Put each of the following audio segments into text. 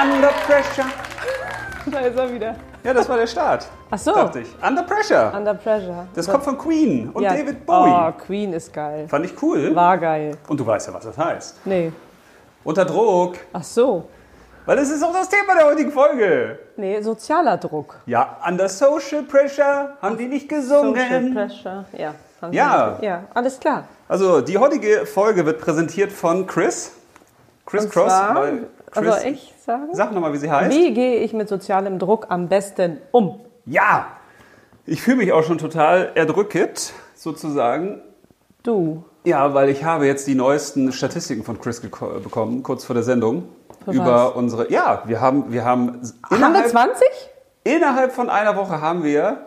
Under pressure. Da ist er wieder. Ja, das war der Start. Ach so. Dachte ich. Under pressure. Oh. Under Pressure. Das kommt von Queen und Ja. David Bowie. Oh, Queen ist geil. Fand ich cool. War geil. Und du weißt ja, was das heißt. Nee. Unter Druck. Ach so. Weil das ist auch das Thema der heutigen Folge. Nee, sozialer Druck. Ja, under social pressure haben die nicht gesungen. Social Pressure. Ja. haben Sie Ja. recht. Ja, alles klar. Also, die heutige Folge wird präsentiert von Chris. Chris Und Cross. zwar- weil Chris, also ich sage, Sag nochmal, wie sie heißt. wie gehe ich mit sozialem Druck am besten um? Ja! Ich fühle mich auch schon total erdrücket, sozusagen. Du. Ja, weil ich habe jetzt die neuesten Statistiken von Chris geko- bekommen, kurz vor der Sendung. Für über was? unsere. Ja, wir haben. Wir haben, Haben wir innerhalb, 20? innerhalb von einer Woche haben wir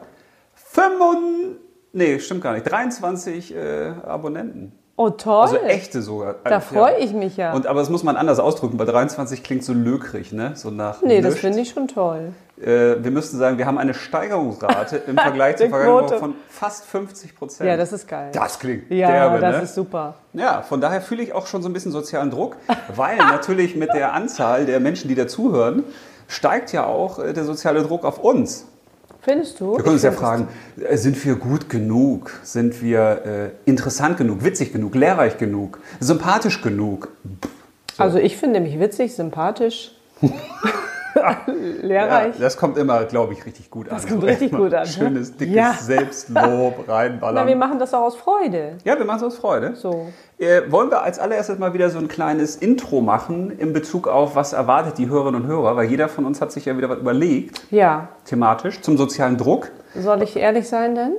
5. Nee, stimmt gar nicht. 23 äh, Abonnenten. Oh, toll. Also echte sogar. Da freue ich mich ja. Und, aber das muss man anders ausdrücken, weil 23 klingt so lökrig, ne? So nach. nee, das nischt. finde ich schon toll. Äh, wir müssten sagen, wir haben eine Steigerungsrate im Vergleich zur Die vergangenen Woche Quote. von fast 50 Prozent. Ja, das ist geil. das klingt ja, derbe, das ne? ist super. Ja, von daher fühle ich auch schon so ein bisschen sozialen Druck, weil natürlich mit der Anzahl der Menschen, die dazuhören, steigt ja auch äh, der soziale Druck auf uns. Findest du? Wir können uns ja fragen, äh, sind wir gut genug? Sind wir äh, interessant genug, witzig genug, lehrreich genug, sympathisch genug? Also ich finde mich witzig, sympathisch, Ja, lehrreich. das kommt immer, glaube ich, richtig gut an. Das kommt richtig Immer gut an, ne? Schönes, dickes Ja. Selbstlob Na, wir reinballern. machen das auch aus Freude. Ja, wir machen es aus Freude. So. Äh, wollen wir als allererstes mal wieder so ein kleines Intro machen in Bezug auf, was erwartet die Hörerinnen und Hörer? Weil jeder von uns hat sich ja wieder was überlegt, Ja. thematisch, zum sozialen Druck. Soll ich ehrlich sein denn?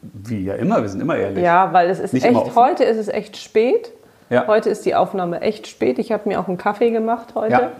Wie ja immer, wir sind immer ehrlich. Ja, weil es ist Nicht immer echt, offen. heute ist es echt spät. Ja. Heute ist die Aufnahme echt spät. Ich habe mir auch einen Kaffee gemacht heute.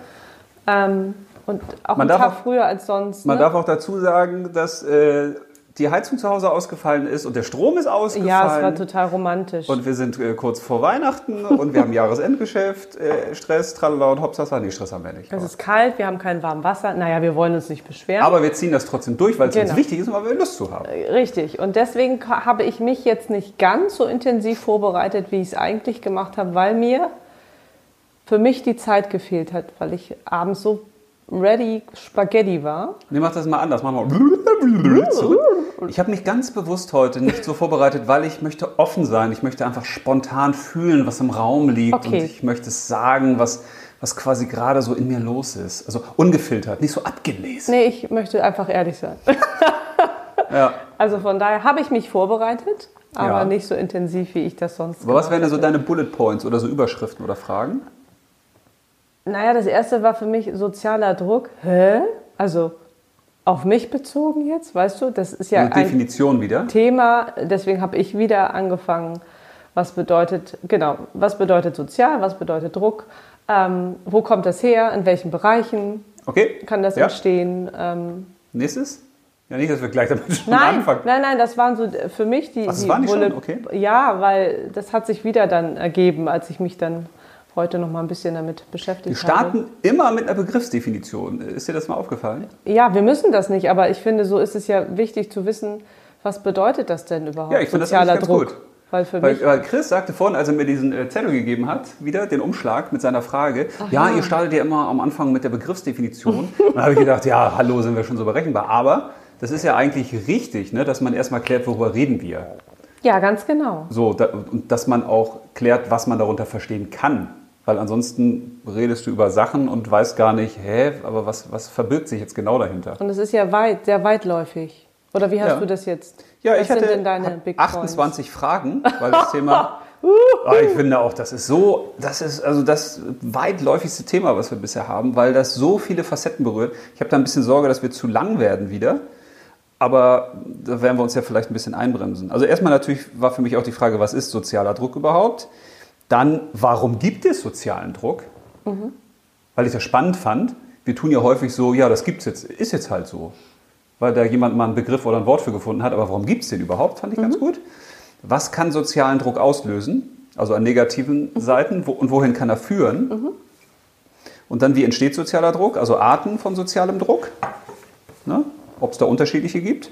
Ähm, und auch einen Man darf Tag auch- früher als sonst. Man ne? darf auch dazu sagen, dass äh, die Heizung zu Hause ausgefallen ist und der Strom ist ausgefallen. ja, es war total romantisch. und wir sind äh, kurz vor Weihnachten und wir haben Jahresendgeschäft, äh, Stress, tralala und Hopsasa. Nee, Stress haben wir nicht. es ist kalt, wir haben kein warmes Wasser. Naja, wir wollen uns nicht beschweren. Aber wir ziehen das trotzdem durch, weil es uns Genau. wichtig ist und weil wir Lust zu haben. Richtig. Und deswegen ka- habe ich mich jetzt nicht ganz so intensiv vorbereitet, wie ich es eigentlich gemacht habe, weil mir für mich die Zeit gefehlt hat, weil ich abends so ready Spaghetti war. Nee, mach das mal anders. Mach mal zurück. Ich habe mich ganz bewusst heute nicht so vorbereitet, weil ich möchte offen sein. Ich möchte einfach spontan fühlen, was im Raum liegt. Okay. Und ich möchte es sagen, was, was quasi gerade so in mir los ist. Also ungefiltert, nicht so abgelesen. Nee, ich möchte einfach ehrlich sein. Ja. Also von daher habe ich mich vorbereitet, aber Ja. nicht so intensiv, wie ich das sonst Aber was gemacht wären denn so hätte. deine Bullet Points oder so Überschriften oder Fragen? Naja, das erste war für mich sozialer Druck. Hä? Also auf mich bezogen jetzt, weißt du? Das ist ja Eine ein Definition wieder. Thema. Deswegen habe ich wieder angefangen, was bedeutet, genau, was bedeutet sozial, was bedeutet Druck, ähm, wo kommt das her, in welchen Bereichen Okay. kann das ja. entstehen. Ähm, Nächstes? Ja, nicht, dass wir gleich damit schon nein, anfangen. nein, nein, das waren so äh, für mich die. Ach, das die waren die schon? Bullet- Okay. Ja, weil das hat sich wieder dann ergeben, als ich mich dann heute noch mal ein bisschen damit beschäftigt Wir habe. starten immer mit einer Begriffsdefinition. Ist dir das mal aufgefallen? Ja, wir müssen das nicht, aber ich finde, so ist es ja wichtig zu wissen, was bedeutet das denn überhaupt? Ja, ich finde das eigentlich ganz gut. Weil für mich Weil, weil Chris sagte vorhin, als er mir diesen äh, Zettel gegeben hat, wieder den Umschlag mit seiner Frage, ja, ihr startet ja immer am Anfang mit der Begriffsdefinition. Dann habe ich gedacht, ja, hallo, sind wir schon so berechenbar. Aber das ist ja eigentlich richtig, ne, dass man erstmal klärt, worüber reden wir. Ja, ganz genau. So, da, und dass man auch klärt, was man darunter verstehen kann. Weil ansonsten redest du über Sachen und weißt gar nicht, hä, aber was, was verbirgt sich jetzt genau dahinter? Und es ist ja weit, sehr weitläufig. Oder wie hast Ja. du das jetzt? Ja, Was ich hatte sind denn deine hab Big Points? 28 Fragen, weil das Thema. Ah, ich finde auch, das ist so, das ist also das weitläufigste Thema, was wir bisher haben, weil das so viele Facetten berührt. Ich habe da ein bisschen Sorge, dass wir zu lang werden wieder. Aber da werden wir uns ja vielleicht ein bisschen einbremsen. Also erstmal natürlich war für mich auch die Frage, was ist sozialer Druck überhaupt? Dann, warum gibt es sozialen Druck? Weil ich das spannend fand. Wir tun ja häufig so, ja, das gibt's jetzt, ist jetzt halt so. Weil da jemand mal einen Begriff oder ein Wort für gefunden hat, aber warum gibt es den überhaupt, fand ich ganz gut. Was kann sozialen Druck auslösen? Also an negativen Mhm. Seiten wo, und wohin kann er führen? Und dann, wie entsteht sozialer Druck? Also Arten von sozialem Druck, ne? ob es da unterschiedliche gibt.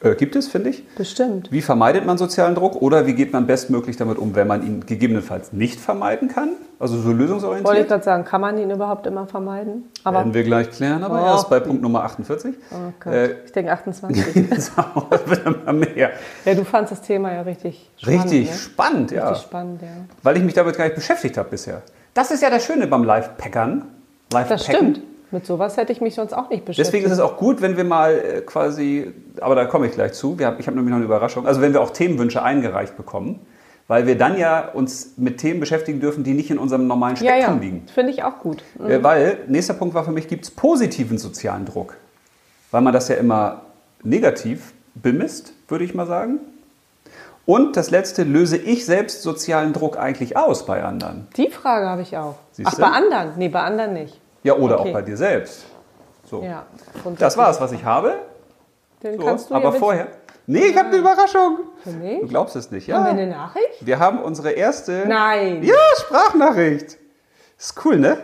Äh, gibt es, finde ich. Bestimmt. Wie vermeidet man sozialen Druck oder wie geht man bestmöglich damit um, wenn man ihn gegebenenfalls nicht vermeiden kann? Also so Wollte ich lösungsorientiert. gerade sagen, kann man ihn überhaupt immer vermeiden? Aber Werden wir gleich klären, aber Oh. erst bei Punkt Nummer 48. oh Gott, Äh, ich denke 28. das wird immer mehr. ja, du fandst das Thema ja richtig spannend. Richtig ne? spannend, ja. Richtig spannend, ja. Weil ich mich damit gar nicht beschäftigt habe bisher. Das ist ja das Schöne beim Live-Packern. Live Das stimmt. Mit sowas hätte ich mich sonst auch nicht beschäftigt. Deswegen ist es auch gut, wenn wir mal äh, quasi, aber da komme ich gleich zu, wir hab, ich habe nämlich noch eine Überraschung, also wenn wir auch Themenwünsche eingereicht bekommen, weil wir dann ja uns mit Themen beschäftigen dürfen, die nicht in unserem normalen ja, Mhm. Spektrum ja. liegen. Finde ich auch gut. Äh, Weil, nächster Punkt war für mich, gibt es positiven sozialen Druck? Weil man das ja immer negativ bemisst, würde ich mal sagen. Und das letzte, löse ich selbst sozialen Druck eigentlich aus bei anderen? Die Frage habe ich auch. Siehst Ach, du? bei anderen? Nee, bei anderen nicht. Ja, oder Okay. auch bei dir selbst. So. Ja. Das war's, was ich habe. Den So. kannst du Aber jetzt- vorher. Nee, ich habe eine Überraschung. Für Du mich? glaubst es nicht, Haben wir ja? eine Nachricht? Wir haben unsere erste. Nein. Ja, Sprachnachricht. Ist cool, ne?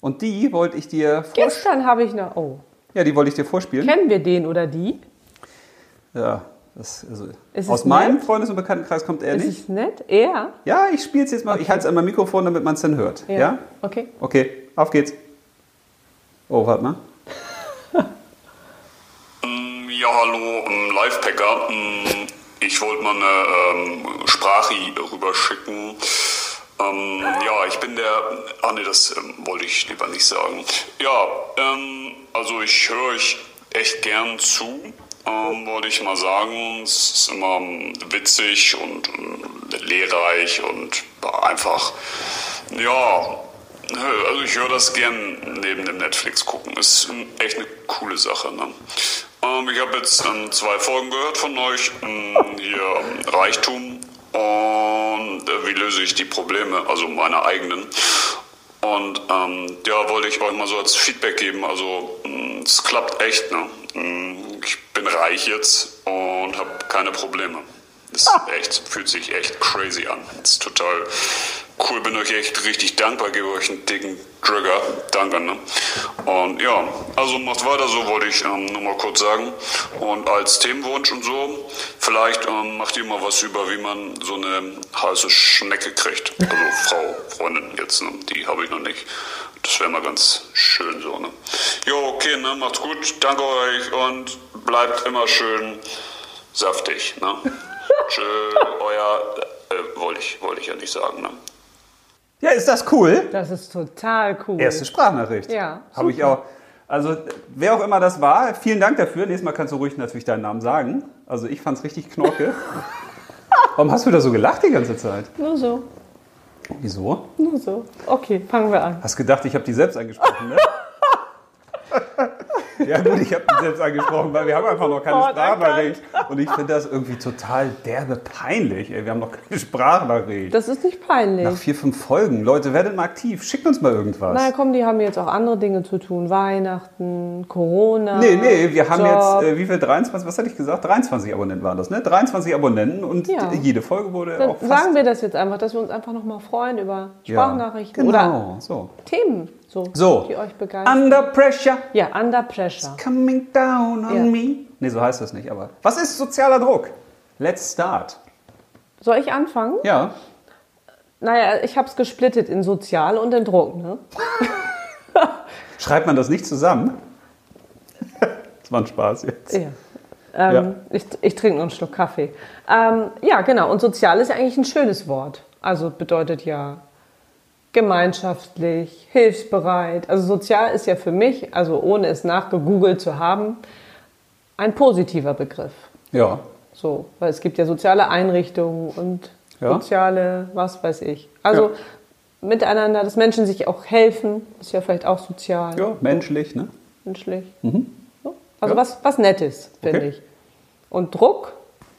Und die wollte ich dir. Vor Gestern habe ich noch. Oh, ja, die wollte ich dir vorspielen. kennen wir den oder die? Ja, das, also Ist es aus meinem nett? Freundes- und Bekanntenkreis kommt er Ist nicht. es nett? Er? Ja, ich spiele es jetzt mal. Ich halte es an meinem Mikrofon, damit man es dann hört. Ja. Okay. Okay, auf geht's. Oh, warte mal. Ähm, Ja, hallo, ähm, Lifepacker. Ähm, Ich wollte mal eine ähm, Sprache rüberschicken. Ähm, ja, ich bin der. Ah, nee, das ähm, wollte ich lieber nicht sagen. Ja, ähm, also ich höre euch echt gern zu, ähm, wollte ich mal sagen. Es ist immer ähm, witzig und ähm, lehrreich und einfach. Ja, Nö, Also ich höre das gern neben dem Netflix gucken. Ist ähm, echt eine coole Sache. Ne? Ähm, ich habe jetzt ähm, zwei Folgen gehört von euch. Ähm, hier ähm, Reichtum und äh, wie löse ich die Probleme, also meine eigenen. Und ähm, ja, wollte ich euch mal so als Feedback geben. Also ähm, es klappt echt. Ne? Ähm, ich bin reich jetzt und habe keine Probleme. Ist echt, fühlt sich echt crazy an. Ist total cool, bin euch echt richtig dankbar, gebe euch einen dicken Trigger. Danke, ne? Und ja, also macht weiter so, wollte ich ähm, nur mal kurz sagen. Und als Themenwunsch und so, vielleicht ähm, macht ihr mal was über, wie man so eine heiße Schnecke kriegt. Also Frau, Freundin jetzt, ne? Die habe ich noch nicht. Das wäre mal ganz schön so, ne? Jo, okay, ne? Macht's gut, danke euch und bleibt immer schön saftig, ne? Tschö, euer, äh, wollte ich, wollte ich ja nicht sagen, ne? Ja, ist das cool? Das ist total cool. Erste Sprachnachricht. Ja, Habe ich auch. Also, wer auch immer das war, vielen Dank dafür. Nächstes Mal kannst du ruhig natürlich deinen Namen sagen. Also, ich fand's richtig knorke. Warum hast du da so gelacht die ganze Zeit? Nur so, Wieso? nur so. Okay, fangen wir an. Hast gedacht, ich habe die selbst angesprochen, ne? ja, gut, ich habe die selbst angesprochen, weil wir haben einfach noch keine Sofort Sprachnachricht. Und ich finde das irgendwie total derbe peinlich. Ey, wir haben noch keine Sprachnachricht. Das ist nicht peinlich. Nach vier, fünf Folgen. Leute, werdet mal aktiv. Schickt uns mal irgendwas. Na komm, die haben jetzt auch andere Dinge zu tun. Weihnachten, Corona. Nee, nee, wir haben Ähm, Job. jetzt, äh, wie viel, 23, was hatte ich gesagt? 23 Abonnenten waren das, ne? 23 Abonnenten und Ja. jede Folge wurde Dann auch fast... sagen wir das jetzt einfach, dass wir uns einfach nochmal freuen über Sprachnachrichten ja, oder genau, so. Themen, so, So, die euch begeistern. Under Pressure, ja, Under Pressure. coming down on Ja. me. Nee, so heißt das nicht, aber... Was ist sozialer Druck? Let's start. Soll ich anfangen? Ja, Naja, ich habe es gesplittet in sozial und in Druck. Ne? schreibt man das nicht zusammen? das war ein Spaß jetzt. Ja. Ähm, Ja. Ich, ich trinke noch einen Schluck Kaffee. Ähm, ja, genau. Und sozial ist ja eigentlich ein schönes Wort. Also bedeutet ja gemeinschaftlich, hilfsbereit. Also sozial ist ja für mich, also ohne es nachgegoogelt zu haben, ein positiver Begriff. Ja, So, weil es gibt ja soziale Einrichtungen und Ja. soziale, was weiß ich. Also Ja. miteinander, dass Menschen sich auch helfen, ist ja vielleicht auch sozial, ja menschlich, ne? menschlich. So. Also Mhm. Ja. was, was Nettes, finde Okay. ich. Und Druck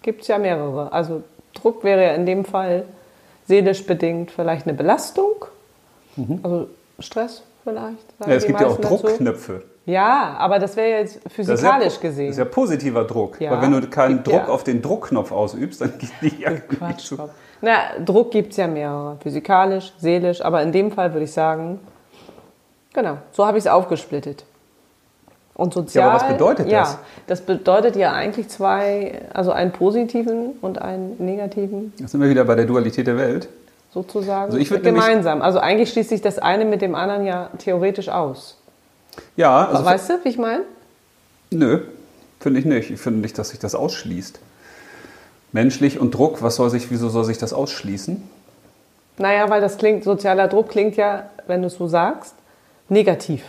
gibt es ja mehrere. Also Druck wäre ja in dem Fall seelisch bedingt vielleicht eine Belastung, also Stress vielleicht. sagen Mhm. Ja, es die gibt ja auch meisten dazu. Druckknöpfe. Ja, aber das wäre jetzt Das ist ja- physikalisch gesehen. Das ist ja positiver Druck. Ja. Weil wenn du keinen Gibt ja. Druck auf den Druckknopf ausübst, dann geht die ja nicht Quatsch. zu. Bob. Na, Druck gibt es ja mehrere. Physikalisch, seelisch, aber in dem Fall würde ich sagen, genau, so habe ich es aufgesplittet. Und sozial. Ja, aber was bedeutet ja, das? Das bedeutet ja eigentlich zwei, also einen positiven und einen negativen Jetzt sind wir wieder bei der Dualität der Welt. sozusagen Also ich würd nämlich- gemeinsam. Also eigentlich schließt sich das eine mit dem anderen ja theoretisch aus. Ja, also weißt du, wie ich meine? Nö, finde ich nicht. Ich finde nicht, dass sich das ausschließt. Menschlich und Druck, was soll sich, wieso soll sich das ausschließen? Naja, weil das klingt, sozialer Druck klingt ja, wenn du es so sagst, negativ.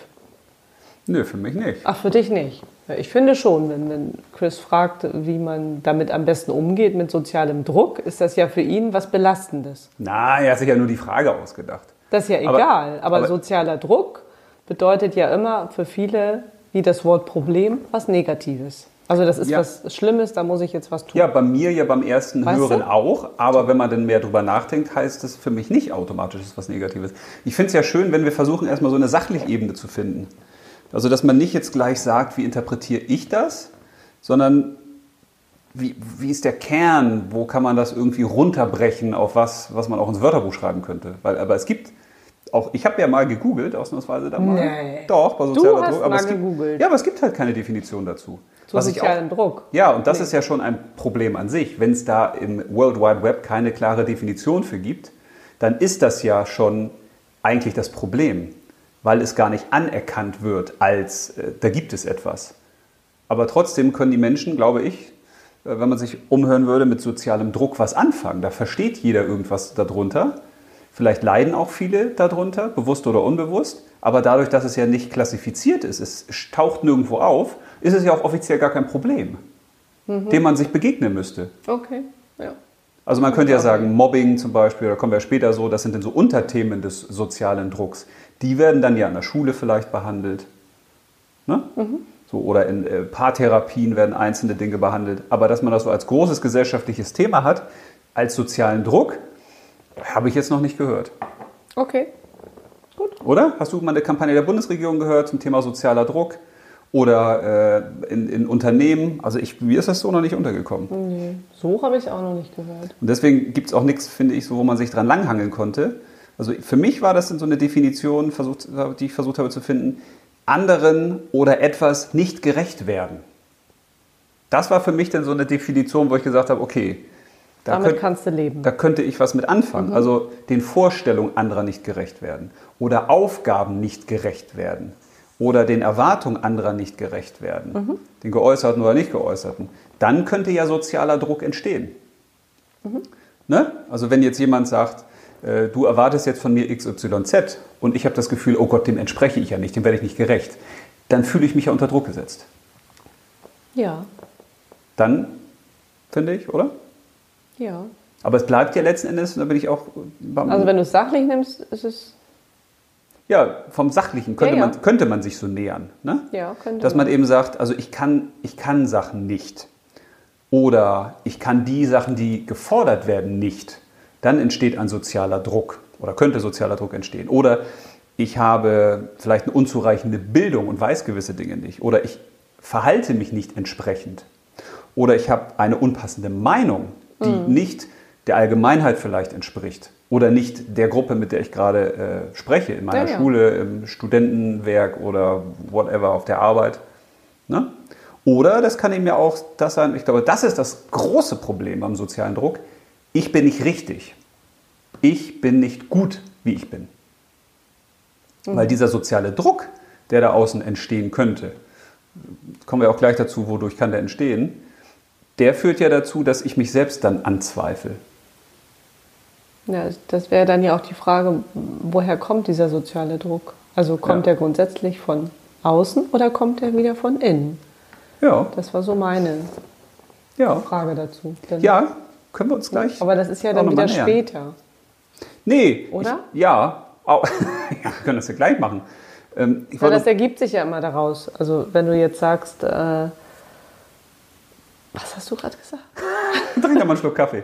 Nö, für mich nicht. Ach, für dich nicht. Ich finde schon, wenn, wenn Chris fragt, wie man damit am besten umgeht mit sozialem Druck, ist das ja für ihn was Belastendes. Na, er hat sich ja nur die Frage ausgedacht. Das ist ja Aber- egal, aber, aber- sozialer Druck bedeutet ja immer für viele, wie das Wort Problem, was Negatives. Also das ist Ja. was Schlimmes, da muss ich jetzt was tun. Ja, bei mir ja beim ersten Weißt Hören du? auch, aber wenn man dann mehr drüber nachdenkt, heißt das für mich nicht automatisch ist was Negatives. Ich finde es ja schön, wenn wir versuchen, erstmal so eine sachliche Ebene zu finden. Also, dass man nicht jetzt gleich sagt, wie interpretiere ich das, sondern wie, wie ist der Kern, wo kann man das irgendwie runterbrechen auf was, was man auch ins Wörterbuch schreiben könnte. Weil, aber es gibt auch, ich habe ja mal gegoogelt, ausnahmsweise da mal. Nee. Doch, bei sozialer hast Druck. Aber mal es, gibt, gegoogelt. ja, aber es gibt halt keine Definition dazu. Zu Was ich auch- sozialem Druck. ja, und das ist ja schon ein Problem an sich. Wenn es da im World Wide Web keine klare Definition für gibt, dann ist das ja schon eigentlich das Problem, weil es gar nicht anerkannt wird als, äh, da gibt es etwas. Aber trotzdem können die Menschen, glaube ich, äh, wenn man sich umhören würde, mit sozialem Druck was anfangen. Da versteht jeder irgendwas darunter. Vielleicht leiden auch viele darunter, bewusst oder unbewusst. Aber dadurch, dass es ja nicht klassifiziert ist, es taucht nirgendwo auf, ist es ja auch offiziell gar kein Problem, dem man sich begegnen müsste. Okay, ja. Also man könnte ja sagen, Mobbing zum Beispiel, da kommen wir später so, das sind dann so Unterthemen des sozialen Drucks. Die werden dann ja an der Schule vielleicht behandelt. Ne? So, oder in äh, Paartherapien werden einzelne Dinge behandelt. Aber dass man das so als großes gesellschaftliches Thema hat, als sozialen Druck, habe ich jetzt noch nicht gehört. Okay. Oder? Hast du mal eine Kampagne der Bundesregierung gehört zum Thema sozialer Druck? Oder äh, in, in Unternehmen? Also ich, mir ist das so noch nicht untergekommen. So habe ich es auch noch nicht gehört. Und deswegen gibt es auch nichts, finde ich, so, wo man sich dran langhangeln konnte. Also für mich war das dann so eine Definition, versucht, die ich versucht habe zu finden, anderen oder etwas nicht gerecht werden. Das war für mich dann so eine Definition, wo ich gesagt habe, okay, da, Damit könnt, kannst du leben. da könnte ich was mit anfangen. Also den Vorstellungen anderer nicht gerecht werden oder Aufgaben nicht gerecht werden oder den Erwartungen anderer nicht gerecht werden, den geäußerten oder nicht geäußerten. Dann könnte ja sozialer Druck entstehen. Ne? Also wenn jetzt jemand sagt, äh, du erwartest jetzt von mir XYZ und ich habe das Gefühl, oh Gott, dem entspreche ich ja nicht, dem werde ich nicht gerecht, dann fühle ich mich ja unter Druck gesetzt. Ja, Dann finde ich, oder? ja. Aber es bleibt ja letzten Endes, und da bin ich auch beim, Also wenn du es sachlich nimmst, ist es ja, vom Sachlichen könnte, Ja, ja. Man, könnte man sich so nähern. Ne? Ja, könnte Dass man man. eben sagt, also ich kann, ich kann Sachen nicht. Oder ich kann die Sachen, die gefordert werden, nicht. Dann entsteht ein sozialer Druck oder könnte sozialer Druck entstehen. Oder ich habe vielleicht eine unzureichende Bildung und weiß gewisse Dinge nicht. Oder ich verhalte mich nicht entsprechend. Oder ich habe eine unpassende Meinung, die Hm. nicht der Allgemeinheit vielleicht entspricht. Oder nicht der Gruppe, mit der ich gerade äh, spreche, in meiner Ja, ja. Schule. Schule, im Studentenwerk oder whatever auf der Arbeit. Ne? Oder das kann eben ja auch das sein, ich glaube, das ist das große Problem am sozialen Druck. Ich bin nicht richtig. Ich bin nicht gut, wie ich bin. Mhm. Weil dieser soziale Druck, der da außen entstehen könnte, kommen wir auch gleich dazu, wodurch kann der entstehen, der führt ja dazu, dass ich mich selbst dann anzweifle. Ja, das wäre dann ja auch die Frage, woher kommt dieser soziale Druck? Also kommt Ja. er grundsätzlich von außen oder kommt er wieder von innen? Ja, Das war so meine ja, Frage dazu. Dann- ja, können wir uns gleich. Aber das ist ja auch dann noch wieder mal nähern. später. Nee. Oder? Ich, ja. Au, ja. Wir können das ja gleich machen. Ähm, ich Weil wollte, das ergibt sich ja immer daraus. Also wenn du jetzt sagst, äh, was hast du gerade gesagt? trink doch mal einen Schluck Kaffee.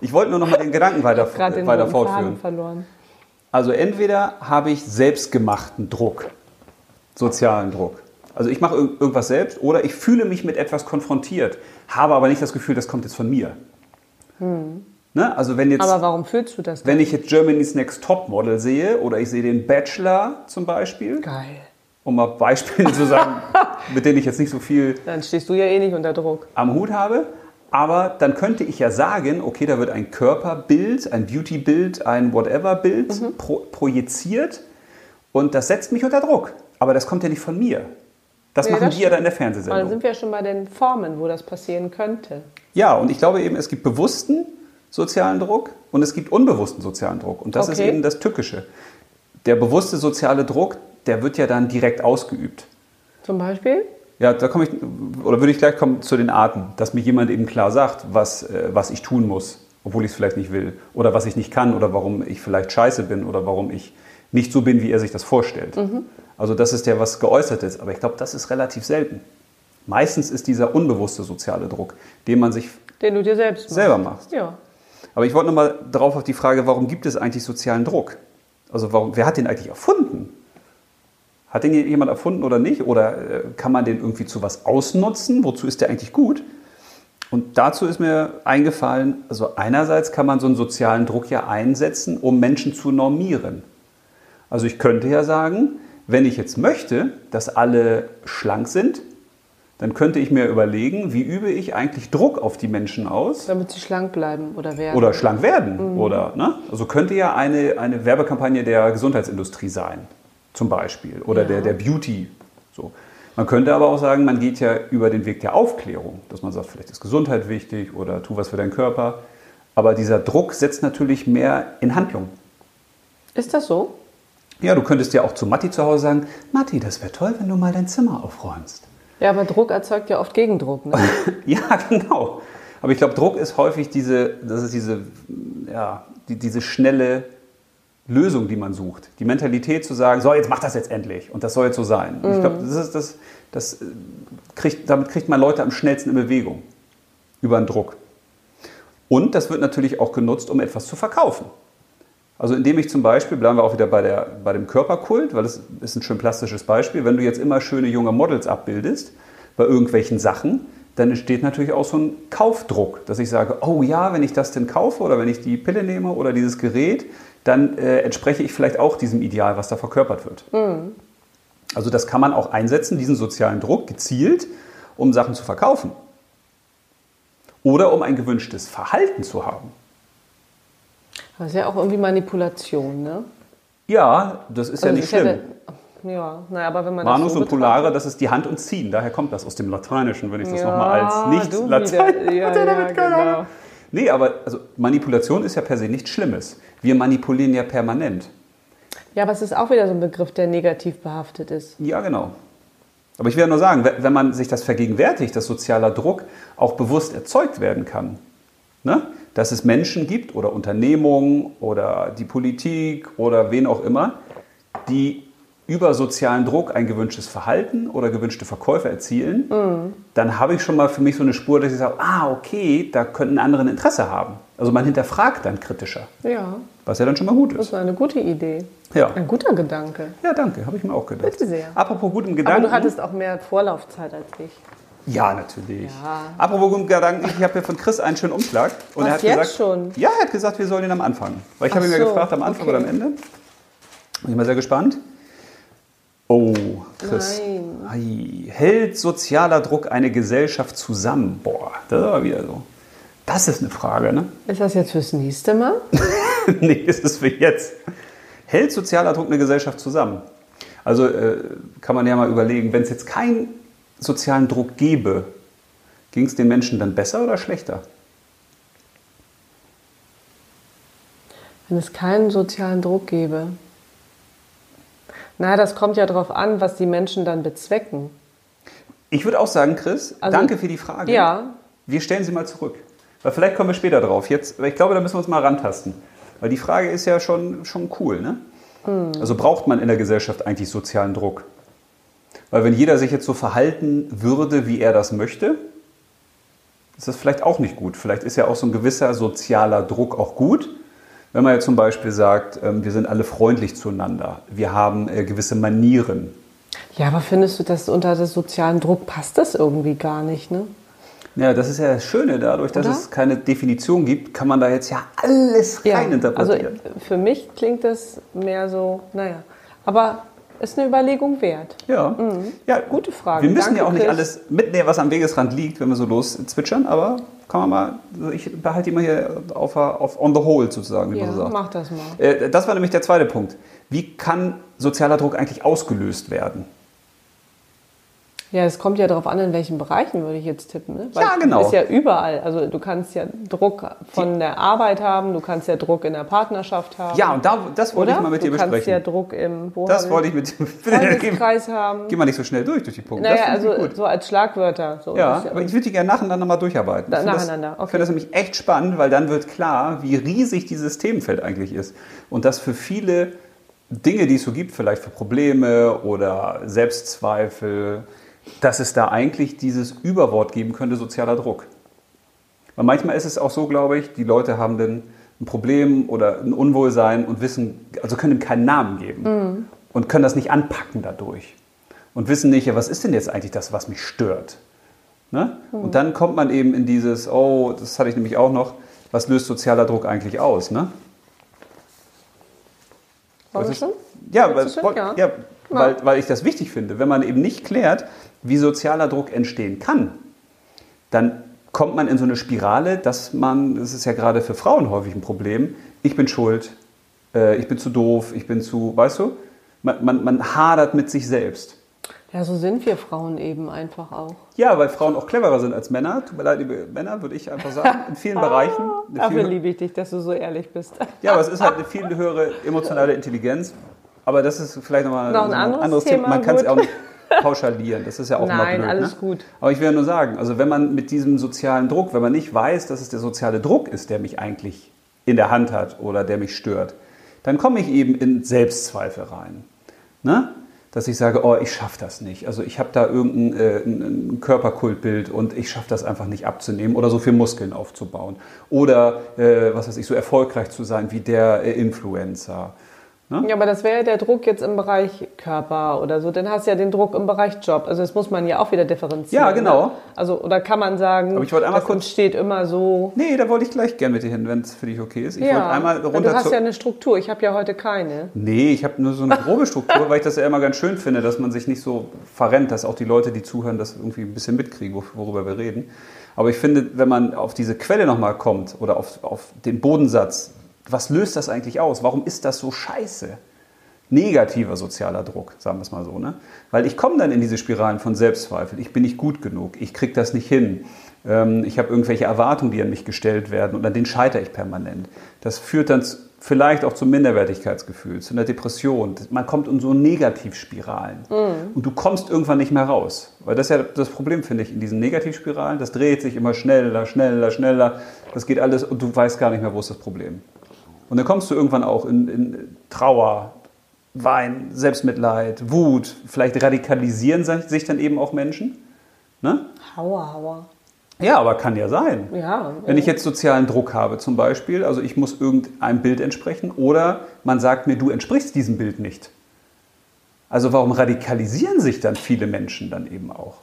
Ich wollte nur noch mal den Gedanken weiter, Gerade den weiter roten Faden fortführen. verloren. Also entweder habe ich selbstgemachten Druck, sozialen Druck. Also ich mache irg- irgendwas selbst oder ich fühle mich mit etwas konfrontiert, habe aber nicht das Gefühl, das kommt jetzt von mir. Ne? Also wenn jetzt Hm. Aber warum fühlst du das? wenn ich jetzt Germany's Next Topmodel sehe oder ich sehe den Bachelor zum Beispiel, geil. um mal Beispiele zu sagen, mit denen ich jetzt nicht so viel Dann stehst du ja eh nicht unter Druck. am Hut habe. Aber dann könnte ich ja sagen, okay, da wird ein Körperbild, ein Beautybild, ein Whatever-Bild Mhm. pro projiziert und das setzt mich unter Druck. Aber das kommt ja nicht von mir. Das Nee, machen das die ja stimmt. Aber dann in der dann Fernsehsendung. sind wir ja schon bei den Formen, wo das passieren könnte. Ja, und ich glaube eben, es gibt bewussten sozialen Druck und es gibt unbewussten sozialen Druck. Und das ist Okay. eben das Tückische. Der bewusste soziale Druck, der wird ja dann direkt ausgeübt. Zum Beispiel? Ja, da komme ich, oder würde ich gleich kommen zu den Arten, dass mir jemand eben klar sagt, was, äh, was ich tun muss, obwohl ich es vielleicht nicht will, oder was ich nicht kann, oder warum ich vielleicht scheiße bin, oder warum ich nicht so bin, wie er sich das vorstellt. Also das ist ja was Geäußertes, aber ich glaube, das ist relativ selten. Meistens ist dieser unbewusste soziale Druck, den man sich Den du dir selbst machst. selber macht. Ja. Aber ich wollte nochmal drauf auf die Frage, warum gibt es eigentlich sozialen Druck? Also warum, wer hat den eigentlich erfunden? Hat den jemand erfunden oder nicht? Oder äh, kann man den irgendwie zu was ausnutzen? Wozu ist der eigentlich gut? Und dazu ist mir eingefallen, also einerseits kann man so einen sozialen Druck ja einsetzen, um Menschen zu normieren. Also ich könnte ja sagen, wenn ich jetzt möchte, dass alle schlank sind, dann könnte ich mir überlegen, wie übe ich eigentlich Druck auf die Menschen aus, Damit sie schlank bleiben oder werden. oder schlank werden. Oder, ne? Also könnte ja eine, eine Werbekampagne der Gesundheitsindustrie sein, zum Beispiel. Oder der, der Beauty. So. Man könnte aber auch sagen, man geht ja über den Weg der Aufklärung, dass man sagt, vielleicht ist Gesundheit wichtig oder tu was für deinen Körper. Aber dieser Druck setzt natürlich mehr in Handlung. Ist das so? Ja, du könntest ja auch zu Matti zu Hause sagen, Matti, das wäre toll, wenn du mal dein Zimmer aufräumst. Ja, aber Druck erzeugt ja oft Gegendruck. Ne? Ja, genau. Aber ich glaube, Druck ist häufig diese, das ist diese, ja, die, diese schnelle Lösung, die man sucht. Die Mentalität zu sagen, so, jetzt mach das jetzt endlich und das soll jetzt so sein. Und ich glaube, das ist das, das äh, kriegt, damit kriegt man Leute am schnellsten in Bewegung. Über den Druck. Und das wird natürlich auch genutzt, um etwas zu verkaufen. Also indem ich zum Beispiel, bleiben wir auch wieder bei, der, bei dem Körperkult, weil das ist ein schön plastisches Beispiel, wenn du jetzt immer schöne junge Models abbildest bei irgendwelchen Sachen, dann entsteht natürlich auch so ein Kaufdruck, dass ich sage, oh ja, wenn ich das denn kaufe oder wenn ich die Pille nehme oder dieses Gerät, dann äh, entspreche ich vielleicht auch diesem Ideal, was da verkörpert wird. Also das kann man auch einsetzen, diesen sozialen Druck gezielt, um Sachen zu verkaufen. Oder um ein gewünschtes Verhalten zu haben. Das ist ja auch irgendwie Manipulation, ne? Ja, das ist ja Also nicht es schlimm. Ja, ja, naja, aber wenn man Manus das so und Polare, das ist die Hand und Ziehen. Daher kommt das aus dem Lateinischen, wenn ich das Ja, nochmal als du Nicht-Latein. wieder. Ja, Hat er damit ja, keine genau. Ahnung? Nee, aber also Manipulation ist ja per se nichts Schlimmes. Wir manipulieren ja permanent. betrachtet- genau. Ja, aber es ist auch wieder so ein Begriff, der negativ behaftet ist. Ja, genau. Aber ich will ja nur sagen, we- wenn man sich das vergegenwärtigt, dass sozialer Druck auch bewusst erzeugt werden kann, ne? dass es Menschen gibt oder Unternehmungen oder die Politik oder wen auch immer, die über sozialen Druck ein gewünschtes Verhalten oder gewünschte Verkäufe erzielen, Mhm. dann habe ich schon mal für mich so eine Spur, dass ich sage, ah, okay, da könnten andere ein Interesse haben. Also man hinterfragt dann kritischer, Ja, was ja dann schon mal gut das ist. ist eine gute Idee. Ja. Ein guter Gedanke. Ja, danke, habe ich mir auch gedacht. Bitte sehr. Apropos gutem Aber Gedanken. du hattest auch mehr Vorlaufzeit als ich. Ja, natürlich. Ja. Apropos guten Gedanken, ich habe hier von Chris einen schönen Umschlag. Und Was, er hat jetzt gesagt, schon? Ja, er hat gesagt, wir sollen ihn am Anfang. Weil ich habe Ach ihn ja so, gefragt, am Anfang okay. oder am Ende. Bin ich mal sehr gespannt. Oh, Chris. Ei. Hält sozialer Druck eine Gesellschaft zusammen? Boah, das ist aber wieder so. Das ist eine Frage, ne? Ist das jetzt fürs nächste Mal? nee, das ist für jetzt. Hält sozialer Druck eine Gesellschaft zusammen? Also äh, kann man ja mal überlegen, wenn es jetzt keinen sozialen Druck gäbe, ging es den Menschen dann besser oder schlechter? Wenn es keinen sozialen Druck gäbe. Na, das kommt ja darauf an, was die Menschen dann bezwecken. Ich würde auch sagen, Chris, Also- danke für die Frage. Ja. Wir stellen sie mal zurück. Weil vielleicht kommen wir später drauf. Jetzt, weil ich glaube, da müssen wir uns mal rantasten. Weil die Frage ist ja schon, schon cool, ne? Hm. Also braucht man in der Gesellschaft eigentlich sozialen Druck? Weil wenn jeder sich jetzt so verhalten würde, wie er das möchte, ist das vielleicht auch nicht gut. Vielleicht ist ja auch so ein gewisser sozialer Druck auch gut. Wenn man jetzt zum Beispiel sagt, ähm, wir sind alle freundlich zueinander, wir haben äh, gewisse Manieren, Ja, aber findest du, dass unter den sozialen Druck passt das irgendwie gar nicht, ne? Ja, das ist ja das Schöne dadurch, dass Oder? es keine Definition gibt, kann man da jetzt ja alles Ja, reininterpretieren. Also für mich klingt das mehr so, naja. Aber Ist eine Überlegung wert. Ja. ja, Mhm. Gute Frage. Wir müssen Danke, ja auch nicht Chris. alles mitnehmen, was am Wegesrand liegt, wenn wir so loszwitschern, aber kann man mal, also ich behalte immer hier auf, der- auf on the hold sozusagen, wie Ja, man so sagt. mach das mal. Äh, Das war nämlich der zweite Punkt. Wie kann sozialer Druck eigentlich ausgelöst werden? Ja, es kommt ja darauf an, in welchen Bereichen würde ich jetzt tippen. Ne? Ja, genau. Ist ja überall. Also du kannst ja Druck von der Arbeit haben, du kannst ja Druck in der Partnerschaft haben. Ja, und da, das wollte oder? ich mal mit du dir kannst ja besprechen. Druck im wo das haben wollte wir- ich Genau. mit dir geh, Freundeskreis haben. geh mal nicht so schnell durch, durch die Punkte. Naja, das finde ich also gut. so als Schlagwörter. So. Ja, Das ist aber ich würde die gerne nacheinander mal durcharbeiten. Na- Ich finde nacheinander, das, okay. Ich finde das nämlich echt spannend, weil dann wird klar, wie riesig dieses Themenfeld eigentlich ist. Und dass für viele Dinge, die es so gibt, vielleicht für Probleme oder Selbstzweifel, dass es da eigentlich dieses Überwort geben könnte, sozialer Druck. Weil manchmal ist es auch so, glaube ich, die Leute haben dann ein Problem oder ein Unwohlsein und wissen, also können ihm keinen Namen geben Mhm. und können das nicht anpacken dadurch. Und wissen nicht, ja, was ist denn jetzt eigentlich das, was mich stört? Ne? Hm. Und dann kommt man eben in dieses, oh, das hatte ich nämlich auch noch, was löst sozialer Druck eigentlich aus? Ne? Wollen Was wir ist- schon? Ja, weil, Willst du schon? ja. Ja. weil, weil ich das wichtig finde. Wenn man eben nicht klärt, wie sozialer Druck entstehen kann, dann kommt man in so eine Spirale, dass man, das ist ja gerade für Frauen häufig ein Problem, ich bin schuld, äh, ich bin zu doof, ich bin zu, weißt du, man, man, man hadert mit sich selbst. Ja, so sind wir Frauen eben einfach auch. Ja, weil Frauen auch cleverer sind als Männer. Tut mir leid, liebe Männer, würde ich einfach sagen. In vielen Ah, Bereichen. in Dafür vielen- liebe ich dich, dass du so ehrlich bist. Ja, aber es ist halt eine viel höhere emotionale Intelligenz. Aber das ist vielleicht nochmal Noch ein anderes Thema, Man kann es gut. auch nicht pauschalieren. Das ist ja auch mal Nein, blöd. alles ne? gut. Aber ich will ja nur sagen, also wenn man mit diesem sozialen Druck, wenn man nicht weiß, dass es der soziale Druck ist, der mich eigentlich in der Hand hat oder der mich stört, dann komme ich eben in Selbstzweifel rein. Ne? Dass ich sage, oh, ich schaffe das nicht. Also ich habe da irgendein äh, ein, ein Körperkultbild und ich schaffe das einfach nicht abzunehmen oder so viel Muskeln aufzubauen. Oder, äh, was weiß ich, so erfolgreich zu sein wie der äh, Influencer. Ja, aber das wäre ja der Druck jetzt im Bereich Körper oder so. Dann hast du ja den Druck im Bereich Job. Also das muss man ja auch wieder differenzieren. Ja, genau. Ne? Also oder kann man sagen, Aber ich wollte einmal das kurz- entsteht immer so. Nee, da wollte ich gleich gern mit dir hin, wenn es für dich okay ist. Ich wollte einmal runter du hast zur- ja eine Struktur. Ich habe ja heute keine. Nee, ich habe nur so eine grobe Struktur, weil ich das ja immer ganz schön finde, dass man sich nicht so verrennt, dass auch die Leute, die zuhören, das irgendwie ein bisschen mitkriegen, wor- worüber wir reden. Aber ich finde, wenn man auf diese Quelle nochmal kommt oder auf, auf den Bodensatz, was löst das eigentlich aus? Warum ist das so scheiße? negativer sozialer Druck, sagen wir es mal so. Ne? Weil ich komme dann in diese Spiralen von Selbstzweifel. Ich bin nicht gut genug, ich kriege das nicht hin. Ähm, ich habe irgendwelche Erwartungen, die an mich gestellt werden und an denen scheitere ich permanent. Das führt dann z- vielleicht auch zum Minderwertigkeitsgefühl, zu einer Depression. Das- Man kommt in so Negativspiralen und du kommst irgendwann nicht mehr raus. Weil das ist ja das Problem, finde ich, in diesen Negativspiralen. Das dreht sich immer schneller, schneller, schneller. Das geht alles und du weißt gar nicht mehr, wo ist das Problem. Und dann kommst du irgendwann auch in, in Trauer, Wein, Selbstmitleid, Wut. Vielleicht radikalisieren se- sich dann eben auch Menschen. Ne? Hauer, hauer. Ja, aber kann ja sein. Ja. Wenn ich jetzt sozialen Druck habe zum Beispiel, also ich muss irgendeinem Bild entsprechen oder man sagt mir, du entsprichst diesem Bild nicht. Also warum radikalisieren sich dann viele Menschen dann eben auch?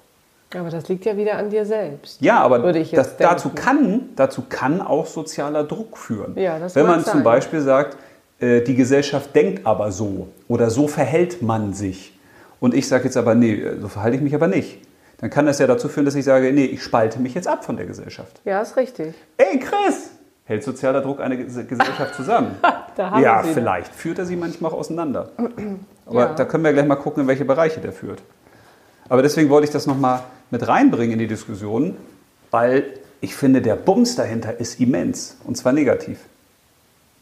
Aber das liegt ja wieder an dir selbst. Ja, aber Würde ich das, jetzt dazu, denken. kann, dazu kann auch sozialer Druck führen. Ja, das Wenn mag man zum sein. Beispiel sagt, äh, die Gesellschaft denkt aber so oder so verhält man sich. Und ich sage jetzt aber, nee, so verhalte ich mich aber nicht. Dann kann das ja dazu führen, dass ich sage, nee, ich spalte mich jetzt ab von der Gesellschaft. Ja, ist richtig. Ey, Chris! Hält sozialer Druck eine Ges- Gesellschaft zusammen? Da haben ja, wir sie. vielleicht führt er sie manchmal auch auseinander. Aber Ja. da können wir gleich mal gucken, in welche Bereiche der führt. Aber deswegen wollte ich das nochmal mit reinbringen in die Diskussion, weil ich finde, der Bums dahinter ist immens und zwar negativ.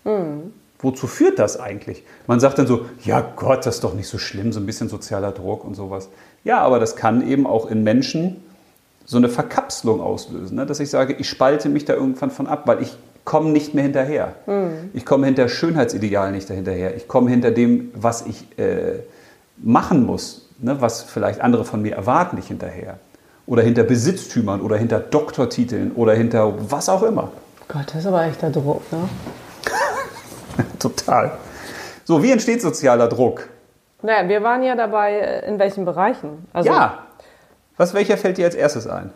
Mhm. Wozu führt das eigentlich? Man sagt dann so, ja Gott, das ist doch nicht so schlimm, so ein bisschen sozialer Druck und sowas. Ja, aber das kann eben auch in Menschen so eine Verkapselung auslösen, ne? dass ich sage, ich spalte mich da irgendwann von ab, weil ich komme nicht mehr hinterher. Ich komme hinter Schönheitsideal nicht dahinterher. Ich komme hinter dem, was ich äh, machen muss, ne? was vielleicht andere von mir erwarten, nicht hinterher. Oder hinter Besitztümern oder hinter Doktortiteln oder hinter was auch immer. Gott, das ist aber echter Druck, ne? Total. So, wie entsteht sozialer Druck? Naja, wir waren ja dabei, äh, in welchen Bereichen. Also, ja. Was, welcher fällt dir als erstes ein?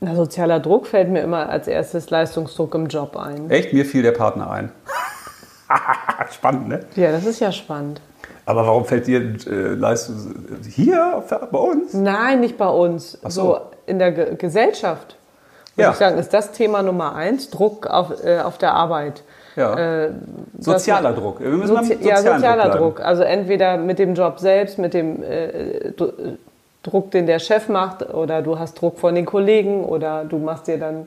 Na, sozialer Druck fällt mir immer als erstes Leistungsdruck im Job ein. Echt? Mir fiel der Partner ein. Spannend, ne? Ja, das ist ja spannend. Aber warum fällt dir äh, Leistung hier auf der- bei uns? Nein, nicht bei uns. so. so. in der Ge Gesellschaft. Würde Ja. ich sagen, ist das Thema Nummer eins, Druck auf, äh, auf der Arbeit. Ja. Äh, sozialer dass- Druck. Wir müssen beim Sozi sozialen ja, Druck. sozialer bleiben. Druck. Also entweder mit dem Job selbst, mit dem äh, Dr- äh, Druck, den der Chef macht, oder du hast Druck von den Kollegen, oder du machst dir dann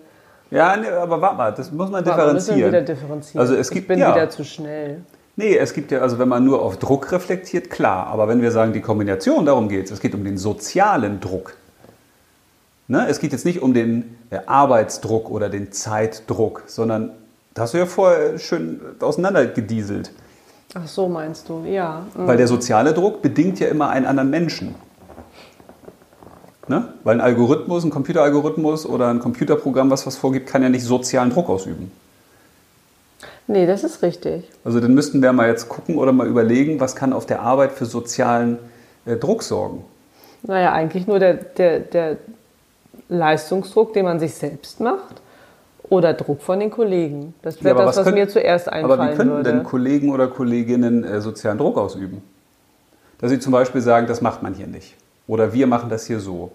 Ja, nee, aber warte mal, das muss man Warte mal, müssen wir differenzieren. wieder differenzieren. Also es gibt ich bin ja, wieder zu schnell. Nee, es gibt ja, also wenn man nur auf Druck reflektiert, klar. Aber wenn wir sagen, die Kombination, darum geht es. Es geht um den sozialen Druck. Ne? Es geht jetzt nicht um den äh, Arbeitsdruck oder den Zeitdruck, sondern das hast du ja vorher schön auseinandergedieselt. Ach so meinst du, ja. Mhm. Weil der soziale Druck bedingt ja immer einen anderen Menschen. Ne? Weil ein Algorithmus, ein Computeralgorithmus oder ein Computerprogramm, was was vorgibt, kann ja nicht sozialen Druck ausüben. Nee, das ist richtig. Also dann müssten wir mal jetzt gucken oder mal überlegen, was kann auf der Arbeit für sozialen äh, Druck sorgen. Naja, eigentlich nur der, der, der Leistungsdruck, den man sich selbst macht, oder Druck von den Kollegen. Das wäre das, was, können- mir zuerst einfallen Aber wie könnten würde. denn Kollegen oder Kolleginnen äh, sozialen Druck ausüben? Dass sie zum Beispiel sagen, das macht man hier nicht. Oder wir machen das hier so.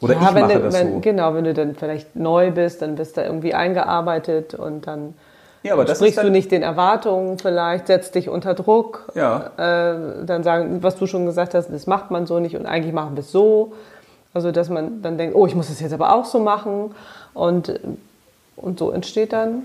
Oder ich wenn mache du, das wenn, so. Genau, wenn du dann vielleicht neu bist, dann bist du irgendwie eingearbeitet und dann Ja, aber das sprichst ist dann, du nicht den Erwartungen vielleicht, setzt dich unter Druck. Ja. Äh, dann sagen, was du schon gesagt hast, das macht man so nicht und eigentlich machen wir es so. Also, dass man dann denkt, oh, ich muss das jetzt aber auch so machen. Und, und so entsteht dann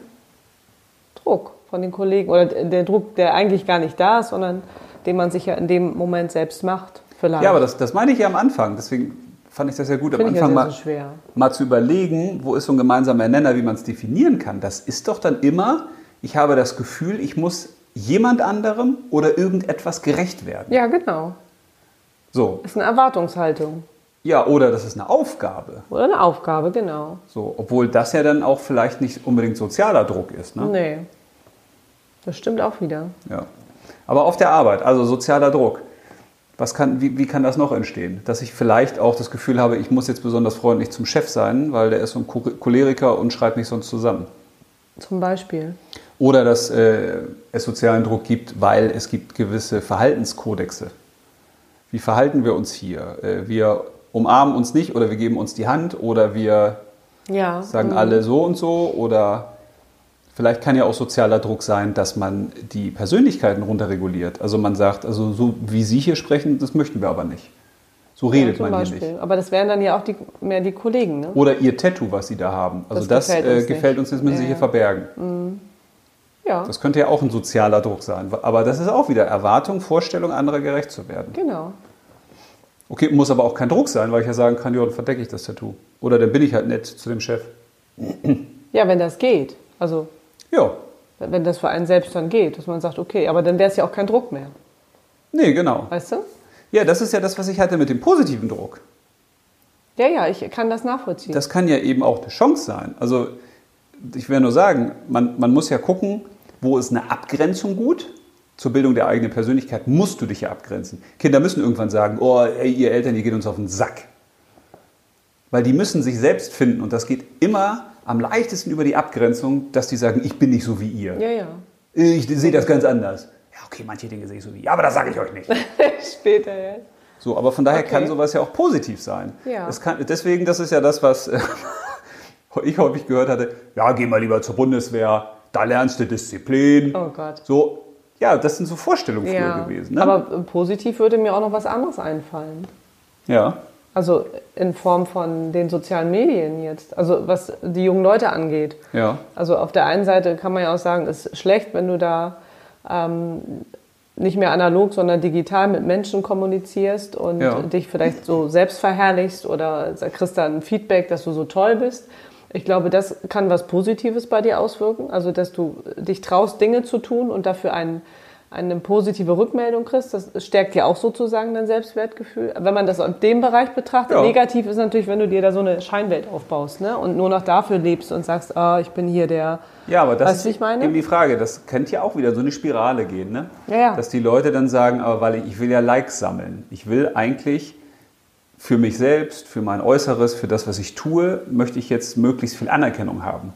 Druck von den Kollegen oder der Druck, der eigentlich gar nicht da ist, sondern den man sich ja in dem Moment selbst macht. Vielleicht. Ja, aber das, das meine ich ja am Anfang. Deswegen fand ich das ja gut, am Finde ich ja sehr, Anfang mal, sehr schwer. mal zu überlegen, wo ist so ein gemeinsamer Nenner, wie man es definieren kann. Das ist doch dann immer, ich habe das Gefühl, ich muss jemand anderem oder irgendetwas gerecht werden. ja, genau. So, Ist eine Erwartungshaltung ja, oder das ist eine Aufgabe. oder eine Aufgabe, genau. So, obwohl das ja dann auch vielleicht nicht unbedingt sozialer Druck ist. Ne? Nee. Das stimmt auch wieder. Ja. Aber auf der Arbeit, also sozialer Druck. Was kann, wie, wie kann das noch entstehen? Dass ich vielleicht auch das Gefühl habe, ich muss jetzt besonders freundlich zum Chef sein, weil der ist so ein Chore- Choleriker und schreit mich sonst zusammen. Zum Beispiel. Oder dass äh, es sozialen Druck gibt, weil es gibt gewisse Verhaltenskodexe. Wie verhalten wir uns hier? Äh, wir umarmen uns nicht oder wir geben uns die Hand oder wir Ja. sagen alle so und so oder vielleicht kann ja auch sozialer Druck sein, dass man die Persönlichkeiten runterreguliert. Also man sagt, also so wie Sie hier sprechen, das möchten wir aber nicht. So ja, redet zum man Beispiel. hier nicht. Oh, Aber das wären dann ja auch die, mehr die Kollegen, ne? Oder Ihr Tattoo, was Sie da haben. Also das, Das gefällt äh, uns gefällt nicht. uns, jetzt müssen Sie Ja. Mhm. hier verbergen. Ja, Das könnte ja auch ein sozialer Druck sein. Aber das ist auch wieder Erwartung, Vorstellung, anderer gerecht zu werden. genau. Okay, muss aber auch kein Druck sein, weil ich ja sagen kann, ja, dann verdecke ich das Tattoo. Oder dann bin ich halt nett zu dem Chef. Ja, wenn das geht. Also, Ja, wenn das für einen selbst dann geht, dass man sagt, okay, aber dann wäre es ja auch kein Druck mehr. nee, genau. Weißt du? Ja, das ist ja das, was ich hatte mit dem positiven Druck. Ja, ja, ich kann das nachvollziehen. das kann ja eben auch eine Chance sein. Also ich will nur sagen, man, man muss ja gucken, wo ist eine Abgrenzung gut. Zur Bildung der eigenen Persönlichkeit musst du dich ja abgrenzen. Kinder müssen irgendwann sagen, oh, ey, ihr Eltern, ihr geht uns auf den Sack. Weil die müssen sich selbst finden und das geht immer am leichtesten über die Abgrenzung, dass die sagen, ich bin nicht so wie ihr. ja, ja. Ich sehe das ganz anders. Ja, okay, manche Dinge sehe ich so wie ihr, aber das sage ich euch nicht. Später, ja. So, aber von daher Okay. kann sowas ja auch positiv sein. Ja. Es kann, deswegen, das ist ja das, was äh, ich häufig gehört hatte. Ja, geh mal lieber zur Bundeswehr, da lernst du Disziplin. Oh Gott. So, ja, das sind so Vorstellungen ja. früher gewesen. Ne? Aber äh, positiv würde mir auch noch was anderes einfallen. ja. Also in Form von den sozialen Medien jetzt, also was die jungen Leute angeht. Ja. Also auf der einen Seite kann man ja auch sagen, ist schlecht, wenn du da ähm, nicht mehr analog, sondern digital mit Menschen kommunizierst und Ja. dich vielleicht so selbst verherrlichst oder kriegst dann ein Feedback, dass du so toll bist. Ich glaube, das kann was Positives bei dir auswirken, also dass du dich traust, Dinge zu tun und dafür einen, eine positive Rückmeldung kriegst. Das stärkt ja auch sozusagen dein Selbstwertgefühl. Wenn man das in dem Bereich betrachtet, Ja. negativ ist natürlich, wenn du dir da so eine Scheinwelt aufbaust ne? und nur noch dafür lebst und sagst, ah, ich bin hier der Ja, aber das Weißt ist du, wie ich meine? eben die Frage. Das könnte ja auch wieder so eine Spirale gehen, ne? Ja, ja. Dass die Leute dann sagen, aber weil ich, ich will ja Likes sammeln. Ich will eigentlich für mich selbst, für mein Äußeres, für das, was ich tue, möchte ich jetzt möglichst viel Anerkennung haben.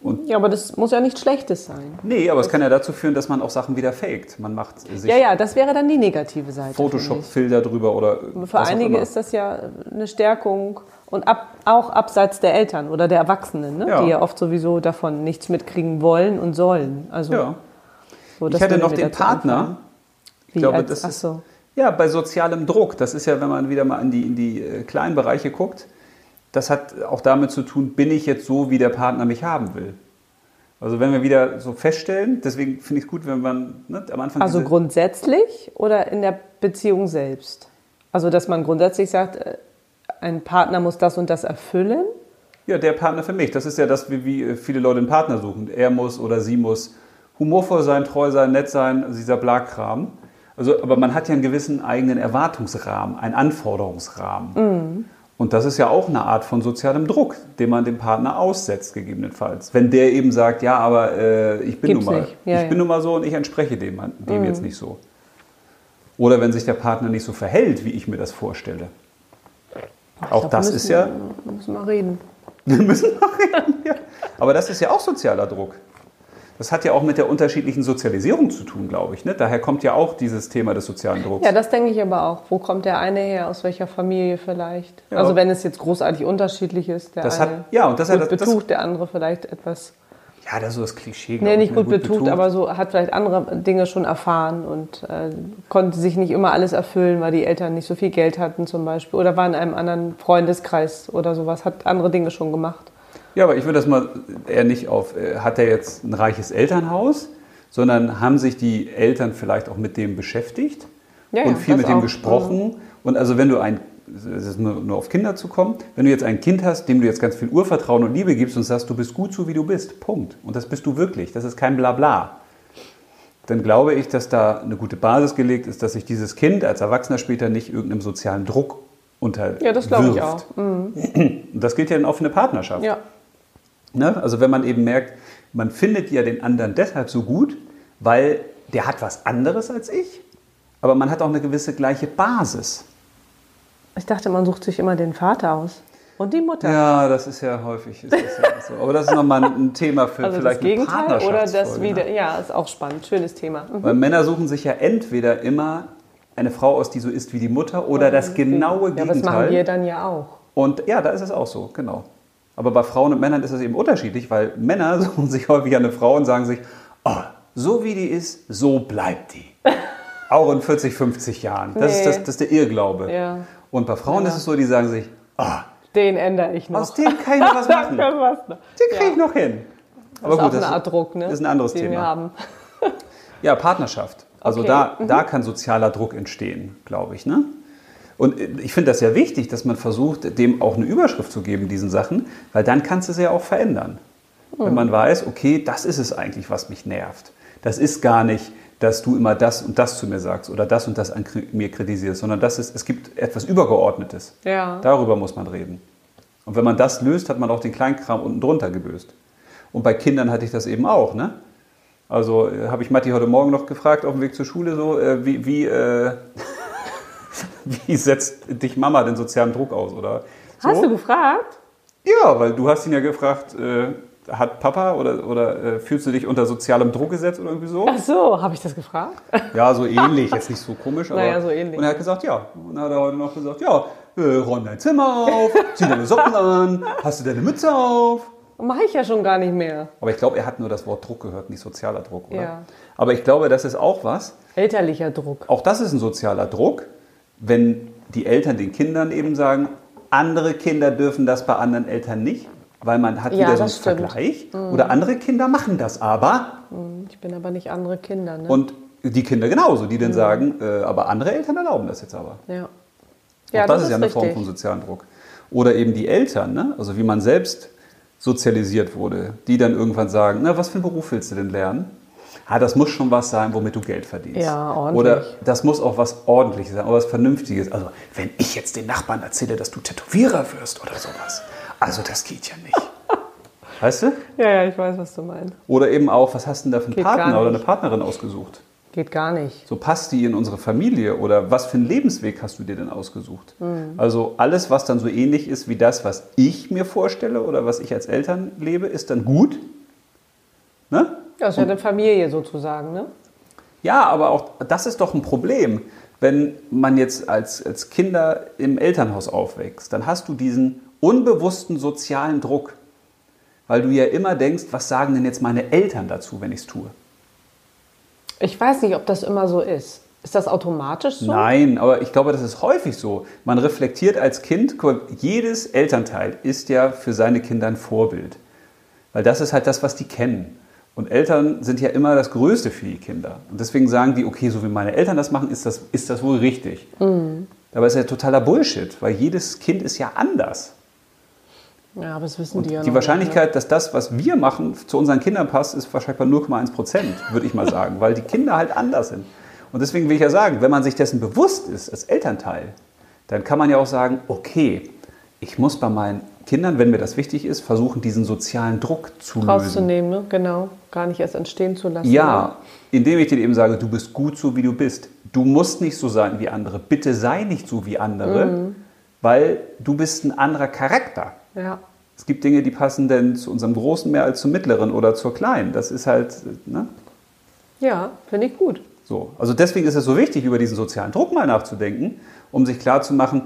Und Ja, aber das muss ja nichts Schlechtes sein. nee, aber es kann ja dazu führen, dass man auch Sachen wieder faked. Man macht sich Ja, ja, das wäre dann die negative Seite. finde Photoshop-Filter drüber oder ich. Für einige ist das ja eine Stärkung und ab, auch abseits der Eltern oder der Erwachsenen, ne? Ja. die ja oft sowieso davon nichts mitkriegen wollen und sollen. Also, Ja. so, das Ich hatte würde noch mir den dazu Partner. einfallen. Ich glaube, als- das ach ist so. ja bei sozialem Druck. Das ist ja, wenn man wieder mal in die, in die äh, kleinen Bereiche guckt, das hat auch damit zu tun, bin ich jetzt so, wie der Partner mich haben will. Also wenn wir wieder so feststellen, deswegen finde ich es gut, wenn man ne, am Anfang Also diese- grundsätzlich oder in der Beziehung selbst? Also, dass man grundsätzlich sagt, äh, ein Partner muss das und das erfüllen. ja der Partner für mich. Das ist ja das, wie, wie äh, viele Leute einen Partner suchen. Er muss oder sie muss humorvoll sein, treu sein, nett sein, also dieser Blagkram. Also, aber man hat ja einen gewissen eigenen Erwartungsrahmen, einen Anforderungsrahmen. Mhm. Und das ist ja auch eine Art von sozialem Druck, den man dem Partner aussetzt, gegebenenfalls. Wenn der eben sagt, ja, aber äh, ich bin Gibt's nun mal, nicht. Ja, ich ja. Mhm. bin nun mal so und ich entspreche dem, dem jetzt nicht so. Oder wenn sich der Partner nicht so verhält, wie ich mir das vorstelle. glaub, auch wir das müssen- ist ja, Müssen wir reden. wir müssen noch reden. Ja. Aber das ist ja auch sozialer Druck. Das hat ja auch mit der unterschiedlichen Sozialisierung zu tun, glaube ich. Ne? Daher kommt ja auch dieses Thema des sozialen Drucks. Ja, das denke ich aber auch. Wo kommt der eine her? Aus welcher Familie vielleicht? Ja. Also wenn es jetzt großartig unterschiedlich ist, der Das hat- eine ja, und das hat- gut das- betucht, der andere vielleicht etwas, Ja, das ist so das Klischee. nee, glaube ich, nicht ne? gut, betucht, aber so hat vielleicht andere Dinge schon erfahren und äh, konnte sich nicht immer alles erfüllen, weil die Eltern nicht so viel Geld hatten zum Beispiel oder war in einem anderen Freundeskreis oder sowas, hat andere Dinge schon gemacht. Ja, aber ich würde das mal eher nicht auf, äh, hat er jetzt ein reiches Elternhaus, sondern haben sich die Eltern vielleicht auch mit dem beschäftigt Ja, ja, und viel das mit dem auch. Mhm. gesprochen. Und also wenn du ein, es ist nur, nur auf Kinder zu kommen, wenn du jetzt ein Kind hast, dem du jetzt ganz viel Urvertrauen und Liebe gibst und sagst, du bist gut so, wie du bist, Punkt. Und das bist du wirklich, das ist kein Blabla. Dann glaube ich, dass da eine gute Basis gelegt ist, dass sich dieses Kind als Erwachsener später nicht irgendeinem sozialen Druck unterwirft. Ja, das glaube ich auch. Mhm. Und das gilt ja dann auch für eine Partnerschaft. Ja, Ne? Also wenn man eben merkt, man findet ja den anderen deshalb so gut, weil der hat was anderes als ich, aber man hat auch eine gewisse gleiche Basis. ich dachte, man sucht sich immer den Vater aus und die Mutter. Ja, das ist ja häufig ist das ja so. Aber das ist nochmal ein Thema für Also das vielleicht eine Gegenteil oder das Partnerschaftsfolge, ne? wieder, ja, ist auch spannend, schönes Thema. Mhm. Weil Männer suchen sich ja entweder immer eine Frau aus, die so ist wie die Mutter, oder das genaue Ja, aber das machen Gegenteil. wir dann ja auch. Und ja, da ist es auch so, genau. Aber bei Frauen und Männern ist es eben unterschiedlich, weil Männer suchen sich häufig eine Frau und sagen sich, oh, so wie die ist, so bleibt die. auch in 40, 50 Jahren. Das, ist, Nee. das, das ist der Irrglaube. Ja. Und bei Frauen ist es so, die sagen sich, oh, Den ändere ich noch. aus dem kann ich noch was machen. Den was noch. kriege ich noch hin. Aber ist auch das eine Art Druck, ne? ist ein anderes den Thema. Wir haben. Ja, Partnerschaft. Also Okay. mhm. da, da kann sozialer Druck entstehen, glaube ich. Ne? Und ich finde das ja wichtig, dass man versucht, dem auch eine Überschrift zu geben, diesen Sachen, weil dann kannst du sie ja auch verändern. Wenn Mhm. man weiß, okay, das ist es eigentlich, was mich nervt. Das ist gar nicht, dass du immer das und das zu mir sagst oder das und das an kri- mir kritisierst, sondern das ist, es gibt etwas Übergeordnetes. Ja. Darüber muss man reden. Und wenn man das löst, hat man auch den Kleinkram unten drunter gelöst. Und bei Kindern hatte ich das eben auch, ne? Also äh, habe ich Matti heute Morgen noch gefragt auf dem Weg zur Schule so, äh, wie, wie, äh, wie setzt dich Mama den sozialen Druck aus, oder? So? Hast du gefragt? Ja, weil du hast ihn ja gefragt, äh, hat Papa oder, oder äh, fühlst du dich unter sozialem Druck gesetzt oder irgendwie so? Ach so, habe ich das gefragt? Ja, so ähnlich, jetzt nicht so komisch, aber. Naja, so ähnlich. Und er hat gesagt, ja. Und dann hat er heute noch gesagt, ja, äh, räum dein Zimmer auf, zieh deine Socken an, hast du deine Mütze auf. Mache ich ja schon gar nicht mehr. Aber ich glaube, er hat nur das Wort Druck gehört, nicht sozialer Druck, oder? Ja. Aber ich glaube, das ist auch was. Elterlicher Druck. Auch das ist ein sozialer Druck, wenn die Eltern den Kindern eben sagen, andere Kinder dürfen das bei anderen Eltern nicht, weil man hat Ja, wieder so einen das stimmt. Mhm. Vergleich. Oder andere Kinder machen das aber. Hm, Ich bin aber nicht andere Kinder, ne? Und die Kinder genauso, die dann Mhm. sagen, äh, aber andere Eltern erlauben das jetzt aber. ja. auch das, ist ja eine Form von sozialem Druck. Oder eben die Eltern, ne? also wie man selbst sozialisiert wurde, die dann irgendwann sagen, na, was für einen Beruf willst du denn lernen? Ah, das muss schon was sein, womit du Geld verdienst. Ja, ordentlich. Oder das muss auch was Ordentliches sein, oder was Vernünftiges. Also, wenn ich jetzt den Nachbarn erzähle, dass du Tätowierer wirst oder sowas, also das geht ja nicht. weißt du? Ja, ja, ich weiß, was du meinst. Oder eben auch, was hast du denn da für einen Geht gar Partner oder eine nicht. Partnerin ausgesucht? Geht gar nicht. So passt die in unsere Familie oder was für einen Lebensweg hast du dir denn ausgesucht? Also alles, was dann so ähnlich ist wie das, was ich mir vorstelle oder was ich als Eltern lebe, ist dann gut. Ne? Ja, ist ja eine Familie sozusagen, ne? Ja, aber auch das ist doch ein Problem. Wenn man jetzt als, als Kinder im Elternhaus aufwächst, dann hast du diesen unbewussten sozialen Druck, weil du ja immer denkst, was sagen denn jetzt meine Eltern dazu, wenn ich es tue? Ich weiß nicht, ob das immer so ist. Ist das automatisch so? Nein, aber ich glaube, das ist häufig so. Man reflektiert als Kind, guck mal, jedes Elternteil ist ja für seine Kinder ein Vorbild. Weil das ist halt das, was die kennen. Und Eltern sind ja immer das Größte für die Kinder. Und deswegen sagen die, okay, so wie meine Eltern das machen, ist das, ist das wohl richtig. Mhm. Dabei ist ja totaler Bullshit, weil jedes Kind ist ja anders. Ja, aber das wissen Und die ja noch die nicht, ne? Wahrscheinlichkeit, dass das, was wir machen, zu unseren Kindern passt, ist wahrscheinlich bei 0,1 Prozent, würde ich mal sagen, weil die Kinder halt anders sind. Und deswegen will ich ja sagen, wenn man sich dessen bewusst ist, als Elternteil, dann kann man ja auch sagen, okay, ich muss bei meinen Kindern, wenn mir das wichtig ist, versuchen, diesen sozialen Druck zu ne? lösen. Rauszunehmen, ne? Genau. Gar nicht erst entstehen zu lassen. Ja, indem ich dir eben sage, du bist gut so, wie du bist. Du musst nicht so sein wie andere. Bitte sei nicht so wie andere, weil du bist ein anderer Charakter. ne? Ja. Es gibt Dinge, die passen denn zu unserem Großen mehr als zum Mittleren oder zur Kleinen. Das ist halt, ne? Ja, finde ich gut. So. Also deswegen ist es so wichtig, über diesen sozialen Druck mal nachzudenken, um sich klarzumachen,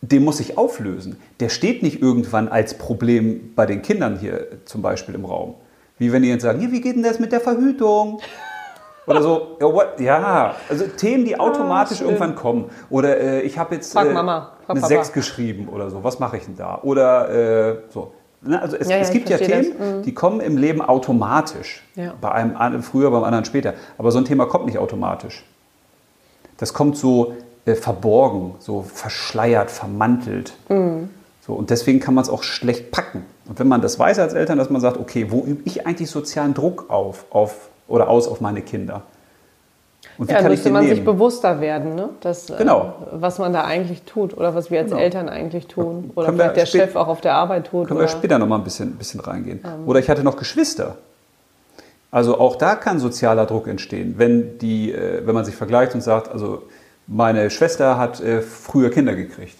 den muss ich auflösen. Der steht nicht irgendwann als Problem bei den Kindern hier zum Beispiel im Raum. Wie wenn die jetzt sagen, hier, wie geht denn das mit der Verhütung? Oder so, ja, what? ja, also Themen, die automatisch Ah, stimmt. irgendwann kommen. Oder äh, ich habe jetzt Frag äh, Mama, frag eine Papa. 6 geschrieben oder so, was mache ich denn da? Oder äh, so. Ne, Also es, Ja, ja, es ich gibt ja verstehe Themen, das. die kommen im Leben automatisch. Mhm. Ja. Bei einem an- früher, beim anderen später. Aber so ein Thema kommt nicht automatisch. Das kommt so äh, verborgen, so verschleiert, vermantelt. Mhm. So, und deswegen kann man es auch schlecht packen. Und wenn man das weiß als Eltern, dass man sagt, okay, wo übe ich eigentlich sozialen Druck auf, auf oder aus auf meine Kinder? Und wie Ja, kann ich müsste den man sich nehmen? bewusster werden, ne? Dass, äh, Genau. was man da eigentlich tut oder was wir als Genau. Eltern eigentlich tun. Oder Können wir vielleicht der spä- Chef auch auf der Arbeit tut. Können oder Ähm. wir später nochmal ein bisschen, ein bisschen reingehen. Oder ich hatte noch Geschwister. Also auch da kann sozialer Druck entstehen, wenn, die, äh, wenn man sich vergleicht und sagt, also meine Schwester hat äh, früher Kinder gekriegt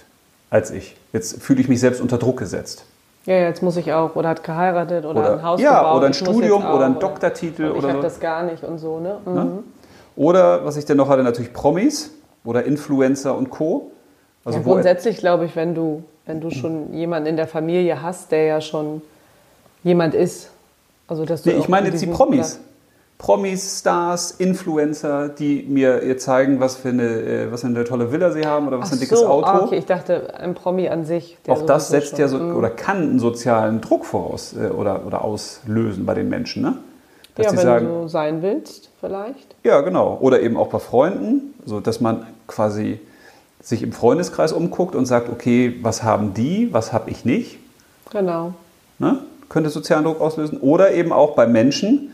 als ich. Jetzt fühle ich mich selbst unter Druck gesetzt. Ja, jetzt muss ich auch. Oder hat geheiratet oder, ein Haus ja, gebaut. oder ein ich muss jetzt Studium auch, oder ein Doktortitel Und ich oder habe so. das gar nicht und so, ne? Mhm. Ne? Oder was ich denn noch hatte, natürlich Promis oder Influencer und Co. Also ja, wo- grundsätzlich glaube ich, wenn du, wenn du schon jemanden in der Familie hast, der ja schon jemand ist. Also, dass du Nee, ich auch meine in jetzt die diesem- Promis. Promis, Stars, Influencer, die mir ihr zeigen, was für eine, äh, was für eine tolle Villa sie haben oder Ach was für ein dickes so, Auto. ah, okay, ich dachte, ein Promi an sich. der Auch so das ein bisschen setzt ja so, schon- Mhm. oder kann einen sozialen Druck voraus äh, oder, oder auslösen bei den Menschen, ne? Dass Ja, die wenn sagen, du so sein willst, vielleicht. ja genau, oder eben auch bei Freunden, so dass man quasi sich im Freundeskreis umguckt und sagt, okay, was haben die, was habe ich nicht, Genau. ne? könnte sozialen Druck auslösen. Oder eben auch bei Menschen,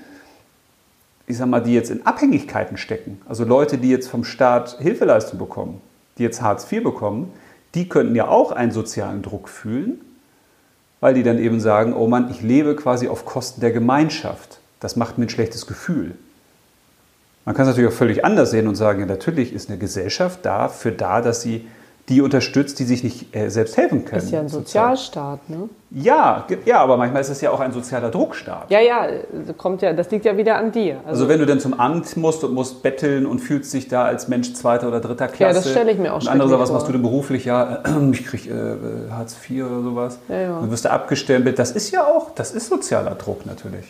ich sag mal, die jetzt in Abhängigkeiten stecken. Also Leute, die jetzt vom Staat Hilfeleistung bekommen, die jetzt Hartz IV bekommen, die könnten ja auch einen sozialen Druck fühlen, weil die dann eben sagen, oh Mann, ich lebe quasi auf Kosten der Gemeinschaft. Das macht mir ein schlechtes Gefühl. Man kann es natürlich auch völlig anders sehen und sagen, ja, natürlich ist eine Gesellschaft dafür da, dass sie die unterstützt, die sich nicht äh, selbst helfen können. Ist ja ein sozusagen. Sozialstaat, ne? Ja, ge- ja, aber manchmal ist es ja auch ein sozialer Druckstaat. Ja, ja, äh, kommt ja, das liegt ja wieder an dir. Also, Also wenn du dann zum Amt musst und musst betteln und fühlst dich da als Mensch zweiter oder dritter Klasse. stelle ich mir auch Und andere schrecklich sagen, was machst du vor. denn beruflich? Ja, ich krieg äh, Hartz IV oder sowas. Ja, ja. Dann wirst du abgestempelt. Das ist ja auch, das ist sozialer Druck natürlich.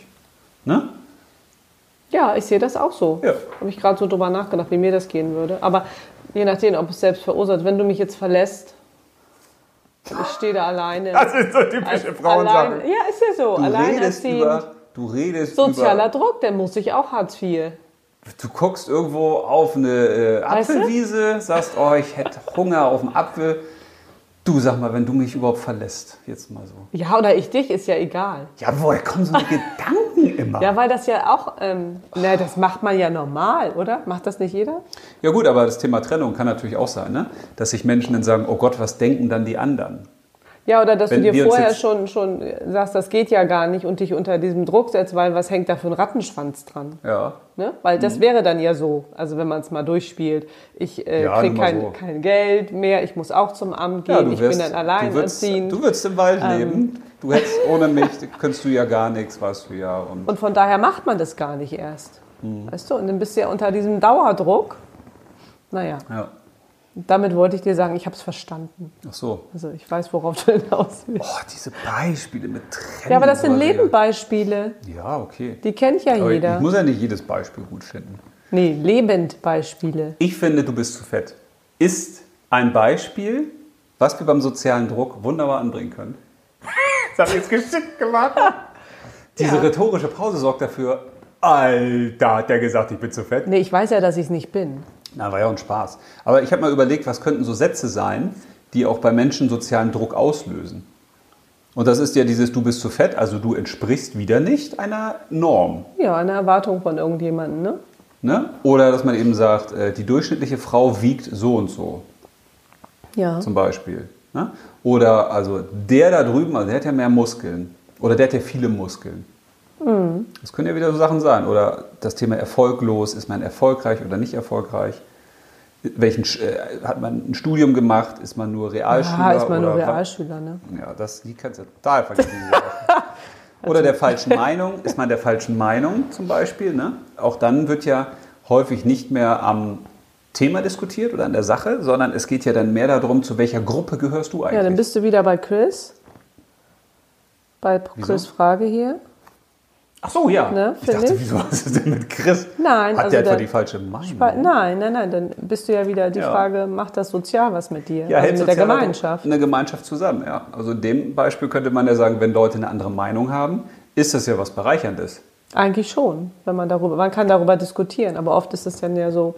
Ne? ja, ich sehe das auch so. Ja. Habe ich gerade so drüber nachgedacht, wie mir das gehen würde. Aber je nachdem, ob es selbst verursacht, wenn du mich jetzt verlässt und ich stehe da alleine. ist so Als- typische allein- Ja, ist ja so. Du redest Alleinerziehend. über, du redest Sozialer über, Druck, der muss ich auch Hartz IV. du guckst irgendwo auf eine äh, Weißt du? Apfelwiese, sagst, oh, ich hätte Hunger auf einen Apfel. Du sag mal, wenn du mich überhaupt verlässt, jetzt mal so. Ja, oder ich dich, ist ja egal. Ja, woher kommen so die Gedanken immer? Ja. Ja, weil das ja auch, ähm, na, das macht man ja normal, oder? Macht das nicht jeder? gut, aber das Thema Trennung kann natürlich auch sein, ne? dass sich Menschen dann sagen, oh Gott, was denken dann die anderen? Ja, oder dass Wenn du wir dir uns vorher jetzt- schon, schon sagst, das geht ja gar nicht und dich unter diesem Druck setzt, weil was hängt da für ein Rattenschwanz dran? Ja. Ne? Weil Mhm. das wäre dann ja so, also wenn man es mal durchspielt, ich äh, Ja, kriege nur mal kein, so. kein Geld mehr, ich muss auch zum Amt gehen, ja du ich wirst, bin dann Ähm. du würdest, alleinerziehend. du würdest im Wald leben. Du hättest ohne mich, könntest du ja gar nichts, weißt du ja. Und Und von daher macht man das gar nicht erst. Mhm. Weißt du, und dann bist du ja unter diesem Dauerdruck. Naja, ja. damit wollte ich dir sagen, ich habe es verstanden. Ach so. Also ich weiß, worauf du hinaus willst. Oh, diese Beispiele mit Trennung. ja, aber das sind oder so. Lebendbeispiele. Ja, okay. Die kennt ja Aber jeder. Ich muss ja nicht jedes Beispiel gut finden. Nee, Lebendbeispiele. Ich finde, du bist zu fett. Ist ein Beispiel, was wir beim sozialen Druck wunderbar anbringen können. Das habe ich jetzt geschickt gemacht. Diese rhetorische Pause sorgt dafür, Alter, hat der gesagt, ich bin zu fett. Nee, ich weiß ja, dass ich es nicht bin. Na, war ja auch ein Spaß. Aber ich habe mal überlegt, was könnten so Sätze sein, die auch bei Menschen sozialen Druck auslösen. Und das ist ja dieses, du bist zu fett, also du entsprichst wieder nicht einer Norm. Ja, eine Erwartung von irgendjemandem, ne? Ne? Oder dass man eben sagt, äh, die durchschnittliche Frau wiegt so und so. Ja. zum Beispiel. Ne? Oder also der da drüben, also der hat ja mehr Muskeln. Oder der hat ja viele Muskeln. Mhm. Das können ja wieder so Sachen sein. Oder das Thema erfolglos, ist man erfolgreich oder nicht erfolgreich? Welchen, Sch- äh, hat man ein Studium gemacht? Ist man nur Realschüler? Ah, ist man nur oder wa- Realschüler, ne? Ja, das, die kannst du total vergessen. diese Sachen. oder der falschen Meinung. Ist man der falschen Meinung zum Beispiel? Ne? Auch dann wird ja häufig nicht mehr am Thema diskutiert oder an der Sache, sondern es geht ja dann mehr darum, zu welcher Gruppe gehörst du eigentlich? Ja, dann bist du wieder bei Chris. Bei Chris Frage hier. Ach so, ja. Ne, ich finde dachte, ich. wieso was ist denn mit Chris? Nein, Hat also der etwa der- die falsche Meinung? Bei- Nein, nein, nein, dann bist du ja wieder die Ja. Frage, macht das sozial was mit dir? Ja, hält Ne. also mit der sozialer Druck Gemeinschaft. Eine Gemeinschaft zusammen, ja. Also in dem Beispiel könnte man ja sagen, wenn Leute eine andere Meinung haben, ist das ja was Bereicherndes. Eigentlich schon, wenn man darüber, man kann darüber diskutieren, aber oft ist es dann ja so,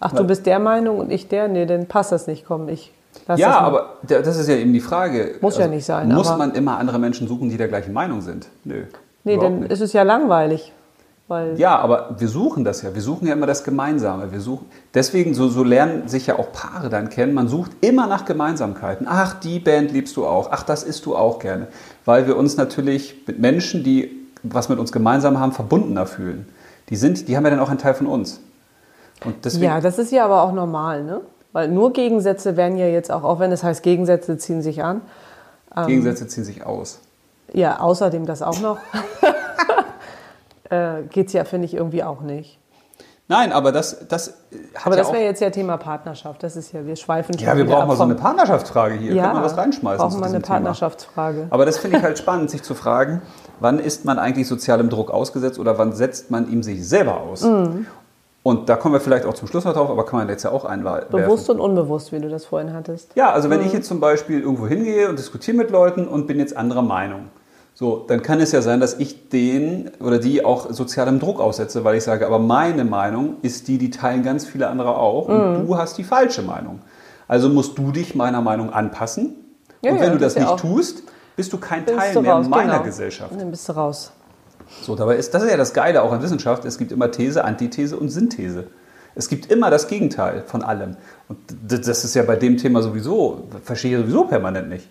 ach, Ne. du bist der Meinung und ich der, nee, dann passt das nicht, komm, ich lass ja, das mal. aber da- das ist ja eben die Frage. Also, Muss ja nicht sein, Muss aber- man immer andere Menschen suchen, die der gleichen Meinung sind? Nö. Nee, überhaupt dann nicht. ist es ja langweilig, weil Ja, aber wir suchen das ja. Wir suchen ja immer das Gemeinsame. Wir suchen, deswegen, so, so lernen sich ja auch Paare dann kennen. Man sucht immer nach Gemeinsamkeiten. Ach, die Band liebst du auch. Ach, das isst du auch gerne. Weil wir uns natürlich mit Menschen, die was mit uns gemeinsam haben, verbundener fühlen. Die, sind, die haben ja dann auch einen Teil von uns. Und deswegen, Ja, das ist ja aber auch normal, ne? Weil nur Gegensätze werden ja jetzt auch, auch wenn es heißt, Gegensätze ziehen sich an. ähm, Gegensätze ziehen sich aus. Ja, außerdem das auch noch. äh, geht's ja, finde ich, irgendwie auch nicht. Nein, aber das, das hat Aber ja das auch... wäre jetzt ja Thema Partnerschaft. Das ist ja, wir schweifen schon Ja, wir wieder brauchen ab mal so vom- eine Partnerschaftsfrage hier. Ja, Können wir was reinschmeißen? brauchen zu wir eine diesem Thema? Partnerschaftsfrage. Aber das finde ich halt spannend, sich zu fragen, wann ist man eigentlich sozialem Druck ausgesetzt oder wann setzt man ihm sich selber aus? Mhm. Und da kommen wir vielleicht auch zum Schluss noch drauf, aber kann man jetzt ja auch einwerfen. Bewusst und unbewusst, wie du das vorhin hattest. Ja, also Mhm. wenn ich jetzt zum Beispiel irgendwo hingehe und diskutiere mit Leuten und bin jetzt anderer Meinung, so, dann kann es ja sein, dass ich den oder die auch sozialem Druck aussetze, weil ich sage, aber meine Meinung ist die, die teilen ganz viele andere auch und Mhm. du hast die falsche Meinung. Also musst du dich meiner Meinung anpassen Ja, und ja, wenn du das das ist ja nicht auch- tust, bist du kein Dann Teil bist du mehr raus, meiner genau. Gesellschaft. Dann bist du raus. So, dabei ist das ist ja das Geile auch an Wissenschaft. Es gibt immer These, Antithese und Synthese. Es gibt immer das Gegenteil von allem. Und d- das ist ja bei dem Thema sowieso, verstehe ich sowieso permanent nicht.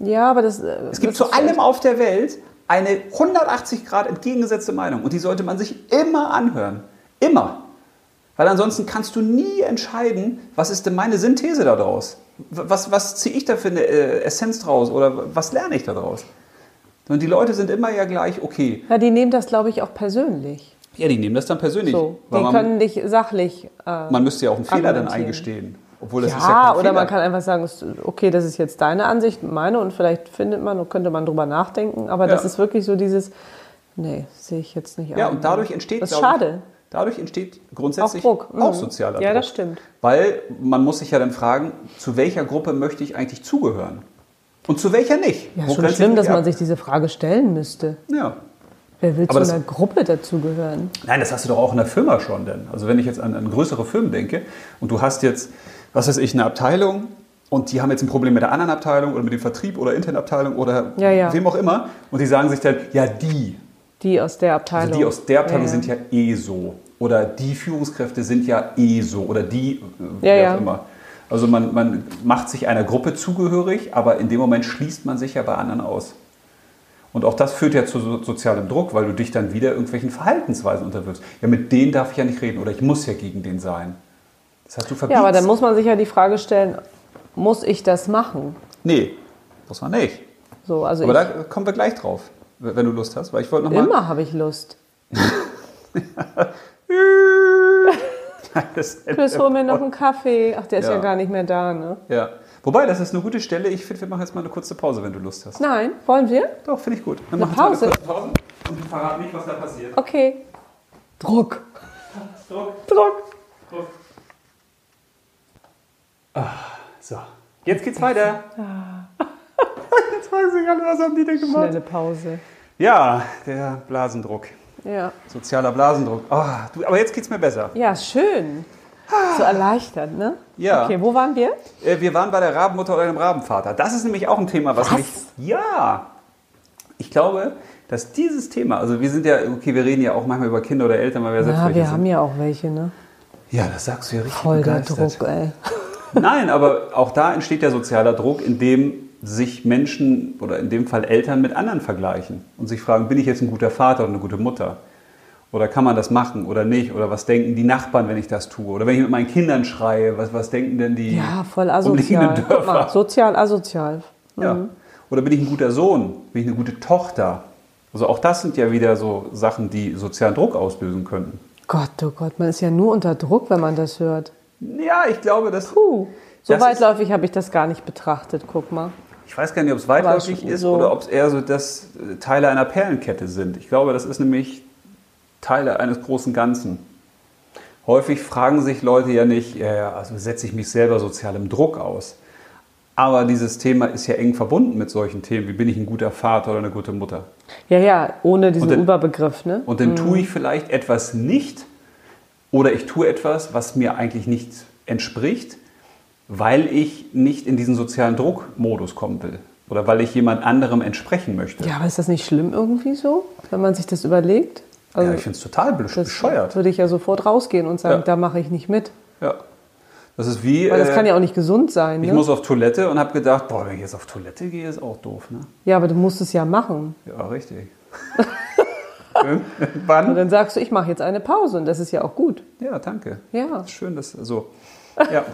Ja, aber das. äh, Es gibt das zu ist- allem auf der Welt eine 180 Grad entgegengesetzte Meinung. Und die sollte man sich immer anhören. Immer. Weil ansonsten kannst du nie entscheiden, was ist denn meine Synthese daraus? Was, was ziehe ich da für eine äh, Essenz draus? Oder was lerne ich daraus? Und die Leute sind immer ja gleich, okay, Na, die nehmen das, glaube ich, auch persönlich. ja, die nehmen das dann persönlich. So. weil Die man, können dich sachlich. Äh, man müsste ja auch einen Fehler dann argumentieren. eingestehen. Obwohl das ja, ist ja kein oder Fehler. man kann einfach sagen, es- okay, das ist jetzt deine Ansicht, meine und vielleicht findet man und könnte man drüber nachdenken, aber das Ja. ist wirklich so dieses, nee, sehe ich jetzt nicht Ja, ein. und dadurch entsteht, Das ist glaub ich, schade. Dadurch entsteht grundsätzlich Auch Druck, mhm. auch sozialer Ja, Druck. das stimmt. Weil man muss sich ja dann fragen, zu welcher Gruppe möchte ich eigentlich zugehören? Und zu welcher nicht? Ja, Wo schon grenze ich schlimm, mich dass man ab? sich diese Frage stellen müsste. Ja. Wer will Aber zu das- einer Gruppe dazugehören? Nein, das hast du doch auch in der Firma schon denn. Also wenn ich jetzt an, an größere Firmen denke und du hast jetzt, was weiß ich, eine Abteilung und die haben jetzt ein Problem mit der anderen Abteilung oder mit dem Vertrieb oder internen Abteilung oder Ja, ja. wem auch immer und die sagen sich dann, ja, die, Die aus der Abteilung. Also die aus der Abteilung ja, sind ja eh so. Oder die Führungskräfte sind ja eh so. Oder die, äh, Ja, wer ja. auch immer. Also man, man macht sich einer Gruppe zugehörig, aber in dem Moment schließt man sich ja bei anderen aus. Und auch das führt ja zu so- sozialem Druck, weil du dich dann wieder irgendwelchen Verhaltensweisen unterwirfst. Ja, mit denen darf ich ja nicht reden oder ich muss ja gegen den sein. Das heißt, du verbietst. Ja, aber dann muss man sich ja die Frage stellen, muss ich das machen? Nee, muss man nicht. So, also Aber ich, da kommen wir gleich drauf, wenn du Lust hast, weil ich wollte nochmal. immer habe ich Lust. Chris, hol mir noch einen Kaffee. Ach, der ist ja, Ja. gar nicht mehr da, ne? Ja. Wobei, das ist eine gute Stelle. Ich finde, wir machen jetzt mal eine kurze Pause, wenn du Lust hast. Nein, wollen wir? Doch, finde ich gut. Dann Eine machen wir jetzt mal Pause? eine kurze Pause und verraten nicht, was da passiert. Okay. Druck. Druck, Druck. Druck. Ah, so. Jetzt geht's weiter. Jetzt weiß ich alle, was haben die denn gemacht? Schnelle Pause. Ja, der Blasendruck. Ja. Sozialer Blasendruck. Ah, du, aber jetzt geht's mir besser. Ja, schön. So erleichtert, ne? Ja. Okay, wo waren wir? Äh, Wir waren bei der Rabenmutter oder dem Rabenvater. Das ist nämlich auch ein Thema, was, Was? mich. Ja! Ich glaube, dass dieses Thema, also wir sind ja, okay, wir reden ja auch manchmal über Kinder oder Eltern, weil wir selbst Na, welche wir haben sind. ja auch welche, ne? Ja, das sagst du ja richtig. Voll der begeistert. Druck, ey. Nein, aber auch da entsteht ja sozialer Druck, indem sich Menschen oder in dem Fall Eltern mit anderen vergleichen und sich fragen, bin ich jetzt ein guter Vater oder eine gute Mutter? Oder kann man das machen oder nicht? Oder was denken die Nachbarn, wenn ich das tue? Oder wenn ich mit meinen Kindern schreie, was, was denken denn die Ja, voll umliegenden asozial. Dörfer? Guck mal, sozial asozial. Mhm. Ja. Oder bin ich ein guter Sohn? Bin ich eine gute Tochter? Also auch das sind ja wieder so Sachen, die sozialen Druck auslösen könnten. Gott, oh Gott, man ist ja nur unter Druck, wenn man das hört. Ja, ich glaube, dass Puh. So Das ist- weitläufig habe ich das gar nicht betrachtet, guck mal. ich weiß gar nicht, ob es weitläufig Aber ist so- oder ob es eher so das äh, Teile einer Perlenkette sind. Ich glaube, das ist nämlich Teile eines großen Ganzen. Häufig fragen sich Leute ja nicht, äh, also setze ich mich selber sozialem Druck aus. Aber dieses Thema ist ja eng verbunden mit solchen Themen, wie bin ich ein guter Vater oder eine gute Mutter. Ja, ja, ohne diesen Und dann- Überbegriff, ne? Und dann tue ich vielleicht etwas nicht oder ich tue etwas, was mir eigentlich nicht entspricht, weil ich nicht in diesen sozialen Druckmodus kommen will oder weil ich jemand anderem entsprechen möchte. Ja, aber ist das nicht schlimm irgendwie so, wenn man sich das überlegt? ja, ich finde es total besch- also das bescheuert. würde ich ja sofort rausgehen und sagen, Ja. da mache ich nicht mit. Ja. Das ist wie, Weil das äh, kann ja auch nicht gesund sein, ich ne? muss auf Toilette und habe gedacht, boah, wenn ich jetzt auf Toilette gehe, ist auch doof, ne? Ja, aber du musst es ja machen. Ja, richtig. Wann? Und dann sagst du, ich mache jetzt eine Pause und das ist ja auch gut. Ja, danke. Ja. Schön, dass so. Ja.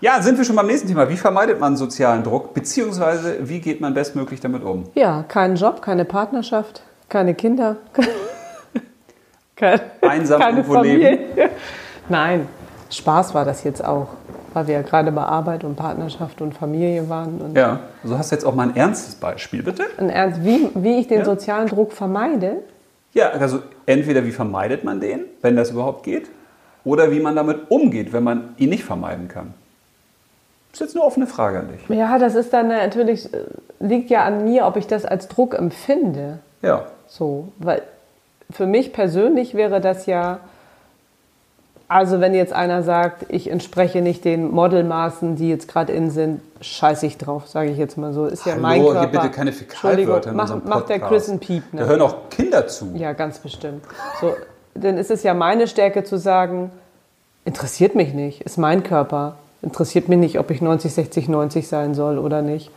ja, sind wir schon beim nächsten Thema. Wie vermeidet man sozialen Druck, beziehungsweise wie geht man bestmöglich damit um? Ja, keinen Job, keine Partnerschaft, keine Kinder. Kein, Einsam irgendwo Nein, Spaß war das jetzt auch, weil wir ja gerade bei Arbeit und Partnerschaft und Familie waren. Und Ja, so hast du jetzt auch mal ein ernstes Beispiel, bitte. und ernst, wie, wie ich den Ja. sozialen Druck vermeide, Ja, also entweder wie vermeidet man den, wenn das überhaupt geht, oder wie man damit umgeht, wenn man ihn nicht vermeiden kann. Das ist jetzt eine offene Frage an dich. ja, das ist dann natürlich, äh, liegt ja an mir, ob ich das als Druck empfinde. Ja, So, weil für mich persönlich wäre das ja, also wenn jetzt einer sagt, ich entspreche nicht den Modelmaßen, die jetzt gerade in sind, scheiße ich drauf, sage ich jetzt mal so. Ist ja Hallo, mein Körper. hier bitte keine Fäkalwörter in Entschuldigung, unserem macht, macht der Podcast. Chris einen Piep. ne? da hören auch Kinder zu. Ja, ganz bestimmt. So, dann ist es ja meine Stärke zu sagen, interessiert mich nicht, ist mein Körper. Interessiert mich nicht, ob ich 90, 60, 90 sein soll oder nicht.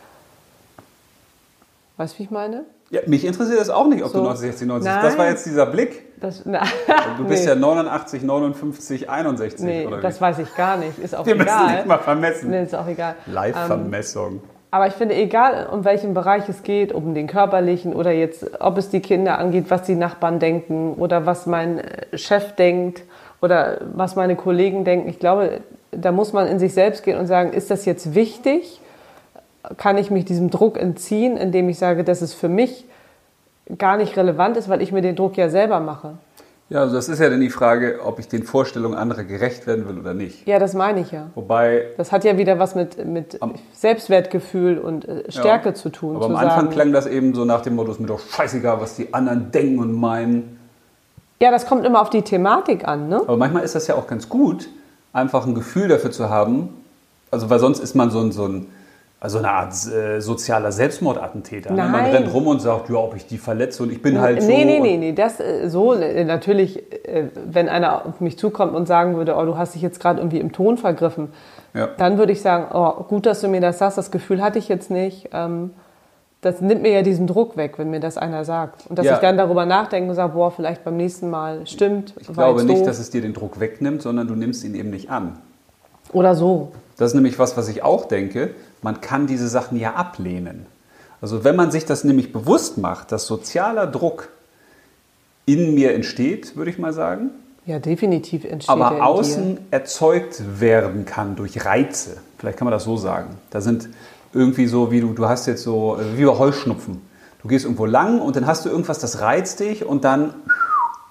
Weißt du, wie ich meine? Ja, mich interessiert das auch nicht, ob So. du 90, 90 Nein. Das war jetzt dieser Blick. Das, na, Du bist nee. ja 89, 59, 61 Nee, oder wie? das weiß ich gar nicht. Ist auch Wir müssen egal. nicht mal vermessen. Nee, ist auch egal. Ähm, Live-Vermessung. aber ich finde, egal um welchen Bereich es geht, um den körperlichen oder jetzt, ob es die Kinder angeht, was die Nachbarn denken oder was mein äh, Chef denkt oder was meine Kollegen denken, ich glaube, da muss man in sich selbst gehen und sagen, ist das jetzt wichtig? Kann ich mich diesem Druck entziehen, indem ich sage, dass es für mich gar nicht relevant ist, weil ich mir den Druck ja selber mache? ja, also das ist ja dann die Frage, ob ich den Vorstellungen anderer gerecht werden will oder nicht. Ja, das meine ich ja. Wobei, Das hat ja wieder was mit, mit Am- Selbstwertgefühl und äh, Stärke ja, zu tun. Aber zu am Anfang sagen, klang das eben so nach dem Motto, ist mir doch scheißegal, was die anderen denken und meinen. ja, das kommt immer auf die Thematik an, ne? Aber manchmal ist das ja auch ganz gut, einfach ein Gefühl dafür zu haben. Also, weil sonst ist man so, ein, so, ein, also eine Art äh, sozialer Selbstmordattentäter. Ne? Man Nein. rennt rum und sagt, ja, ob ich die verletze und ich bin halt so. nee, nee, und- nee, nee, das äh, so äh, natürlich, äh, wenn einer auf mich zukommt und sagen würde, oh, du hast dich jetzt gerade irgendwie im Ton vergriffen, Ja. dann würde ich sagen, oh, gut, dass du mir das sagst, das Gefühl hatte ich jetzt nicht. Ähm, das nimmt mir ja diesen Druck weg, wenn mir das einer sagt. Und dass Ja. ich dann darüber nachdenke und sage, boah, vielleicht beim nächsten Mal stimmt. Ich glaube nicht, dass es dir den Druck wegnimmt, sondern du nimmst ihn eben nicht an. Oder so. Das ist nämlich was, was ich auch denke. Man kann diese Sachen ja ablehnen. Also wenn man sich das nämlich bewusst macht, dass sozialer Druck in mir entsteht, würde ich mal sagen, Ja, definitiv entsteht er in aber dir. außen erzeugt werden kann durch Reize. Vielleicht kann man das so sagen. Da sind irgendwie so, wie du, du hast jetzt so, äh, wie bei Heuschnupfen. Du gehst irgendwo lang und dann hast du irgendwas, das reizt dich und dann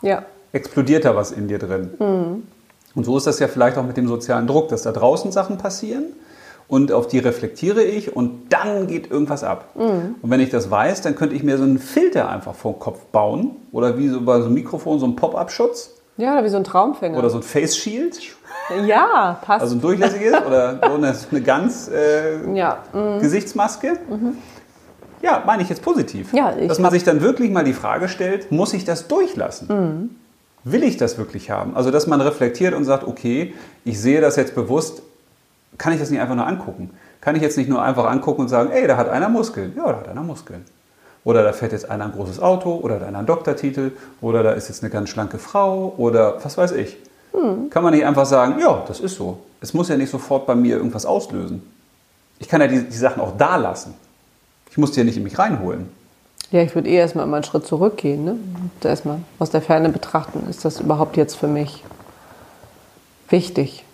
Ja, explodiert da was in dir drin. Und so ist das ja vielleicht auch mit dem sozialen Druck, dass da draußen Sachen passieren und auf die reflektiere ich und dann geht irgendwas ab. Und wenn ich das weiß, dann könnte ich mir so einen Filter einfach vor den Kopf bauen oder wie so bei so einem Mikrofon so einen Pop-up-Schutz ja, wie so ein Traumfänger. oder so ein Face-Shield, Ja, passt. also ein durchlässiges oder so eine, so eine ganz äh, ja, mm, Gesichtsmaske. Ja, meine ich jetzt positiv. Ja, ich Dass man hab- sich dann wirklich mal die Frage stellt, muss ich das durchlassen? Mhm. Will ich das wirklich haben? Also, dass man reflektiert und sagt, okay, ich sehe das jetzt bewusst, kann ich das nicht einfach nur angucken? Kann ich jetzt nicht nur einfach angucken und sagen, ey, da hat einer Muskeln? Ja, da hat einer Muskeln. Oder da fährt jetzt einer ein großes Auto oder da einer einen Doktortitel oder da ist jetzt eine ganz schlanke Frau oder was weiß ich. Mhm. Kann man nicht einfach sagen, ja, das ist so. Es muss ja nicht sofort bei mir irgendwas auslösen. Ich kann ja die, die Sachen auch da lassen. Ich muss die ja nicht in mich reinholen. ja, ich würde eh erstmal immer einen Schritt zurückgehen. Ne? Und Erstmal aus der Ferne betrachten, ist das überhaupt jetzt für mich wichtig?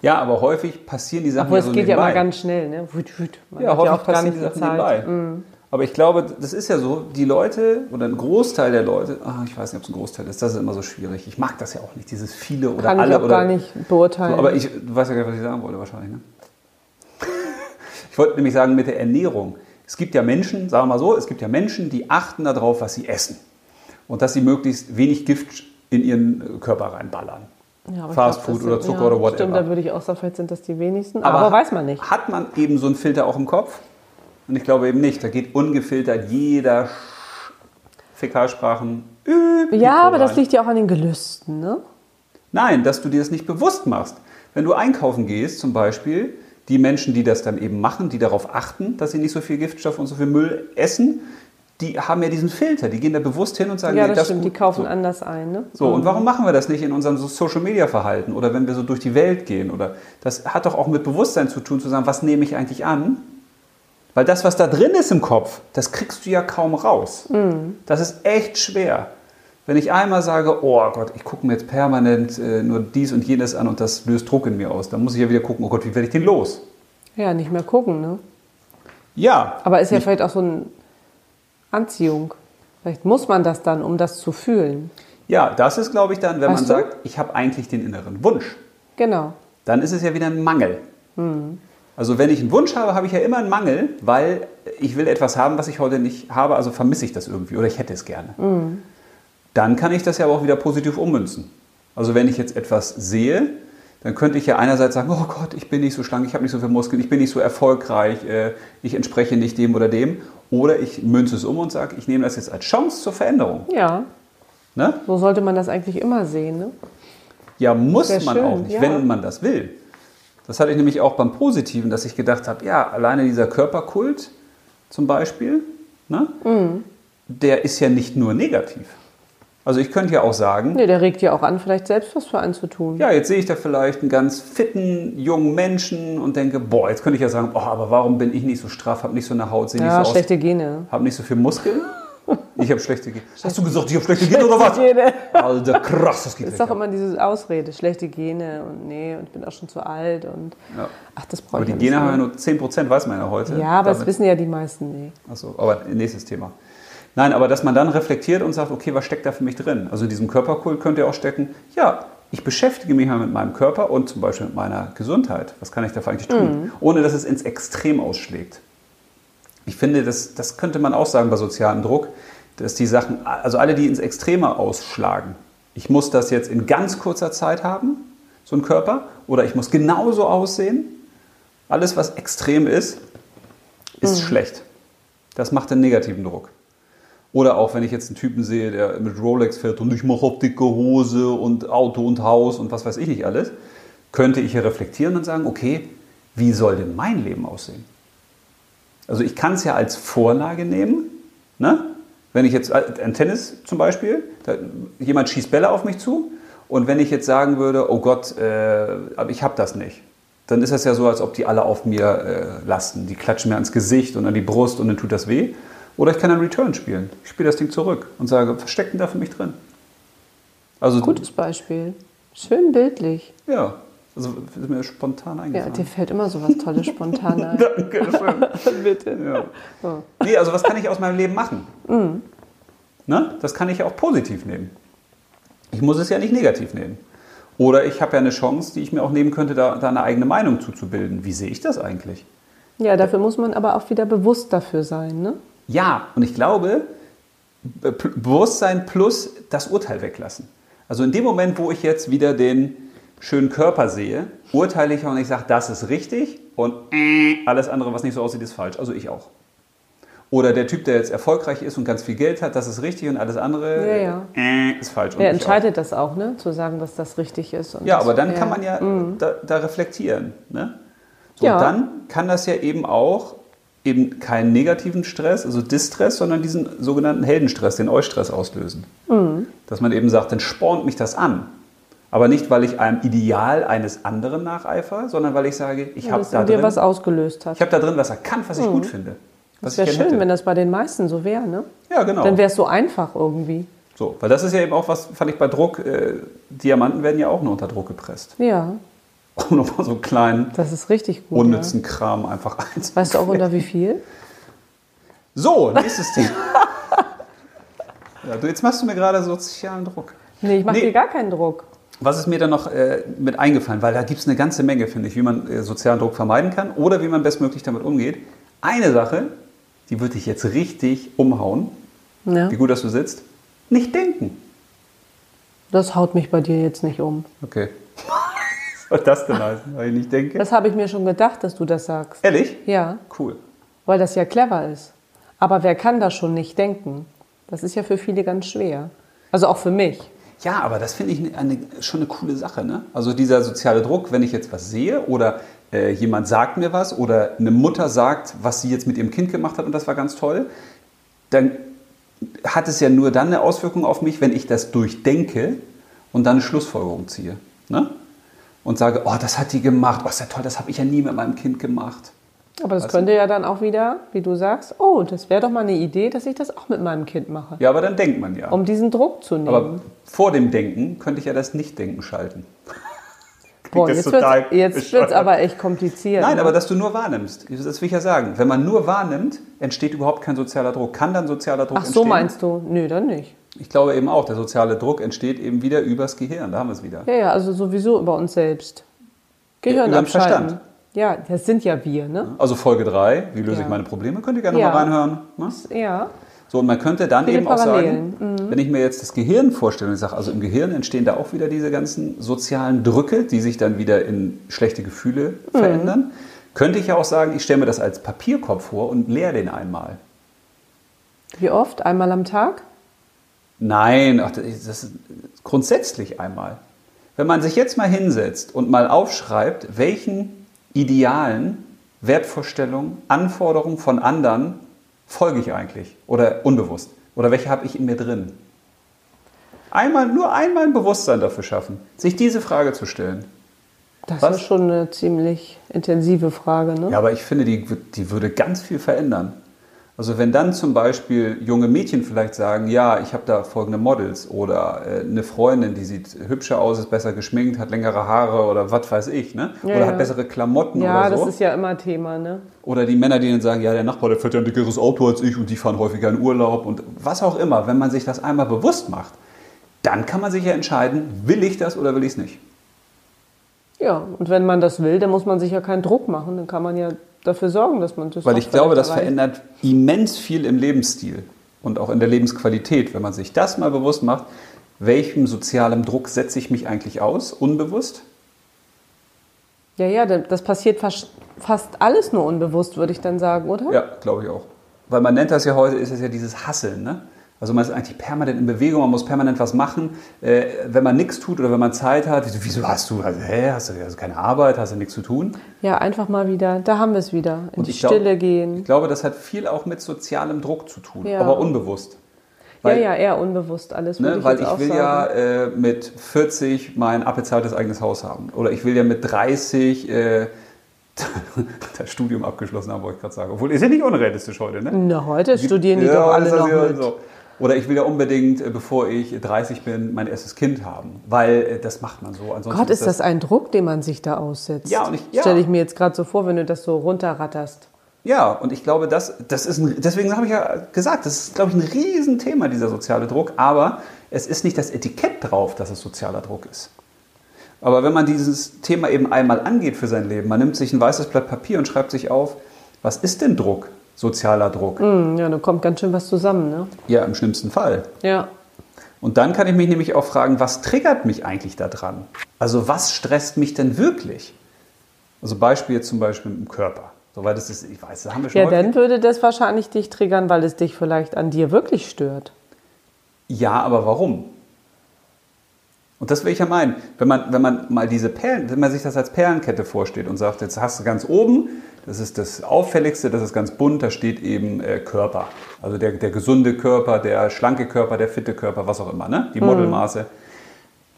Ja, aber häufig passieren die Sachen Obwohl, ja so es geht ja nebenbei. immer ganz schnell. Ne? Wut, wut. Man ja, hat häufig auch gar passieren nicht Mhm. die viel Sachen Zeit. nebenbei. Aber ich glaube, das ist ja so, die Leute oder ein Großteil der Leute, ah, ich weiß nicht, ob es ein Großteil ist, das ist immer so schwierig. Ich mag das ja auch nicht, dieses viele oder Kann alle ich auch oder gar nicht beurteilen. So, aber ich du weißt ja gar nicht, was ich sagen wollte wahrscheinlich. Ne? Ich wollte nämlich sagen mit der Ernährung. Es gibt ja Menschen, sagen wir mal so, es gibt ja Menschen, die achten darauf, was sie essen. Und dass sie möglichst wenig Gift in ihren Körper reinballern. Ja, aber ich glaub, Fast Food das oder sind- Zucker ja, oder whatever. Stimmt, da würde ich auch sagen, vielleicht sind das die wenigsten. Aber, weiß man nicht. Hat man eben so einen Filter auch im Kopf? Und ich glaube eben nicht. Da geht ungefiltert jeder Sch- Fäkalsprachen. Ja, aber das rein. liegt ja auch an den Gelüsten. Ne? Nein, dass du dir das nicht bewusst machst. Wenn du einkaufen gehst, zum Beispiel, die Menschen, die das dann eben machen, die darauf achten, dass sie nicht so viel Giftstoff und so viel Müll essen, die haben ja diesen Filter. Die gehen da bewusst hin und sagen, Ja, nee, das, das stimmt. gut. Die kaufen so. anders ein. Ne? So, und warum machen wir das nicht in unserem so- Social-Media-Verhalten oder wenn wir so durch die Welt gehen? Oder das hat doch auch mit Bewusstsein zu tun, zu sagen, was nehme ich eigentlich an? Weil das, was da drin ist im Kopf, das kriegst du ja kaum raus. Mhm. Das ist echt schwer. Wenn ich einmal sage, oh Gott, ich gucke mir jetzt permanent äh, nur dies und jenes an und das löst Druck in mir aus, dann muss ich ja wieder gucken, oh Gott, wie werde ich den los? Ja, nicht mehr gucken. Ne? Ja, Aber ist ja vielleicht auch so eine Anziehung. Vielleicht muss man das dann, um das zu fühlen. ja, das ist, glaube ich, dann, wenn man Weißt du? sagt, ich habe eigentlich den inneren Wunsch. Genau. dann ist es ja wieder ein Mangel. Also wenn ich einen Wunsch habe, habe ich ja immer einen Mangel, weil ich will etwas haben, was ich heute nicht habe, also vermisse ich das irgendwie oder ich hätte es gerne. Dann kann ich das ja aber auch wieder positiv ummünzen. Also wenn ich jetzt etwas sehe, dann könnte ich ja einerseits sagen, oh Gott, ich bin nicht so schlank, ich habe nicht so viel Muskeln, ich bin nicht so erfolgreich, äh, ich entspreche nicht dem oder dem. Oder ich münze es um und sage, ich nehme das jetzt als Chance zur Veränderung. Ja, Ne? so sollte man das eigentlich immer sehen. Ne? Ja, muss Sehr man schön, auch nicht, ja. wenn man das will. Das hatte ich nämlich auch beim Positiven, dass ich gedacht habe, ja, alleine dieser Körperkult zum Beispiel, ne, Mhm. der ist ja nicht nur negativ. Also ich könnte ja auch sagen, Nee, der regt ja auch an, vielleicht selbst was für einen zu tun. ja, jetzt sehe ich da vielleicht einen ganz fitten, jungen Menschen und denke, boah, jetzt könnte ich ja sagen, oh, aber warum bin ich nicht so straff, habe nicht so eine Haut, sehe Ja, nicht so schlechte aus, Gene. habe nicht so viel Muskeln. Ich habe schlechte Gene. Hast du gesagt, ich habe schlechte Gene oder was? Gene. Alter, krass, das geht Ist weg doch immer diese Ausrede, schlechte Gene und nee, und ich bin auch schon zu alt und Ja. ach, das brauche Aber ich die ja nicht Gene haben ja mehr. nur 10%, weiß man ja heute. Ja, aber das Damit- Mhm. wissen ja die meisten nicht. Ach so, aber nächstes Thema. Nein, aber dass man dann reflektiert und sagt, okay, was steckt da für mich drin? Also in diesem Körperkult könnte ja auch stecken, ja, ich beschäftige mich mal mit meinem Körper und zum Beispiel mit meiner Gesundheit. Was kann ich dafür eigentlich tun? Ohne dass es ins Extrem ausschlägt. Ich finde, das, das könnte man auch sagen bei sozialem Druck, dass die Sachen, also alle, die ins Extreme ausschlagen, ich muss das jetzt in ganz kurzer Zeit haben, so ein Körper, oder ich muss genauso aussehen. Alles, was extrem ist, ist schlecht. Das macht einen negativen Druck. Oder auch, wenn ich jetzt einen Typen sehe, der mit Rolex fährt und ich mache auf dicke Hose und Auto und Haus und was weiß ich nicht alles, könnte ich hier reflektieren und sagen, okay, wie soll denn mein Leben aussehen? Also ich kann es ja als Vorlage nehmen, ne? wenn ich jetzt, äh, ein Tennis zum Beispiel, da, jemand schießt Bälle auf mich zu und wenn ich jetzt sagen würde, oh Gott, äh, aber ich habe das nicht, dann ist das ja so, als ob die alle auf mir äh, lasten. Die klatschen mir ans Gesicht und an die Brust und dann tut das weh. Oder ich kann einen Return spielen. Ich spiele das Ding zurück und sage, was steckt denn da für mich drin? Also, Gutes Beispiel. Schön bildlich. Ja, also ist mir spontan Ja, eingefallen. dir fällt immer sowas Tolles spontan ein. Dankeschön. Bitte. Ja. So. Nee, also was kann ich aus meinem Leben machen? Ne? Das kann ich ja auch positiv nehmen. Ich muss es ja nicht negativ nehmen. Oder ich habe ja eine Chance, die ich mir auch nehmen könnte, da, da eine eigene Meinung zuzubilden. Wie sehe ich das eigentlich? Ja, dafür muss man aber auch wieder bewusst dafür sein, ne? Ja, und ich glaube, Be- Pl- Bewusstsein plus das Urteil weglassen. Also in dem Moment, wo ich jetzt wieder den schönen Körper sehe, urteile ich auch und ich sage, das ist richtig und äh, alles andere, was nicht so aussieht, ist falsch. Also ich auch. Oder der Typ, der jetzt erfolgreich ist und ganz viel Geld hat, das ist richtig und alles andere Ja, Äh, ist falsch. Und Wer ich auch. entscheidet das auch, ne? Zu sagen, dass das richtig ist. Und Ja, das- aber dann kann man ja da, da reflektieren. Ne? So, Mhm. Ja. Und dann kann das ja eben auch eben keinen negativen Stress, also Distress, sondern diesen sogenannten Heldenstress, den Eustress auslösen. Mhm. Dass man eben sagt, dann spornt mich das an. Aber nicht, weil ich einem Ideal eines anderen nacheifer, sondern weil ich sage, ich habe dass da, in dir drin- was ausgelöst hat. ich hab da drin was erkannt, was ich gut finde. Was Das wäre ich schön, gern wenn hätte. das bei den meisten so wäre, ne? Ja, genau. Dann wäre es so einfach irgendwie. so, weil das ist ja eben auch was, fand ich bei Druck, äh, Diamanten werden ja auch nur unter Druck gepresst. Ja, Um nochmal so einen kleinen das ist richtig gut. Ja. unnützen Kram einfach eins. Weißt du auch unter wie viel? So, nächstes Thema. Ja, du, jetzt machst du mir gerade sozialen Druck. Nee, ich mache Nee. dir gar keinen Druck. Was ist mir dann noch äh, mit eingefallen? Weil da gibt es eine ganze Menge, finde ich, wie man äh, sozialen Druck vermeiden kann oder wie man bestmöglich damit umgeht. Eine Sache, die würde ich jetzt richtig umhauen. Ja. Wie gut, dass du sitzt. Nicht denken. Das haut mich bei dir jetzt nicht um. Okay. Was soll das denn heißen, weil ich nicht denke? Das habe ich mir schon gedacht, dass du das sagst. Ehrlich? Ja, Cool. weil das ja clever ist. Aber wer kann da schon nicht denken? Das ist ja für viele ganz schwer. Also auch für mich. Ja, aber das finde ich ne- eine, schon eine coole Sache. Ne? Also dieser soziale Druck, wenn ich jetzt was sehe oder äh, jemand sagt mir was oder eine Mutter sagt, was sie jetzt mit ihrem Kind gemacht hat und das war ganz toll, dann hat es ja nur dann eine Auswirkung auf mich, wenn ich das durchdenke und dann eine Schlussfolgerung ziehe. Ne? Und sage, oh, das hat die gemacht, oh, ist ja toll, das habe ich ja nie mit meinem Kind gemacht. Aber das könnte ja dann auch wieder, wie du sagst, oh, das wäre doch mal eine Idee, dass ich das auch mit meinem Kind mache. Ja, aber dann denkt man ja. Um diesen Druck zu nehmen. Aber vor dem Denken könnte ich ja das Nicht-Denken schalten. Boah, das jetzt ist total wird bescheuert. es aber echt kompliziert. Nein, ne? aber dass du nur wahrnimmst. Das will ich ja sagen. Wenn man nur wahrnimmt, entsteht überhaupt kein sozialer Druck. Kann dann sozialer Druck Ach, entstehen? so meinst du? Nö, dann nicht. Ich glaube eben auch, der soziale Druck entsteht eben wieder übers Gehirn. Da haben wir es wieder. Ja, ja, also sowieso über uns selbst. Ja, Gehirn über den abschalten. Verstand. Ja, das sind ja wir, ne? Also Folge 3, wie löse Ja. ich meine Probleme? Könnt ihr gerne Ja. mal reinhören. Ne? Ja. So, und man könnte dann Viele eben auch Parallelen. Mhm. sagen, wenn ich mir jetzt das Gehirn vorstelle und ich sage, also im Gehirn entstehen da auch wieder diese ganzen sozialen Drücke, die sich dann wieder in schlechte Gefühle Mhm. verändern, könnte ich ja auch sagen, ich stelle mir das als Papierkorb vor und leer den einmal. Wie oft? Einmal am Tag? Nein, ach, das ist das ist grundsätzlich einmal. Wenn man sich jetzt mal hinsetzt und mal aufschreibt, welchen Idealen, Wertvorstellungen, Anforderungen von anderen folge ich eigentlich oder unbewusst oder welche habe ich in mir drin? Einmal, nur einmal ein Bewusstsein dafür schaffen, sich diese Frage zu stellen. Das Was? ist schon eine ziemlich intensive Frage, ne? Ja, aber ich finde, die, die würde ganz viel verändern. Also wenn dann zum Beispiel junge Mädchen vielleicht sagen, ja, ich habe da folgende Models oder äh, eine Freundin, die sieht hübscher aus, ist besser geschminkt, hat längere Haare oder was weiß ich, ne? Ja, oder ja. hat bessere Klamotten Ja, oder so. das ist ja immer Thema, ne? Oder die Männer, die dann sagen, ja, der Nachbar, der fährt ja ein dickeres Auto als ich und die fahren häufiger in Urlaub und was auch immer. Wenn man sich das einmal bewusst macht, dann kann man sich ja entscheiden, will ich das oder will ich es nicht. Ja, und wenn man das will, dann muss man sich ja keinen Druck machen. Dann kann man ja dafür sorgen, dass man das Weil auch ich glaube, das vielleicht erreicht. verändert immens viel im Lebensstil und auch in der Lebensqualität, wenn man sich das mal bewusst macht, welchem sozialen Druck setze ich mich eigentlich aus, unbewusst? Ja, ja, da- das passiert fast, fast alles nur unbewusst, würde ich dann sagen, oder? Ja, glaube ich auch. Weil man nennt das ja heute, ist es ja dieses Hasseln, ne? Also man ist eigentlich permanent in Bewegung, man muss permanent was machen. Äh, wenn man nichts tut oder wenn man Zeit hat, wieso, wieso hast du, also, hä, hast du also keine Arbeit, hast du nichts zu tun? Ja, einfach mal wieder. Da haben wir es wieder. In Und die ich glaub- Stille gehen. Ich glaube, das hat viel auch mit sozialem Druck zu tun, Ja. aber unbewusst. Weil, ja, ja, eher unbewusst alles, würde Ne, ich weil jetzt auch ich will sagen. ja äh, mit 40 mein abbezahltes eigenes Haus haben. Oder ich will ja mit 30 äh, das Studium abgeschlossen haben, wollte ich gerade sagen. Obwohl, ist ja nicht unrealistisch heute, ne? Hm, Na, heute studieren die Ja, doch alle das ist noch ja mit. so. Oder ich will ja unbedingt, äh, bevor ich 30 bin, mein erstes Kind haben. Weil äh, das macht man so. Ansonsten Gott, ist das ein Druck, den man sich da aussetzt? Ja, und ich- ja. Stelle ich mir jetzt gerade so vor, wenn du das so runterratterst. Ja, und ich glaube, das, das ist ein, deswegen habe ich ja gesagt, das ist, glaube ich, ein Riesenthema, dieser soziale Druck. Aber es ist nicht das Etikett drauf, dass es sozialer Druck ist. Aber wenn man dieses Thema eben einmal angeht für sein Leben, man nimmt sich ein weißes Blatt Papier und schreibt sich auf, was ist denn Druck, sozialer Druck? Hm, ja, da kommt ganz schön was zusammen, ne? Ja, im schlimmsten Fall. Ja. Und dann kann ich mich nämlich auch fragen, was triggert mich eigentlich daran? Also was stresst mich denn wirklich? Also Beispiel jetzt zum Beispiel mit dem Körper. Soweit es ist, ich weiß, das haben wir schon Ja, häufig dann würde das wahrscheinlich dich triggern, weil es dich vielleicht an dir wirklich stört. Ja, aber warum? Und das will ich ja meinen. Wenn man, wenn man mal diese Perlen, wenn man sich das als Perlenkette vorstellt und sagt, jetzt hast du ganz oben, das ist das Auffälligste, das ist ganz bunt, da steht eben äh, Körper. Also der, der gesunde Körper, der schlanke Körper, der fitte Körper, was auch immer, ne? Die Modelmaße.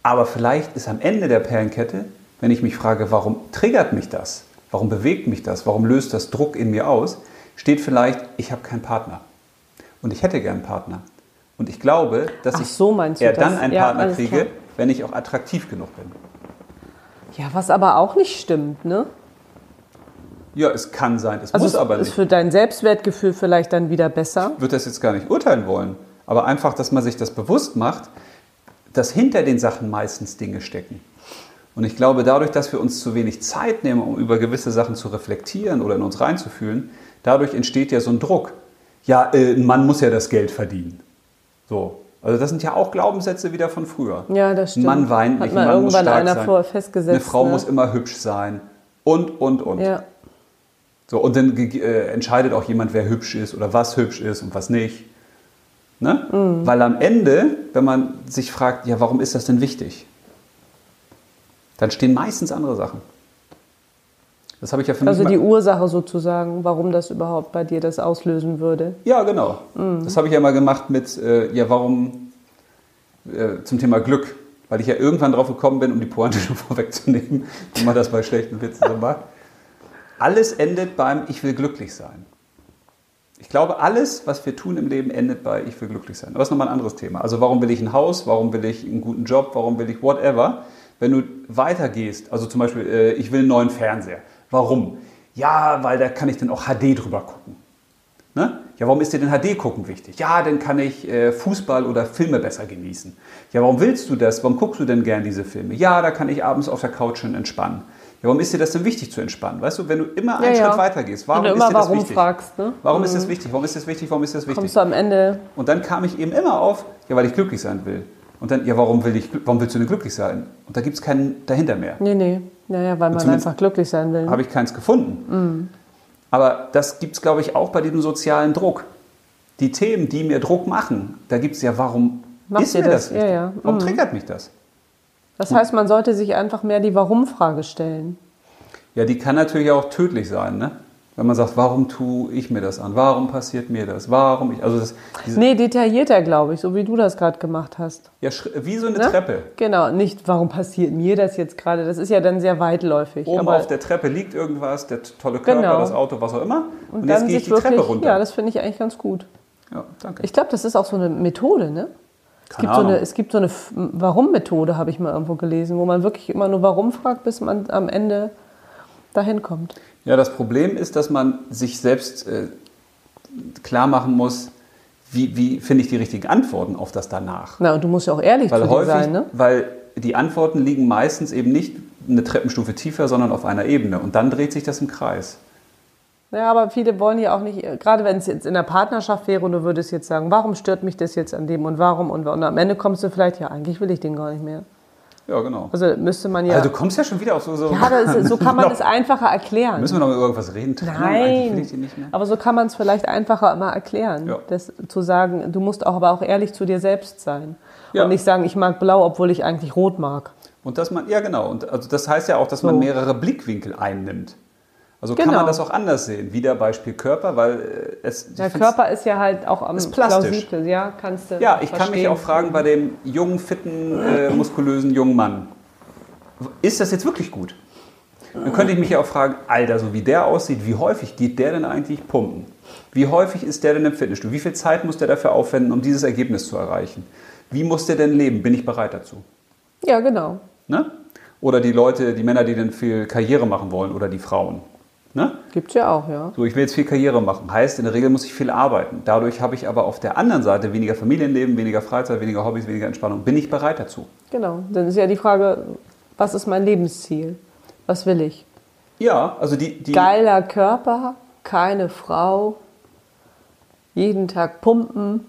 Aber vielleicht ist am Ende der Perlenkette, wenn ich mich frage, warum triggert mich das? Warum bewegt mich das? Warum löst das Druck in mir aus? Steht vielleicht, ich habe keinen Partner. Und ich hätte gern einen Partner. Und ich glaube, dass Ach ich so, meinst du eher das? dann einen Ja, Partner alles kriege, klar. wenn ich auch attraktiv genug bin. Ja, was aber auch nicht stimmt, ne? Ja, es kann sein, es muss Also es aber ist nicht. für dein Selbstwertgefühl vielleicht dann wieder besser. Ich würde das jetzt gar nicht urteilen wollen. Aber einfach, dass man sich das bewusst macht, dass hinter den Sachen meistens Dinge stecken. Und ich glaube, dadurch, dass wir uns zu wenig Zeit nehmen, um über gewisse Sachen zu reflektieren oder in uns reinzufühlen, dadurch entsteht ja so ein Druck. Ja, äh, ein Mann muss ja das Geld verdienen. So. Also das sind ja auch Glaubenssätze wieder von früher. Ja, das stimmt. Ein Mann weint Hat nicht, mal ein Mann muss irgendwann stark einer sein. vorher festgesetzt, Eine Frau ne? muss immer hübsch sein. Und, und, und. Ja. So, und dann ge- äh, entscheidet auch jemand, wer hübsch ist oder was hübsch ist und was nicht. Ne? Mhm. Weil am Ende, wenn man sich fragt, ja, warum ist das denn wichtig? Dann stehen meistens andere Sachen. Das habe ich ja für Also mich. die mal- Ursache sozusagen, warum das überhaupt bei dir das auslösen würde. ja, genau. Mhm. Das habe ich ja mal gemacht mit, äh, ja, warum äh, zum Thema Glück. Weil ich ja irgendwann drauf gekommen bin, um die Pointe schon vorwegzunehmen, wie man das bei schlechten Witzen so macht. Alles endet beim Ich will glücklich sein. Ich glaube, alles, was wir tun im Leben, endet bei Ich will glücklich sein. Aber das ist nochmal ein anderes Thema. Also warum will ich ein Haus, warum will ich einen guten Job, warum will ich whatever. Wenn du weitergehst, also zum Beispiel, äh, ich will einen neuen Fernseher. Warum? Ja, weil da kann ich dann auch HD drüber gucken. Ne? Ja, warum ist dir denn HD gucken wichtig? Ja, dann kann ich äh, Fußball oder Filme besser genießen. Ja, warum willst du das? Warum guckst du denn gern diese Filme? Ja, da kann ich abends auf der Couch schon entspannen. Ja, warum ist dir das denn wichtig zu entspannen? Weißt du, wenn du immer einen Ja, ja. Schritt weitergehst, warum Wenn du ist immer dir das warum wichtig? fragst, ne? Warum ist das wichtig? Warum ist das wichtig? Warum ist das wichtig? Kommst du am Ende Und dann kam ich eben immer auf, ja, weil ich glücklich sein will. Und dann, ja, warum, will ich, gl- warum willst du denn glücklich sein? Und da gibt es keinen dahinter mehr. Nee, nee. Naja, weil man zumindest einfach glücklich sein will. ne? Habe ich keins gefunden. Mhm. Aber das gibt es, glaube ich, auch bei diesem sozialen Druck. Die Themen, die mir Druck machen, da gibt es ja, warum Macht ist ihr mir das, das? Ja, wichtig? ja. Warum Mhm. triggert mich das? Das heißt, man sollte sich einfach mehr die Warum-Frage stellen. Ja, die kann natürlich auch tödlich sein, ne? Wenn man sagt, warum tue ich mir das an? Warum passiert mir das? Warum ich. Also das, diese, Nee, detaillierter, glaube ich, so wie du das gerade gemacht hast. ja, schri- wie so eine Ne? Treppe. Genau, nicht, warum passiert mir das jetzt gerade? Das ist ja dann sehr weitläufig. Oben aber auf der Treppe liegt irgendwas, der tolle Körper, Genau. das Auto, was auch immer. Und, und jetzt dann gehe sich ich die wirklich, Treppe runter. Ja, das finde ich eigentlich ganz gut. Ja, danke. Ich glaube, das ist auch so eine Methode, ne? Es Keine gibt, so eine, Ahnung. es gibt so eine F- Warum-Methode, habe ich mal irgendwo gelesen, wo man wirklich immer nur Warum fragt, bis man am Ende dahin kommt. Ja, das Problem ist, dass man sich selbst äh, klar machen muss, wie, wie finde ich die richtigen Antworten auf das danach. Na, und du musst ja auch ehrlich zu Weil dir häufig, sein, ne? weil die Antworten liegen meistens eben nicht eine Treppenstufe tiefer, sondern auf einer Ebene. Und dann dreht sich das im Kreis. Ja, aber viele wollen ja auch nicht, gerade wenn es jetzt in der Partnerschaft wäre und du würdest jetzt sagen, warum stört mich das jetzt an dem und warum und, und am Ende kommst du vielleicht, ja, eigentlich will ich den gar nicht mehr. Ja, genau. Also müsste man ja. Also du kommst ja schon wieder auf so... so ja, das, so kann man Noch- es einfacher erklären. Müssen wir noch über irgendwas reden? Trennung? Eigentlich will Nein, ich die nicht mehr. aber so kann man es vielleicht einfacher immer erklären, Ja. das zu sagen, du musst auch aber auch ehrlich zu dir selbst sein Ja. und nicht sagen, ich mag blau, obwohl ich eigentlich rot mag. Und dass man, ja genau, und also das heißt ja auch, dass man So. mehrere Blickwinkel einnimmt. Also kann Genau. man das auch anders sehen. Wieder Beispiel Körper, weil äh, es. ich Der find's- Körper ist ja halt auch am Ist plastisch. plausibel, ja, kannst du Ja, ich kann mich verstehen. auch fragen bei dem jungen, fitten, äh, muskulösen jungen Mann. Ist das jetzt wirklich gut? Dann könnte ich mich ja auch fragen, Alter, so wie der aussieht, wie häufig geht der denn eigentlich pumpen? Wie häufig ist der denn im Fitnessstudio? Wie viel Zeit muss der dafür aufwenden, um dieses Ergebnis zu erreichen? Wie muss der denn leben? Bin ich bereit dazu? Ja, genau. Ne? Oder die Leute, die Männer, die dann viel Karriere machen wollen oder die Frauen. Ne? Gibt's ja auch, ja. So, ich will jetzt viel Karriere machen. Heißt, in der Regel muss ich viel arbeiten. Dadurch habe ich aber auf der anderen Seite weniger Familienleben, weniger Freizeit, weniger Hobbys, weniger Entspannung. Bin ich bereit dazu? Genau. Dann ist ja die Frage, was ist mein Lebensziel? Was will ich? Ja, also die, die Geiler Körper, keine Frau, jeden Tag pumpen,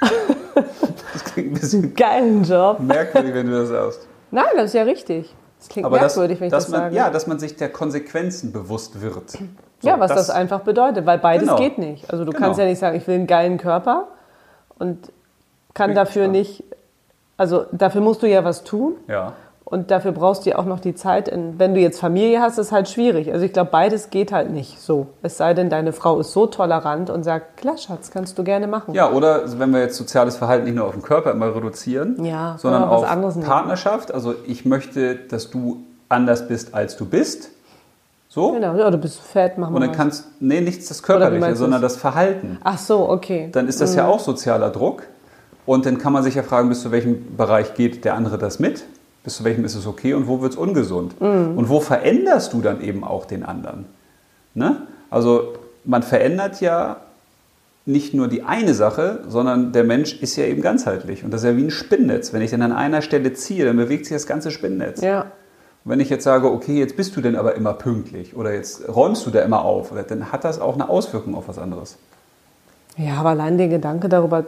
das klingt ein bisschen geilen Job. merkwürdig, wenn du das sagst. Nein, das ist ja richtig. Das klingt Aber das, merkwürdig, wenn ich dass das man, sage. Ja, dass man sich der Konsequenzen bewusst wird. So, ja, was das, einfach bedeutet, weil beides Genau. geht nicht. Also du Genau. kannst ja nicht sagen, ich will einen geilen Körper und kann Bin dafür gespannt. nicht, also dafür musst du ja was tun Ja. und dafür brauchst du ja auch noch die Zeit. In, wenn du jetzt Familie hast, ist halt schwierig. Also ich glaube, beides geht halt nicht so. Es sei denn, deine Frau ist so tolerant und sagt, klar, Schatz, kannst du gerne machen. Ja, oder wenn wir jetzt soziales Verhalten nicht nur auf den Körper immer reduzieren, Ja, sondern oder was auf anderes nehmen. Partnerschaft. Also ich möchte, dass du anders bist, als du bist. So. Genau, ja, du bist fett, machen wir Und dann was. kannst nee, nichts das Oder wie Körperliche, meinst sondern du's? das Verhalten. Ach so, okay. Dann ist das ja auch sozialer Druck. Und dann kann man sich ja fragen, bis zu welchem Bereich geht der andere das mit? Bis zu welchem ist es okay und wo wird es ungesund? Und wo veränderst du dann eben auch den anderen? Ne? Also man verändert ja nicht nur die eine Sache, sondern der Mensch ist ja eben ganzheitlich. Und das ist ja wie ein Spinnnetz. Wenn ich dann an einer Stelle ziehe, dann bewegt sich das ganze Spinnnetz. ja. Wenn ich jetzt sage, okay, jetzt bist du denn aber immer pünktlich oder jetzt räumst du da immer auf, oder, dann hat das auch eine Auswirkung auf was anderes. Ja, aber allein der Gedanke darüber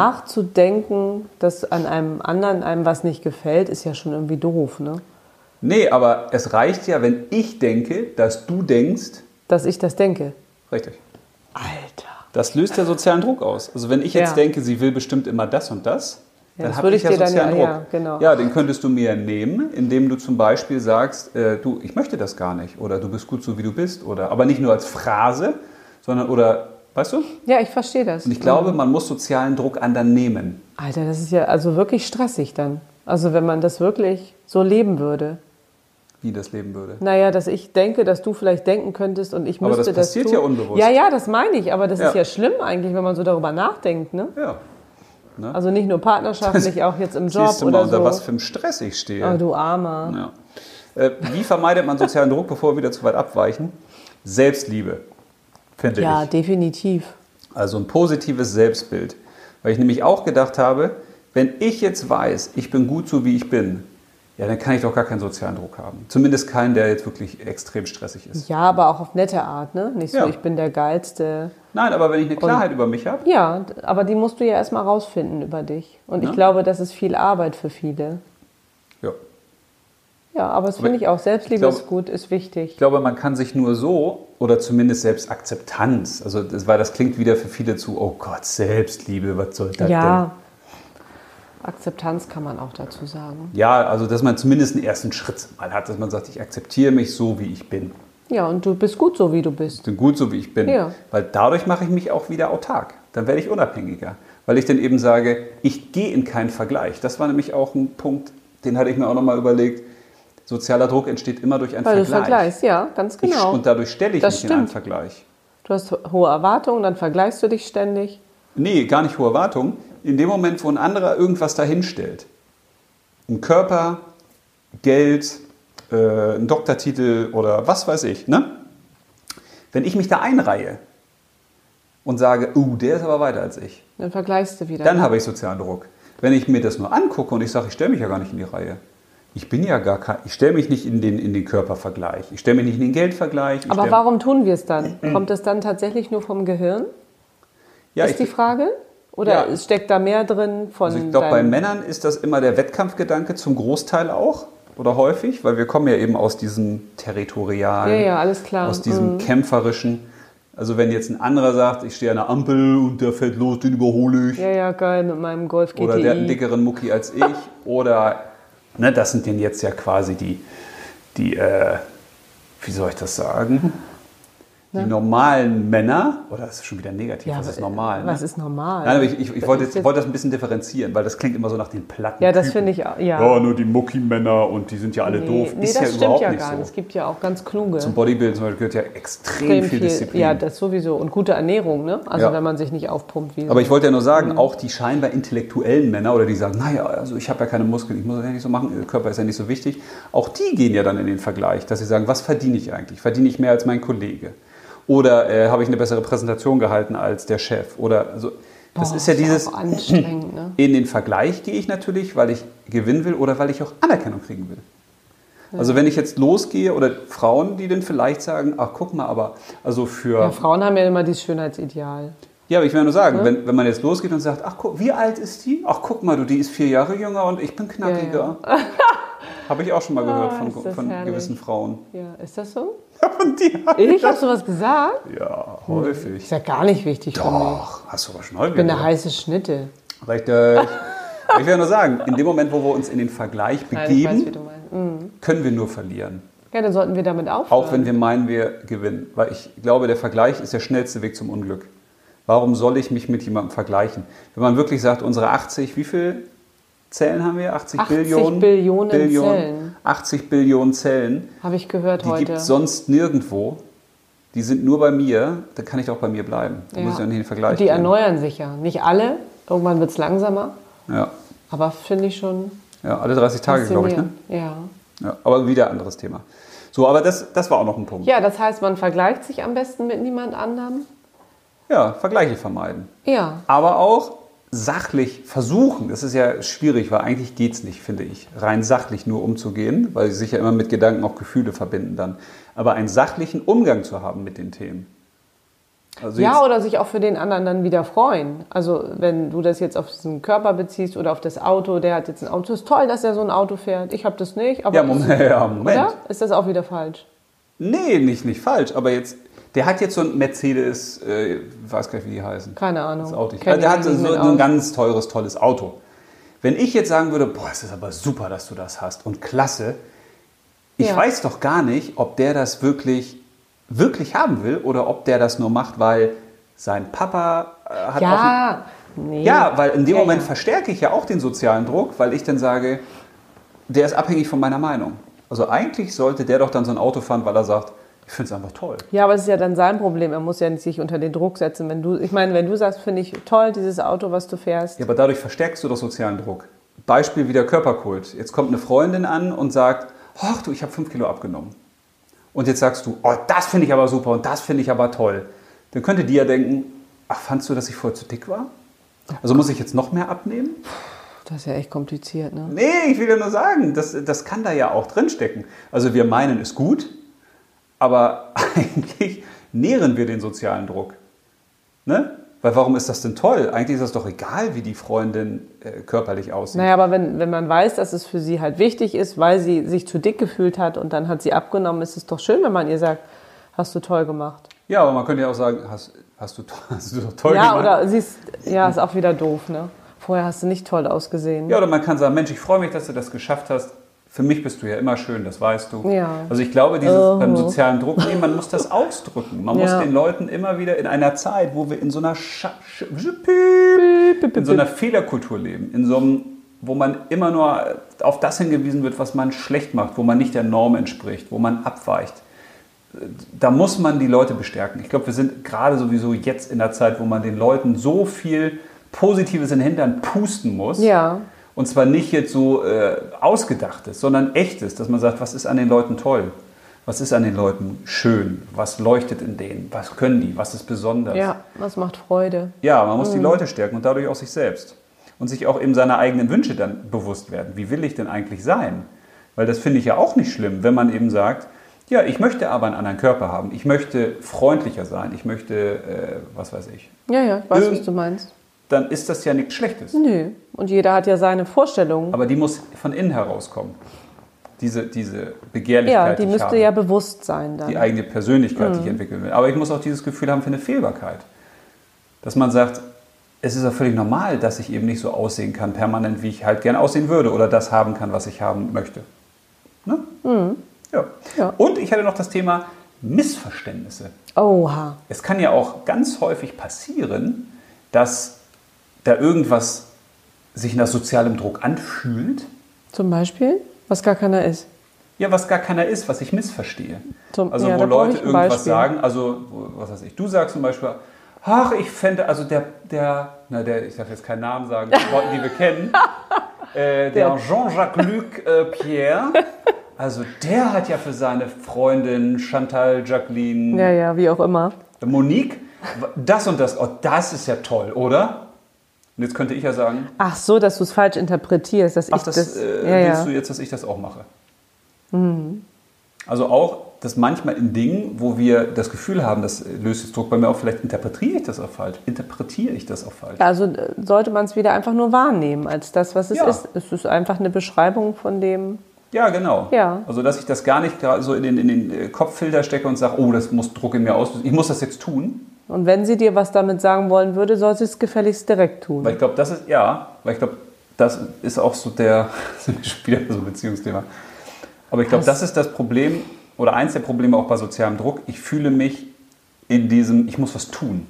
nachzudenken, dass an einem anderen einem was nicht gefällt, ist ja schon irgendwie doof, ne? Nee, aber es reicht ja, wenn ich denke, dass du denkst, Dass ich das denke. richtig. Alter. Das löst ja sozialen Druck aus. Also wenn ich jetzt Ja. denke, sie will bestimmt immer das und das, Ja, dann das habe würde ich ja ich dir dann sozialen ja- Druck. ja, genau. ja, den könntest du mir nehmen, indem du zum Beispiel sagst, äh, du, ich möchte das gar nicht oder du bist gut so wie du bist oder aber nicht nur als Phrase, sondern oder, weißt du? Ja, ich verstehe das. Und ich glaube, Mhm. man muss sozialen Druck anderen nehmen. Alter, das ist ja also wirklich stressig dann. Also wenn man das wirklich so leben würde. wie das leben würde. Naja, dass ich denke, dass du vielleicht denken könntest und ich Aber müsste das passiert tun. ja unbewusst. Ja, ja, das meine ich. Aber das Ja. ist ja schlimm eigentlich, wenn man so darüber nachdenkt, ne? Ja. Also nicht nur partnerschaftlich, auch jetzt im Job Siehst du mal, oder unter so. was für einem Stress ich stehe. oh, du Armer. ja. äh, wie vermeidet man sozialen Druck, bevor wir wieder zu weit abweichen? Selbstliebe, finde Ja, ich. definitiv. Also ein positives Selbstbild. Weil ich nämlich auch gedacht habe, wenn ich jetzt weiß, ich bin gut so, wie ich bin, ja, dann kann ich doch gar keinen sozialen Druck haben. Zumindest keinen, der jetzt wirklich extrem stressig ist. Ja, aber auch auf nette Art, ne? Nicht so, Ja. ich bin der Geilste. Nein, aber wenn ich eine Klarheit über mich habe, Ja, d- aber die musst du ja erstmal rausfinden über dich. Und Ja. ich glaube, das ist viel Arbeit für viele. ja. Ja, aber das finde ich- ich auch. Selbstliebe ich glaube- ist gut, ist wichtig. Ich glaube, man kann sich nur so oder zumindest Selbstakzeptanz, also das, weil das klingt wieder für viele zu, oh Gott, Selbstliebe, was soll das Ja. Akzeptanz kann man auch dazu sagen. denn? Ja, also dass man zumindest einen ersten Schritt mal hat, dass man sagt, ich akzeptiere mich so, wie ich bin. Ja, und du bist gut so, wie du Ich bist. bin gut so, wie ich bin. Ja. Weil dadurch mache ich mich auch wieder autark. Dann werde ich unabhängiger. Weil ich dann eben sage, ich gehe in keinen Vergleich. Das war nämlich auch ein Punkt, den hatte ich mir auch nochmal überlegt. Sozialer Druck entsteht immer durch einen Weil du Vergleich. vergleichst, ja, ganz Ich- genau. Und dadurch stelle ich Das mich in einen stimmt. Vergleich. Du hast hohe Erwartungen, dann vergleichst du dich ständig. Nee, gar nicht hohe Erwartungen. In dem Moment, wo ein anderer irgendwas dahinstellt, ein Körper, Geld, äh, ein Doktortitel oder was weiß ich, ne? Wenn ich mich da einreihe und sage, uh, der ist aber weiter als ich, Dann vergleichst du wieder. dann habe ich sozialen Druck. Wenn ich mir das nur angucke und ich sage, ich stelle mich ja gar nicht in die Reihe. Ich bin ja gar kein, ich stelle mich nicht in den, in den Körpervergleich, ich stelle mich nicht in den Geldvergleich. ich aber stelle- warum tun wir es dann? Kommt es dann tatsächlich nur vom Gehirn? ja, ist ich, die Frage? Oder Ja. steckt da mehr drin von Also ich glaube, bei deinem- Männern ist das immer der Wettkampfgedanke zum Großteil auch oder häufig, weil wir kommen ja eben aus diesem territorialen, Ja, ja, alles klar. Mhm. aus diesem kämpferischen. Also wenn jetzt ein anderer sagt, ich stehe an der Ampel und der fährt los, den überhole ich. Ja, ja, geil, mit meinem Golf GTI. oder der hat einen dickeren Mucki als ich. oder, ne, das sind denn jetzt ja quasi die, die äh, wie soll ich das sagen? Die normalen Männer, oder das ist schon wieder negativ, Ja, was ist aber, normal? ne? was ist normal? Nein, aber ich, ich, ich wollte, Ist jetzt, wollte das ein bisschen differenzieren, weil das klingt immer so nach den Platten. Ja, das Typen. finde ich auch. Ja, Ja, nur die Mucki-Männer und die sind ja alle doof. Nee, ist das ja stimmt überhaupt ja nicht gar so. nicht. Es gibt ja auch ganz kluge. Zum Bodybuilding zum Beispiel gehört ja extrem, extrem viel Disziplin. Ja, das sowieso. Und gute Ernährung, ne? Also Ja. wenn man sich nicht aufpumpt wie Aber ich wollte ja nur sagen, Mhm. auch die scheinbar intellektuellen Männer oder die sagen, naja, also ich habe ja keine Muskeln, ich muss das ja nicht so machen, der Körper ist ja nicht so wichtig, auch die gehen ja dann in den Vergleich, dass sie sagen, was verdiene ich eigentlich? Verdiene ich mehr als mein Kollege? Oder äh, habe ich eine bessere Präsentation gehalten als der Chef? Oder also, das Boah, ist ja Oh, ist ja dieses, auch anstrengend, ne? in den Vergleich gehe ich natürlich, weil ich gewinnen will oder weil ich auch Anerkennung kriegen will. Also wenn ich jetzt losgehe oder Frauen, die dann vielleicht sagen, ach guck mal, aber also für ja, Frauen haben ja immer dieses Schönheitsideal. ja, aber ich will nur Mhm. sagen, wenn, wenn man jetzt losgeht und sagt, ach guck, wie alt ist die? Ach guck mal, du, die ist vier Jahre jünger und ich bin knackiger. Habe ich auch schon mal gehört Ah, ist von, das von herrlich. gewissen Frauen. Ja, ist das so? Und die haben- Ich habe sowas gesagt? ja, Ist häufig. ja gar nicht wichtig für mich. Doch, hast du aber schon häufig. Ich bin eine gehört. heiße Schnitte. Richtig. Aber äh, ich will nur sagen, in dem Moment, wo wir uns in den Vergleich Nein, ich weiß, wie begeben, du meinst. Mhm. können wir nur verlieren. Ja, dann sollten wir damit aufhören. Auch wenn wir meinen, wir gewinnen. Weil ich glaube, der Vergleich ist der schnellste Weg zum Unglück. Warum soll ich mich mit jemandem vergleichen? Wenn man wirklich sagt, unsere 80, wie viel Zellen haben wir? 80, 80 Billionen? Billionen Zellen. 80 Billionen Zellen. Habe ich gehört Die heute. gibt es sonst nirgendwo. Die sind nur bei mir. Da kann ich auch bei mir bleiben. Da muss ich auch nicht in den Vergleich Und Die gehen. erneuern sich ja. Nicht alle. Irgendwann wird es langsamer. Ja. Aber finde ich schon ja, alle 30 Tage, glaube ich. Ne? faszinierend. Ja. Ja, aber wieder anderes Thema. So, aber das, das war auch noch ein Punkt. Ja, das heißt, man vergleicht sich am besten mit niemand anderem. ja Vergleiche vermeiden. Ja. aber auch sachlich versuchen. Das ist ja schwierig, weil eigentlich geht es nicht, finde ich, rein sachlich nur umzugehen, weil sie sich ja immer mit Gedanken auch Gefühle verbinden dann. Aber einen sachlichen Umgang zu haben mit den Themen. Also Ja, jetzt, oder sich auch für den anderen dann wieder freuen. Also wenn du das jetzt auf diesen Körper beziehst oder auf das Auto, der hat jetzt ein Auto, ist toll, dass er so ein Auto fährt. Ich habe das nicht. Aber ja, Moment, ja, Moment. Oder? Ist das auch wieder falsch? Nee, nicht, nicht falsch, aber jetzt, der hat jetzt so ein Mercedes, äh, weiß gar nicht, wie die heißen. Keine Ahnung. Das Auto. Ich, Kenn der ich hat so, nicht so mit ein aus. ganz teures, tolles Auto. Wenn ich jetzt sagen würde, boah, es ist aber super, dass du das hast und klasse, ich Ja. weiß doch gar nicht, ob der das wirklich, wirklich haben will oder ob der das nur macht, weil sein Papa äh, hat auch ein- Ja. Nee. ja, weil in dem Ja, Moment ja. verstärke ich ja auch den sozialen Druck, weil ich dann sage, der ist abhängig von meiner Meinung. Also eigentlich sollte der doch dann so ein Auto fahren, weil er sagt, ich finde es einfach toll. Ja, aber es ist ja dann sein Problem. Er muss ja nicht sich unter den Druck setzen. Wenn du, ich meine, wenn du sagst, finde ich toll, dieses Auto, was du fährst. Ja, aber dadurch verstärkst du doch sozialen Druck. Beispiel wieder Körperkult. Jetzt kommt eine Freundin an und sagt, ach du, ich habe fünf Kilo abgenommen. Und jetzt sagst du, oh, das finde ich aber super und das finde ich aber toll. Dann könnte die ja denken, ach, fandst du, dass ich vorher zu dick war? Also muss ich jetzt noch mehr abnehmen? Das ist ja echt kompliziert, ne? Nee, ich will ja nur sagen, das, das kann da ja auch drinstecken. Also wir meinen es gut, aber eigentlich nähren wir den sozialen Druck. Ne? Weil warum ist das denn toll? Eigentlich ist das doch egal, wie die Freundin äh, körperlich aussieht. Naja, aber wenn, wenn man weiß, dass es für sie halt wichtig ist, weil sie sich zu dick gefühlt hat und dann hat sie abgenommen, ist es doch schön, wenn man ihr sagt, hast du toll gemacht. Ja, aber man könnte ja auch sagen, hast, hast, du, to- hast du doch toll ja, gemacht. oder sie ist, ja, ist auch wieder doof, ne? Vorher hast du nicht toll ausgesehen. ja, oder man kann sagen, Mensch, ich freue mich, dass du das geschafft hast. Für mich bist du ja immer schön, das weißt du. Ja. Also ich glaube, dieses Oh. beim sozialen Druck, nee, man muss das ausdrücken. Man Ja. muss den Leuten immer wieder in einer Zeit, wo wir in so einer Scha Sch Piep. in so einer Fehlerkultur leben, in so einem, wo man immer nur auf das hingewiesen wird, was man schlecht macht, wo man nicht der Norm entspricht, wo man abweicht. Da muss man die Leute bestärken. Ich glaube, wir sind gerade sowieso jetzt in der Zeit, wo man den Leuten so viel Positives in den Hintern pusten muss. Ja. Und zwar nicht jetzt so äh, ausgedachtes, sondern echtes, dass man sagt, was ist an den Leuten toll? Was ist an den Leuten schön? Was leuchtet in denen? Was können die? Was ist besonders? Ja, das macht Freude. Ja, man muss die Leute stärken und dadurch auch sich selbst. Und sich auch eben seiner eigenen Wünsche dann bewusst werden. Wie will ich denn eigentlich sein? Weil das finde ich ja auch nicht schlimm, wenn man eben sagt, ja, ich möchte aber einen anderen Körper haben. Ich möchte freundlicher sein. Ich möchte, äh, was weiß ich, Ja, ja, ich weiß, Ähm, was du meinst. dann ist das ja nichts Schlechtes. Nö. Und jeder hat ja seine Vorstellungen. Aber die muss von innen herauskommen. Diese, diese Begehrlichkeit. ja, die ich müsste habe. ja Mhm. bewusst sein dann. die eigene Persönlichkeit, die ich entwickeln will. Aber ich muss auch dieses Gefühl haben für eine Fehlbarkeit. Dass man sagt, es ist ja völlig normal, dass ich eben nicht so aussehen kann, permanent, wie ich halt gerne aussehen würde oder das haben kann, was ich haben möchte. Ne? Ja. Mhm. Ja. Und ich hatte noch das Thema Missverständnisse. Oha. Es kann ja auch ganz häufig passieren, dass da irgendwas sich nach sozialem Druck anfühlt, Zum Beispiel, was gar keiner ist. Ja, was gar keiner ist, was ich missverstehe. Zum- also ja, wo da brauche Leute ich ein irgendwas Beispiel. sagen, also wo- was weiß ich, du sagst zum Beispiel, ach, ich fände, also der, der, na der, ich darf jetzt keinen Namen sagen, die Leute, die wir kennen, äh, der Der- Jean-Jacques Luc äh, Pierre, also der hat ja für seine Freundin Chantal Jacqueline Ja, ja, wie auch immer. Monique das und das, oh, das ist ja toll, oder? Und jetzt könnte ich ja sagen, Ach so, dass du es falsch interpretierst, dass Ach, ich das, das. äh, ja, willst ja. du jetzt, dass ich das auch mache? Also auch, dass manchmal in Dingen, wo wir das Gefühl haben, das äh, löst jetzt Druck bei mir auf, vielleicht interpretiere ich das auch falsch. Interpretiere ich das auch falsch. Also äh, sollte man es wieder einfach nur wahrnehmen als das, was es Ja. ist. Es ist einfach eine Beschreibung von dem. Ja, genau. Ja. Also, dass ich das gar nicht gerade so in den, in den äh, Kopffilter stecke und sage, oh, das muss Druck in mir auslösen. Ich muss das jetzt tun. Und wenn sie dir was damit sagen wollen würde, soll sie es gefälligst direkt tun. Weil ich glaube, das ist, ja, weil ich glaube, das ist auch so der, sind wir schon wieder so ein Beziehungsthema. Aber ich glaube, das ist das Problem oder eins der Probleme auch bei sozialem Druck. Ich fühle mich in diesem, ich muss was tun.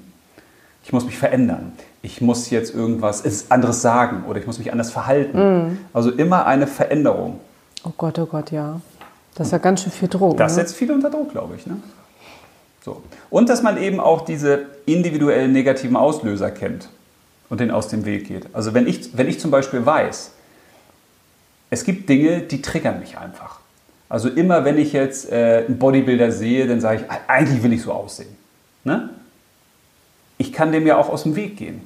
Ich muss mich verändern. Ich muss jetzt irgendwas es- anderes sagen oder ich muss mich anders verhalten. Also immer eine Veränderung. Oh Gott, oh Gott, ja. Das ist ja ganz schön viel Druck. Das ne? setzt viele unter Druck, glaube ich. Ne? So. Und dass man eben auch diese individuellen negativen Auslöser kennt und den aus dem Weg geht. Also wenn ich, wenn ich zum Beispiel weiß, es gibt Dinge, die triggern mich einfach. Also immer wenn ich jetzt äh, einen Bodybuilder sehe, dann sage ich, "Ah, eigentlich will ich so aussehen. Ne? Ich kann dem ja auch aus dem Weg gehen.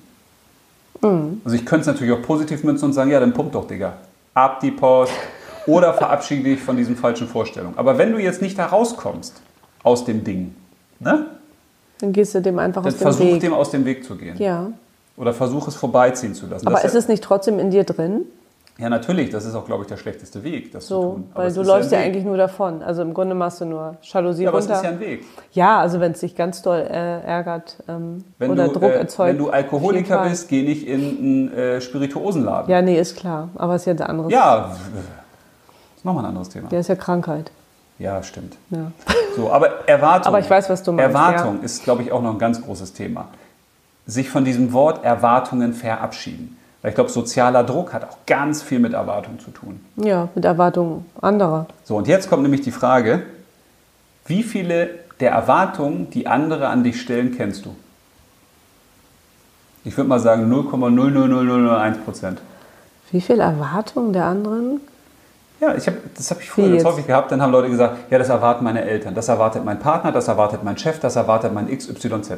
Also ich könnte es natürlich auch positiv münzen und sagen, ja, dann pump doch, Digga. Ab die Post. Oder verabschiede dich von diesen falschen Vorstellungen. Aber wenn du jetzt nicht da rauskommst aus dem Ding, ne, Dann gehst du dem einfach dann aus dem versuch Weg. dem aus dem Weg zu gehen. ja. Oder versuch es vorbeiziehen zu lassen. Aber das ist es nicht trotzdem in dir drin? ja, natürlich, das ist auch, glaube ich, der schlechteste Weg, das zu So, tun. Aber weil es du ist läufst ja, ein Weg. eigentlich nur davon. Also im Grunde machst du nur Jalousie Ja, aber es runter. ist ja ein Weg. Ja, also wenn es dich ganz doll äh, ärgert ähm, Wenn oder du, Druck äh, erzeugt. Wenn du auf jeden Alkoholiker Fall. bist, geh nicht in einen äh, Spirituosenladen. Ja, nee, ist klar. Aber es ist ja ein anderes. Ja, w- w- das ist nochmal ein anderes Thema. Der ist ja Krankheit. Ja, stimmt. Ja. So, aber Erwartung. Aber ich weiß, was du meinst, Erwartung ist, glaube ich, auch noch ein ganz großes Thema. Sich von diesem Wort Erwartungen verabschieden. Weil ich glaube, sozialer Druck hat auch ganz viel mit Erwartung zu tun. ja, mit Erwartungen anderer. So, und jetzt kommt nämlich die Frage, wie viele der Erwartungen, die andere an dich stellen, kennst du? Ich würde mal sagen 0,00001 Prozent. Wie viel Erwartungen der anderen? Ja, ich hab, das habe ich früher ganz jetzt? häufig gehabt. Dann haben Leute gesagt, ja, das erwarten meine Eltern, das erwartet mein Partner, das erwartet mein Chef, das erwartet mein XYZ.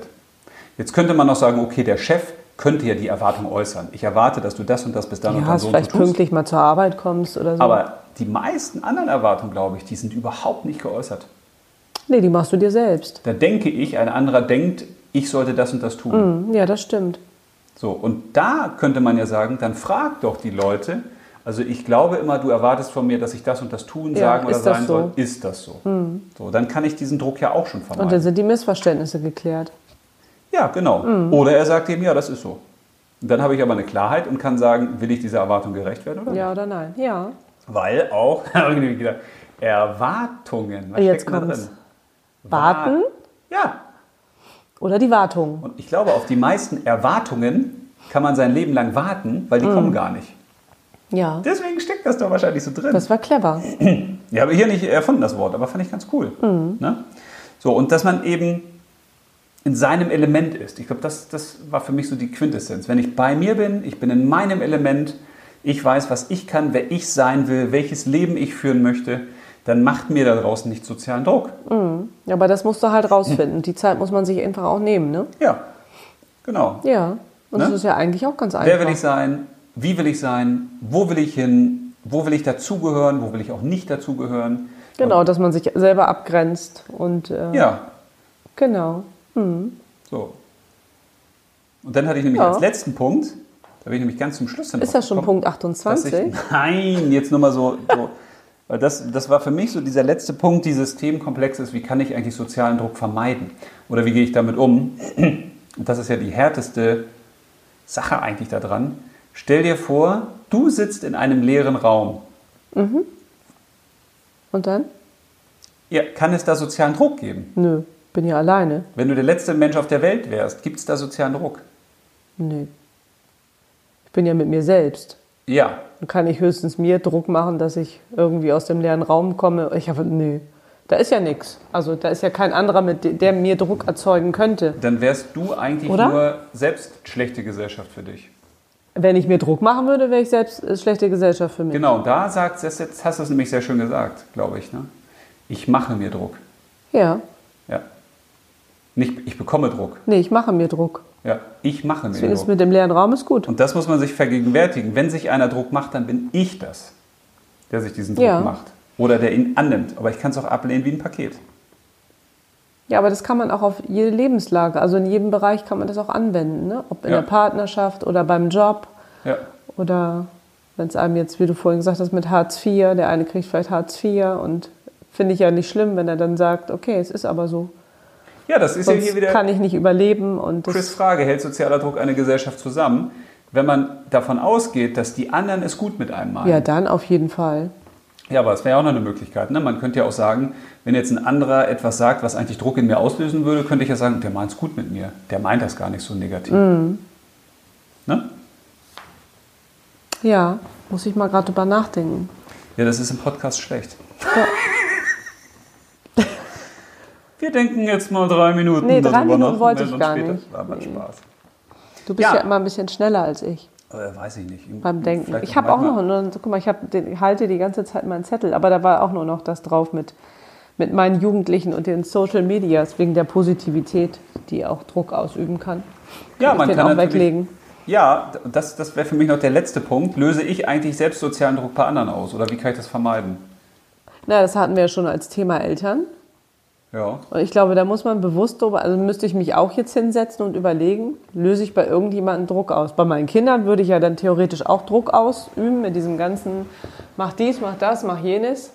Jetzt könnte man noch sagen, okay, der Chef könnte ja die Erwartung äußern. Ich erwarte, dass du das und das bis dann und Ja, dann dass du so und so vielleicht tust. pünktlich mal zur Arbeit kommst oder so. Aber die meisten anderen Erwartungen, glaube ich, die sind überhaupt nicht geäußert. nee, die machst du dir selbst. Da denke ich, ein anderer denkt, ich sollte das und das tun. Hm, ja, das stimmt. So, und da könnte man ja sagen, dann frag doch die Leute. Also ich glaube immer, du erwartest von mir, dass ich das und das tun, Ja, sagen oder ist das sein so? Hm. soll. Ist das so? So, dann kann ich diesen Druck ja auch schon Und dann vermeiden. sind die Missverständnisse geklärt. Ja, genau. Hm. Oder er sagt eben, ja, das ist so. Und dann habe ich aber eine Klarheit und kann sagen, will ich dieser Erwartung gerecht werden oder Ja oder nein? Ja. nicht? Weil auch, habe ich nämlich gedacht, Erwartungen. Was Jetzt steckt da kommt's. drin? Warten Ja, oder die Wartung. und ich glaube, auf die meisten Erwartungen kann man sein Leben lang warten, weil die Hm. kommen gar nicht. Ja. Deswegen steckt das da wahrscheinlich so drin. Das war clever. Ich habe Hm. hier nicht erfunden das Wort, aber fand ich ganz cool. Mhm. Ne? So, und dass man eben in seinem Element ist. Ich glaube, das, das war für mich so die Quintessenz. Wenn ich bei mir bin, ich bin in meinem Element, ich weiß, was ich kann, wer ich sein will, welches Leben ich führen möchte, dann macht mir da draußen nicht sozialen Druck. Ja, Aber das musst du halt rausfinden. Die Zeit muss man sich einfach auch nehmen, ne? Ja, genau. Ja. Und Ne? das ist ja eigentlich auch ganz einfach. Wer will ich sein? Wie will ich sein? Wo will ich hin? Wo will ich dazugehören? Wo will ich auch nicht dazugehören? Genau, dass man sich selber abgrenzt und äh, Ja, genau. so. Und dann hatte ich nämlich Ja. als letzten Punkt, da bin ich nämlich ganz zum Schluss dann Ist drauf das schon gekommen, Punkt dass 28? ich, Nein, jetzt nur mal so. so weil das, das war für mich so dieser letzte Punkt dieses Themenkomplexes, wie kann ich eigentlich sozialen Druck vermeiden? Oder wie gehe ich damit um? Und das ist ja die härteste Sache eigentlich daran. Stell dir vor, du sitzt in einem leeren Raum. Und dann? Ja, kann es da sozialen Druck geben? Nö, bin ja alleine. Wenn du der letzte Mensch auf der Welt wärst, gibt es da sozialen Druck? Nö. Ich bin ja mit mir selbst. Ja, Dann kann ich höchstens mir Druck machen, dass ich irgendwie aus dem leeren Raum komme. Ich habe, nö, da ist ja nichts. Also da ist ja kein anderer, mit de- der mir Druck erzeugen könnte. dann wärst du eigentlich Oder? nur selbst schlechte Gesellschaft für dich. Wenn ich mir Druck machen würde, wäre ich selbst äh, schlechte Gesellschaft für mich. Genau, da sagt es, jetzt hast du es nämlich sehr schön gesagt, glaube ich. Ne? Ich mache mir Druck. Ja, Ja. Nicht, ich bekomme Druck. nee, ich mache mir Druck. Ja, ich mache mir Deswegen ist Druck. mit dem leeren Raum ist gut. Und das muss man sich vergegenwärtigen. Wenn sich einer Druck macht, dann bin ich das, der sich diesen Druck Ja. macht. Oder der ihn annimmt. Aber ich kann es auch ablehnen wie ein Paket. Ja, aber das kann man auch auf jede Lebenslage, also in jedem Bereich kann man das auch anwenden. Ne? Ob in Ja. der Partnerschaft oder beim Job Ja. oder wenn es einem jetzt, wie du vorhin gesagt hast, mit Hartz IV, der eine kriegt vielleicht Hartz IV und finde ich ja nicht schlimm, wenn er dann sagt, okay, es ist aber so. Ja, das ist ja Sonst hier wieder. kann ich nicht überleben und das, Chris Frage, hält sozialer Druck eine Gesellschaft zusammen? Wenn man davon ausgeht, dass die anderen es gut mit einem meinen. ja, dann auf jeden Fall. Ja, aber es wäre ja auch noch eine Möglichkeit. Ne? Man könnte ja auch sagen, wenn jetzt ein anderer etwas sagt, was eigentlich Druck in mir auslösen würde, könnte ich ja sagen, der meint es gut mit mir. Der meint das gar nicht so negativ. Mhm. Ne? Ja, muss ich mal gerade drüber nachdenken. Ja, das ist im Podcast schlecht. Wir denken jetzt mal drei Minuten Nee, drei darüber Minuten nach. wollte ich Melden uns gar später. nicht. War mal Spaß. Du bist Ja. ja, immer ein bisschen schneller als ich Äh, weiß ich nicht. beim Denken. Vielleicht ich habe auch noch, manchmal- einen, guck mal, ich hab den, halte die ganze Zeit meinen Zettel, aber da war auch nur noch das drauf mit, mit meinen Jugendlichen und den Social Medias wegen der Positivität, die auch Druck ausüben kann. Ja, ich man den kann auch natürlich- weglegen. Ja, das, das wäre für mich noch der letzte Punkt. Löse ich eigentlich selbst sozialen Druck bei anderen aus oder wie kann ich das vermeiden? Na, das hatten wir ja schon als Thema Eltern. Ja. Und ich glaube, da muss man bewusst drüber, also müsste ich mich auch jetzt hinsetzen und überlegen, löse ich bei irgendjemandem Druck aus. Bei meinen Kindern würde ich ja dann theoretisch auch Druck ausüben mit diesem ganzen, mach dies, mach das, mach jenes.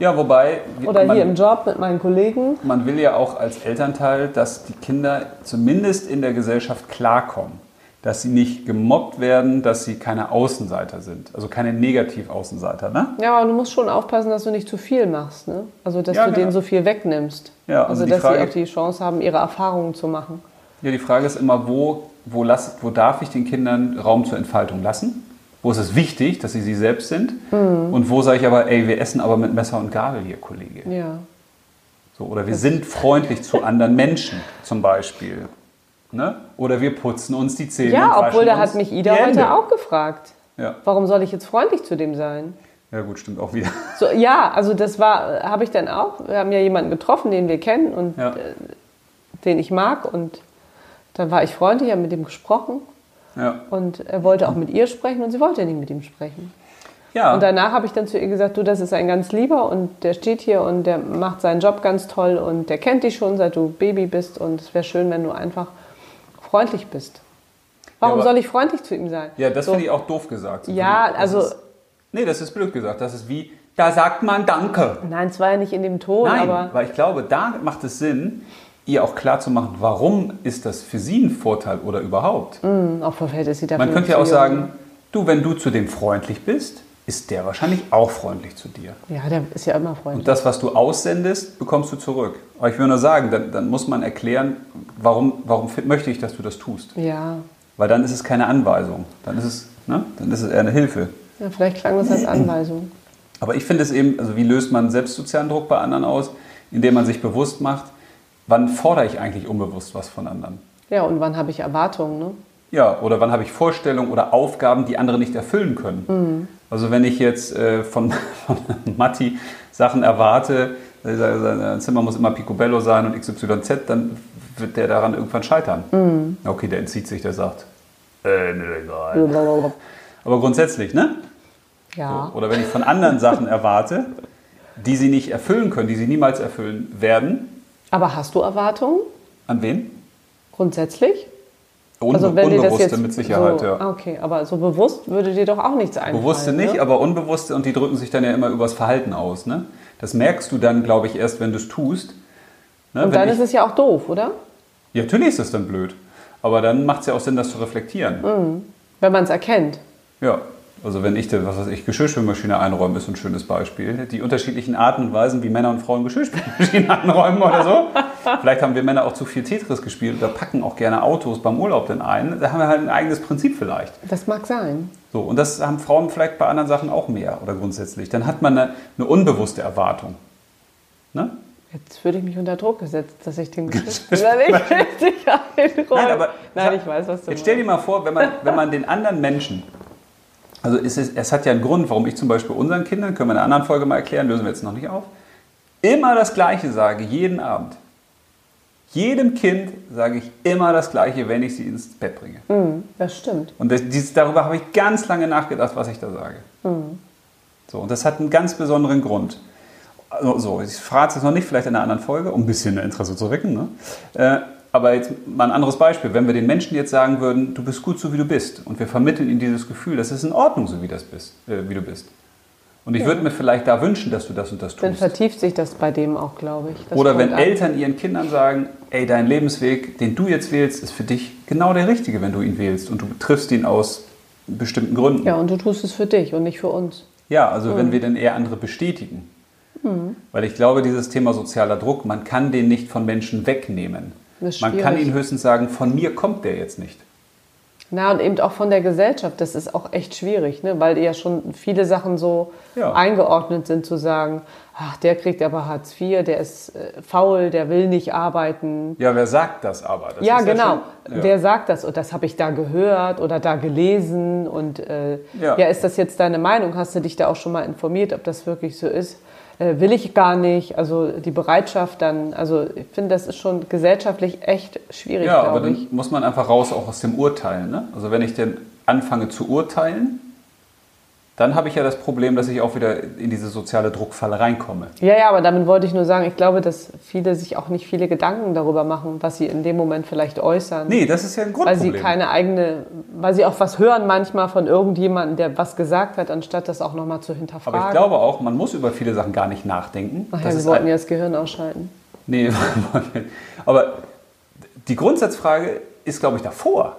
Ja, wobei Oder man, hier im Job mit meinen Kollegen. man will ja auch als Elternteil, dass die Kinder zumindest in der Gesellschaft klarkommen, dass sie nicht gemobbt werden, dass sie keine Außenseiter sind, also keine Negativ-Außenseiter, ne? Ja, aber du musst schon aufpassen, dass du nicht zu viel machst, ne? Also, dass Ja, du genau. denen so viel wegnimmst. Ja, also also, die dass Frage- sie auch die Chance haben, ihre Erfahrungen zu machen. Ja, die Frage ist immer, wo, wo, lass, wo darf ich den Kindern Raum zur Entfaltung lassen? Wo ist es wichtig, dass sie sie selbst sind? Mhm. Und wo sage ich aber, ey, wir essen aber mit Messer und Gabel hier, Kollege? Ja. So, oder wir sind freundlich zu anderen Menschen zum Beispiel. Ne? Oder wir putzen uns die Zähne. und Ja, waschen obwohl da uns hat mich Ida die heute Hände. auch gefragt. Ja. Warum soll ich jetzt freundlich zu dem sein? ja, gut, stimmt auch wieder. So, ja, also das war, habe ich dann auch. Wir haben ja jemanden getroffen, den wir kennen und Ja. äh, den ich mag. Und dann war ich freundlich, habe mit ihm gesprochen Ja. und er wollte auch mit ihr sprechen und sie wollte nicht mit ihm sprechen. ja. Und danach habe ich dann zu ihr gesagt, du, das ist ein ganz lieber und der steht hier und der macht seinen Job ganz toll und der kennt dich schon, seit du Baby bist und es wäre schön, wenn du einfach freundlich bist. Warum aber- soll ich freundlich zu ihm sein? ja, das so, finde ich auch doof gesagt. So Ja, finde ich, das also Ist, nee, das ist blöd gesagt. Das ist wie, da sagt man Danke. nein, es war ja nicht in dem Ton, Nein, aber weil ich glaube, da macht es Sinn, ihr auch klarzumachen, warum ist das für sie ein Vorteil oder überhaupt. Hm, auch verfällt es sie dafür. Man könnte ja zu auch jung. sagen, du, wenn du zu dem freundlich bist, ist der wahrscheinlich auch freundlich zu dir. Ja, der ist ja immer freundlich. Und das, was du aussendest, bekommst du zurück. Aber ich will nur sagen, dann, dann muss man erklären, warum, warum fi- möchte ich, dass du das tust. Ja. Weil dann ist es keine Anweisung. Dann ist es, ne? dann ist es eher eine Hilfe. ja, vielleicht klang das als Anweisung. Aber ich finde es eben, also wie löst man selbst sozialen Druck bei anderen aus? Indem man sich bewusst macht, wann fordere ich eigentlich unbewusst was von anderen? Ja, und wann habe ich Erwartungen, ne? Ja, oder wann habe ich Vorstellungen oder Aufgaben, die andere nicht erfüllen können? Mhm. Also wenn ich jetzt äh, von, von Matti Sachen erwarte, äh, sein Zimmer muss immer Picobello sein und XYZ, dann wird der daran irgendwann scheitern. Mhm. Okay, der entzieht sich, der sagt, äh, nö, egal. Aber grundsätzlich, ne? Ja. So. Oder wenn ich von anderen Sachen erwarte, die sie nicht erfüllen können, die sie niemals erfüllen werden, Aber hast du Erwartungen? an wen? Grundsätzlich? Un Also wenn dir das unbewusste jetzt mit Sicherheit, so, Ah, ja. Okay, aber so bewusst würde dir doch auch nichts einfallen. Bewusste nicht, ne? aber unbewusste und die drücken sich dann ja immer übers Verhalten aus. Ne? Das merkst du dann, glaube ich, erst, wenn du es tust. Ne? Und wenn dann ich, ist es ja auch doof, oder? ja, natürlich ist es dann blöd. Aber dann macht es ja auch Sinn, das zu reflektieren. Mhm. Wenn man es erkennt. Ja. Also wenn ich, dir, was weiß ich, Geschirrspülmaschine einräume, ist so ein schönes Beispiel. ne? Die unterschiedlichen Arten und Weisen, wie Männer und Frauen Geschirrspülmaschine einräumen oder so. Vielleicht haben wir Männer auch zu viel Tetris gespielt oder packen auch gerne Autos beim Urlaub dann ein. Da haben wir halt ein eigenes Prinzip vielleicht. Das mag sein. So, und das haben Frauen vielleicht bei anderen Sachen auch mehr oder grundsätzlich. Dann hat man eine, eine unbewusste Erwartung. Ne? Jetzt fühle ich mich unter Druck gesetzt, dass ich den Geschirrspüler nicht richtig einräume. Nein, aber- Nein, ich weiß, was du Jetzt stell meinst. dir mal vor, wenn man, wenn man den anderen Menschen, also es, ist, es hat ja einen Grund, warum ich zum Beispiel unseren Kindern, können wir in einer anderen Folge mal erklären, lösen wir jetzt noch nicht auf, immer das Gleiche sage, jeden Abend. Jedem Kind sage ich immer das Gleiche, wenn ich sie ins Bett bringe. Hm, das stimmt. Und das, dies, darüber habe ich ganz lange nachgedacht, was ich da sage. So, und das hat einen ganz besonderen Grund. Also, so, ich frage es jetzt noch nicht, vielleicht in einer anderen Folge, um ein bisschen Interesse zu wecken. Ne? Äh, aber jetzt mal ein anderes Beispiel. Wenn wir den Menschen jetzt sagen würden, du bist gut so, wie du bist, und wir vermitteln ihnen dieses Gefühl, das ist in Ordnung, so wie, das bist, äh, wie du bist. Und ich würde mir vielleicht da wünschen, dass du das und das Dann tust. vertieft sich das bei dem auch, glaube ich. Das Oder kommt wenn an. Eltern ihren Kindern sagen, ey, dein Lebensweg, den du jetzt wählst, ist für dich genau der richtige, wenn du ihn wählst und du triffst ihn aus bestimmten Gründen. Ja, Mhm. und du tust es für dich und nicht für uns. Ja, also wenn wir dann eher andere bestätigen. Mhm. Weil ich glaube, dieses Thema sozialer Druck, man kann den nicht von Menschen wegnehmen. Das ist Man kann schwierig. ihnen höchstens sagen, von mir kommt der jetzt nicht. Na, und eben auch von der Gesellschaft, das ist auch echt schwierig, ne? weil ja schon viele Sachen so Ja. eingeordnet sind, zu sagen, ach, der kriegt aber Hartz IV, der ist äh, faul, der will nicht arbeiten. Ja, wer sagt das aber? Das ja, ist genau. schon- ja. Wer sagt das? Und das habe ich da gehört oder da gelesen. Und äh, Ja. ja. ist das jetzt deine Meinung? Hast du dich da auch schon mal informiert, ob das wirklich so ist? Äh, will ich gar nicht. Also die Bereitschaft dann, also ich finde, das ist schon gesellschaftlich echt schwierig, ja, aber glaube dann ich. muss man einfach raus auch aus dem Urteilen. Ne? Also wenn ich denn anfange zu urteilen, dann habe ich ja das Problem, dass ich auch wieder in diese soziale Druckfalle reinkomme. Ja, ja, aber damit wollte ich nur sagen, ich glaube, dass viele sich auch nicht viele Gedanken darüber machen, was sie in dem Moment vielleicht äußern. Nee, das ist ja ein weil Grundproblem. sie keine eigene, weil sie auch was hören manchmal von irgendjemandem, der was gesagt hat, anstatt das auch nochmal zu hinterfragen. aber ich glaube auch, man muss über viele Sachen gar nicht nachdenken. Ach ja, Das wir ist wollten ein- ja das Gehirn ausschalten. Nee, aber die Grundsatzfrage ist, glaube ich, davor.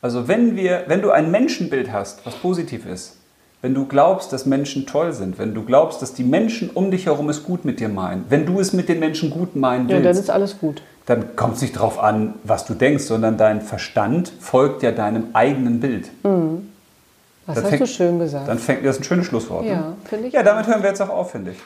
Also wenn, wir, wenn du ein Menschenbild hast, was positiv ist, wenn du glaubst, dass Menschen toll sind, wenn du glaubst, dass die Menschen um dich herum es gut mit dir meinen, wenn du es mit den Menschen gut meinen Ja, willst, dann ist alles gut. dann kommt es nicht darauf an, was du denkst, sondern dein Verstand folgt ja deinem eigenen Bild. Das Dann Hm, hast fängt- du schön gesagt. Dann fängt das ist ein schönes Schlusswort. Ja, ne? finde ich Ja, auch. damit hören wir jetzt auch auf, finde ich.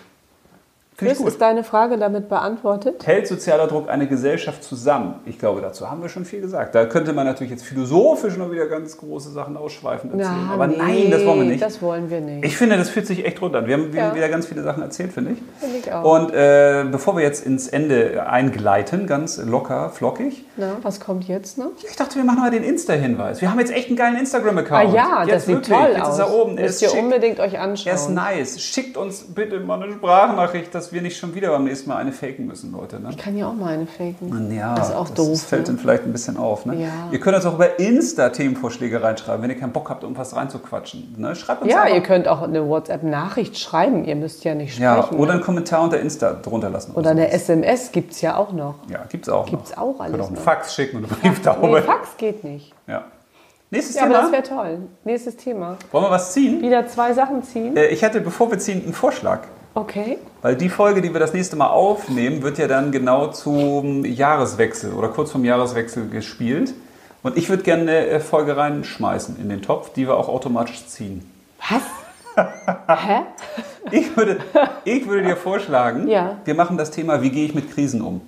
Finde ich Chris, gut. ist deine Frage damit beantwortet? Hält sozialer Druck eine Gesellschaft zusammen? Ich glaube, dazu haben wir schon viel gesagt. Da könnte man natürlich jetzt philosophisch noch wieder ganz große Sachen ausschweifend erzählen. Na, Aber nee, nein, das wollen wir nicht. Das wollen wir nicht. ich finde, das fühlt sich echt rund an. Wir haben Ja. wieder ganz viele Sachen erzählt, finde ich. Finde ich auch. Und äh, bevor wir jetzt ins Ende eingleiten, ganz locker, flockig, Na, was kommt jetzt noch? ich dachte, wir machen mal den Insta-Hinweis. Wir haben jetzt echt einen geilen Ah Instagram-Account. ja, jetzt das sieht wirklich. toll jetzt aus. Ist er oben. Er ist Müsst ihr schick. unbedingt euch Er ist anschauen. nice. Schickt uns bitte mal eine Sprachnachricht, dass wir nicht schon wieder beim nächsten Mal eine faken müssen, Leute. Ne? Ich kann ja auch mal eine faken. Mann, Ja, das ist auch doof. Das fällt dann ne? vielleicht ein bisschen auf. Ne? Ja. Ihr könnt uns auch über Insta Themenvorschläge reinschreiben, wenn ihr keinen Bock habt, um was reinzuquatschen. Ne? Schreibt uns Ja, einfach. ihr könnt auch eine WhatsApp-Nachricht schreiben. Ihr müsst ja nicht ja, sprechen. oder einen ne? Kommentar unter Insta drunter lassen. oder eine sowas. SMS gibt es ja auch noch. Ja, gibt's auch. Gibt's noch. auch alles Könnt auch einen noch. Fax schicken und eine Nee, Brieftaube. Fax geht nicht. ja. Nächstes Ja, aber Thema. das wäre toll. Nächstes Thema. Wollen wir was ziehen? Wieder zwei Sachen ziehen. Äh, Ich hätte, bevor wir ziehen, einen Vorschlag. Okay. Weil die Folge, die wir das nächste Mal aufnehmen, wird ja dann genau zum Jahreswechsel oder kurz vom Jahreswechsel gespielt. Und ich würde gerne eine äh, Folge reinschmeißen in den Topf, die wir auch automatisch ziehen. Was? Hä? Ich würde, ich würde dir vorschlagen, Ja. wir machen das Thema, wie gehe ich mit Krisen um?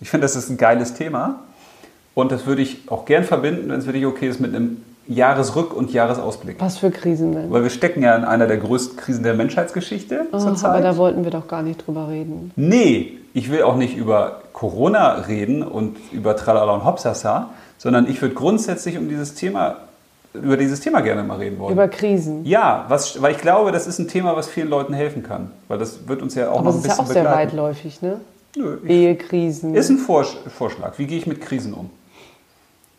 Ich finde, das ist ein geiles Thema. Und das würde ich auch gern verbinden, wenn es für dich okay ist, mit einem Jahresrück- und Jahresausblick. Was für Krisen denn? Weil wir stecken ja in einer der größten Krisen der Menschheitsgeschichte Ach, Oh, Ah, aber zurzeit. da wollten wir doch gar nicht drüber reden. Nee, ich will auch nicht über Corona reden und über Tralala und Hopsasa, sondern ich würde grundsätzlich um dieses Thema, über dieses Thema gerne mal reden wollen. Über Krisen. Ja, was, weil ich glaube, das ist ein Thema, was vielen Leuten helfen kann. Weil das wird uns ja auch Aber noch es ein ist ja bisschen auch sehr begleiten. weitläufig, ne? Nö, ich- Ehekrisen. Ist ein Vorsch- Vorschlag. Wie gehe ich mit Krisen um?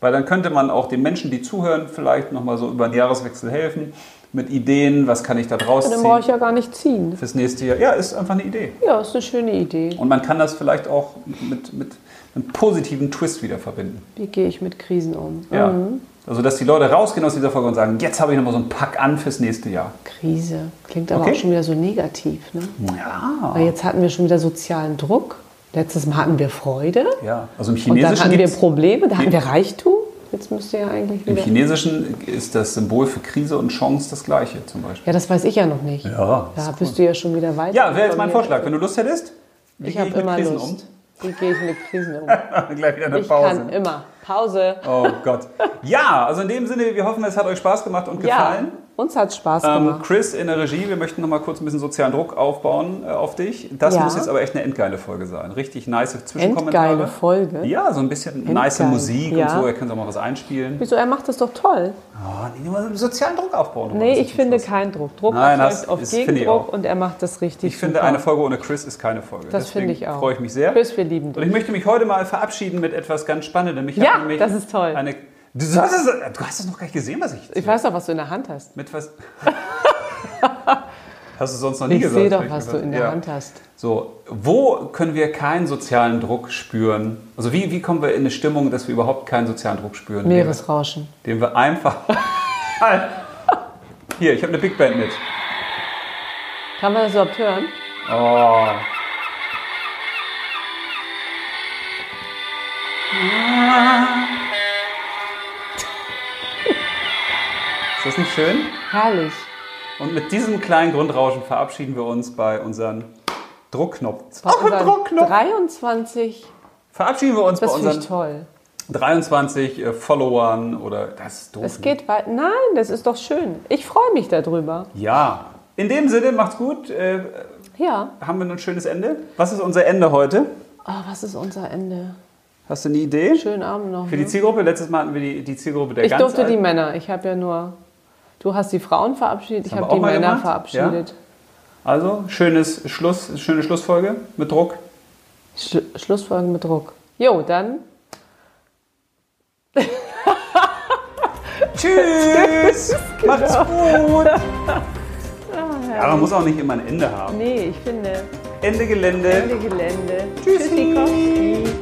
Weil dann könnte man auch den Menschen, die zuhören, vielleicht nochmal so über den Jahreswechsel helfen. Mit Ideen, was kann ich da draus Dann ziehen brauche ich ja gar nicht ziehen. fürs nächste Jahr. Ja, ist einfach eine Idee. Ja, ist eine schöne Idee. Und man kann das vielleicht auch mit, mit einem positiven Twist wieder verbinden. Wie gehe ich mit Krisen um? Ja. Mhm. Also, dass die Leute rausgehen aus dieser Folge und sagen, jetzt habe ich nochmal so einen Pack an fürs nächste Jahr. Krise. Klingt aber Okay. auch schon wieder so negativ. Ne? Ja. Weil jetzt hatten wir schon wieder sozialen Druck. Letztes Mal hatten wir Freude. ja. Also im Und dann Chinesischen, hatten wir gibt's- Probleme, da hatten wir Reichtum. Jetzt müsste ja eigentlich im wieder. Chinesischen ist das Symbol für Krise und Chance das gleiche zum Beispiel. Ja, das weiß ich ja noch nicht. Ja, da ist bist du ja schon wieder weiter. Ja, wäre jetzt von mein mir. Vorschlag. Wenn du Lust hättest, wie Ich gehe habe ich mit immer Krisen Lust. Wie gehe ich mit Krisen um? um? Gleich wieder eine Ich kann Pause. immer. Pause. Oh Gott. Ja, also in dem Sinne, wir hoffen, es hat euch Spaß gemacht und gefallen. Ja, uns hat Spaß Ähm, gemacht. Chris in der Regie, wir möchten noch mal kurz ein bisschen sozialen Druck aufbauen äh, auf dich. Das Ja. muss jetzt aber echt eine endgeile Folge sein. Richtig nice Zwischenkommentare. Endgeile Folge. Ja, so ein bisschen nice Endgeil. Musik Ja. und so. Ihr könnt auch mal was einspielen. Wieso? Er macht das doch toll. Oh, nee, nur so sozialen Druck aufbauen. Nee, Das ist ich finde Spaß. keinen Druck. Druck Nein, das erfolgt auf ist- finde ich Gegendruck auch. und er macht das richtig. Ich finde, super. eine Folge ohne Chris ist keine Folge. Das Deswegen finde ich auch. freue ich mich sehr. Chris, wir lieben Und ich dich. möchte mich heute mal verabschieden mit etwas ganz Spannendem. Ich Ja, habe nämlich das ist toll. Eine, du, hast es, du hast es noch gar nicht gesehen, was ich... Ich weiß doch, was du in der Hand hast. Mit was... hast du sonst noch nie Ich gesagt. sehe doch, hab was du gesagt. in der Ja. Hand hast. So, wo können wir keinen sozialen Druck spüren? Also wie, wie kommen wir in eine Stimmung, dass wir überhaupt keinen sozialen Druck spüren? Meeresrauschen. Den wir einfach... Hier, ich habe eine Big Band mit. Kann man das überhaupt hören? Oh. Ist das nicht schön? Herrlich. Und mit diesem kleinen Grundrauschen verabschieden wir uns bei unserem Druckknopf. Ist Bei Auch ein unseren Druckknopf. 23, Verabschieden wir uns bei das finde ich unseren toll. 23 äh, Followern oder das ist doof. Es ne? geht weiter. Nein, das ist doch schön. Ich freue mich darüber. Ja. In dem Sinne, macht's gut. Äh, Ja. haben wir ein schönes Ende? Was ist unser Ende heute? Oh, was ist unser Ende? Hast du eine Idee? Schönen Abend noch. Für die ne? Zielgruppe, letztes Mal hatten wir die, die Zielgruppe der Ich ganz durfte die Alten. Männer. Ich habe ja nur. Du hast die Frauen verabschiedet, ich haben habe wir auch die mal Männer gemacht, verabschiedet. Also, schönes Schluss, schöne Schlussfolge mit Druck. Schlu Schlussfolgen mit Druck. Jo, dann. Tschüss! Genau. Macht's gut! Ah, ja, man muss auch nicht immer ein Ende haben. Nee, ich finde. Ende Gelände. Gelände. Tschüssi. Tschüssikowski.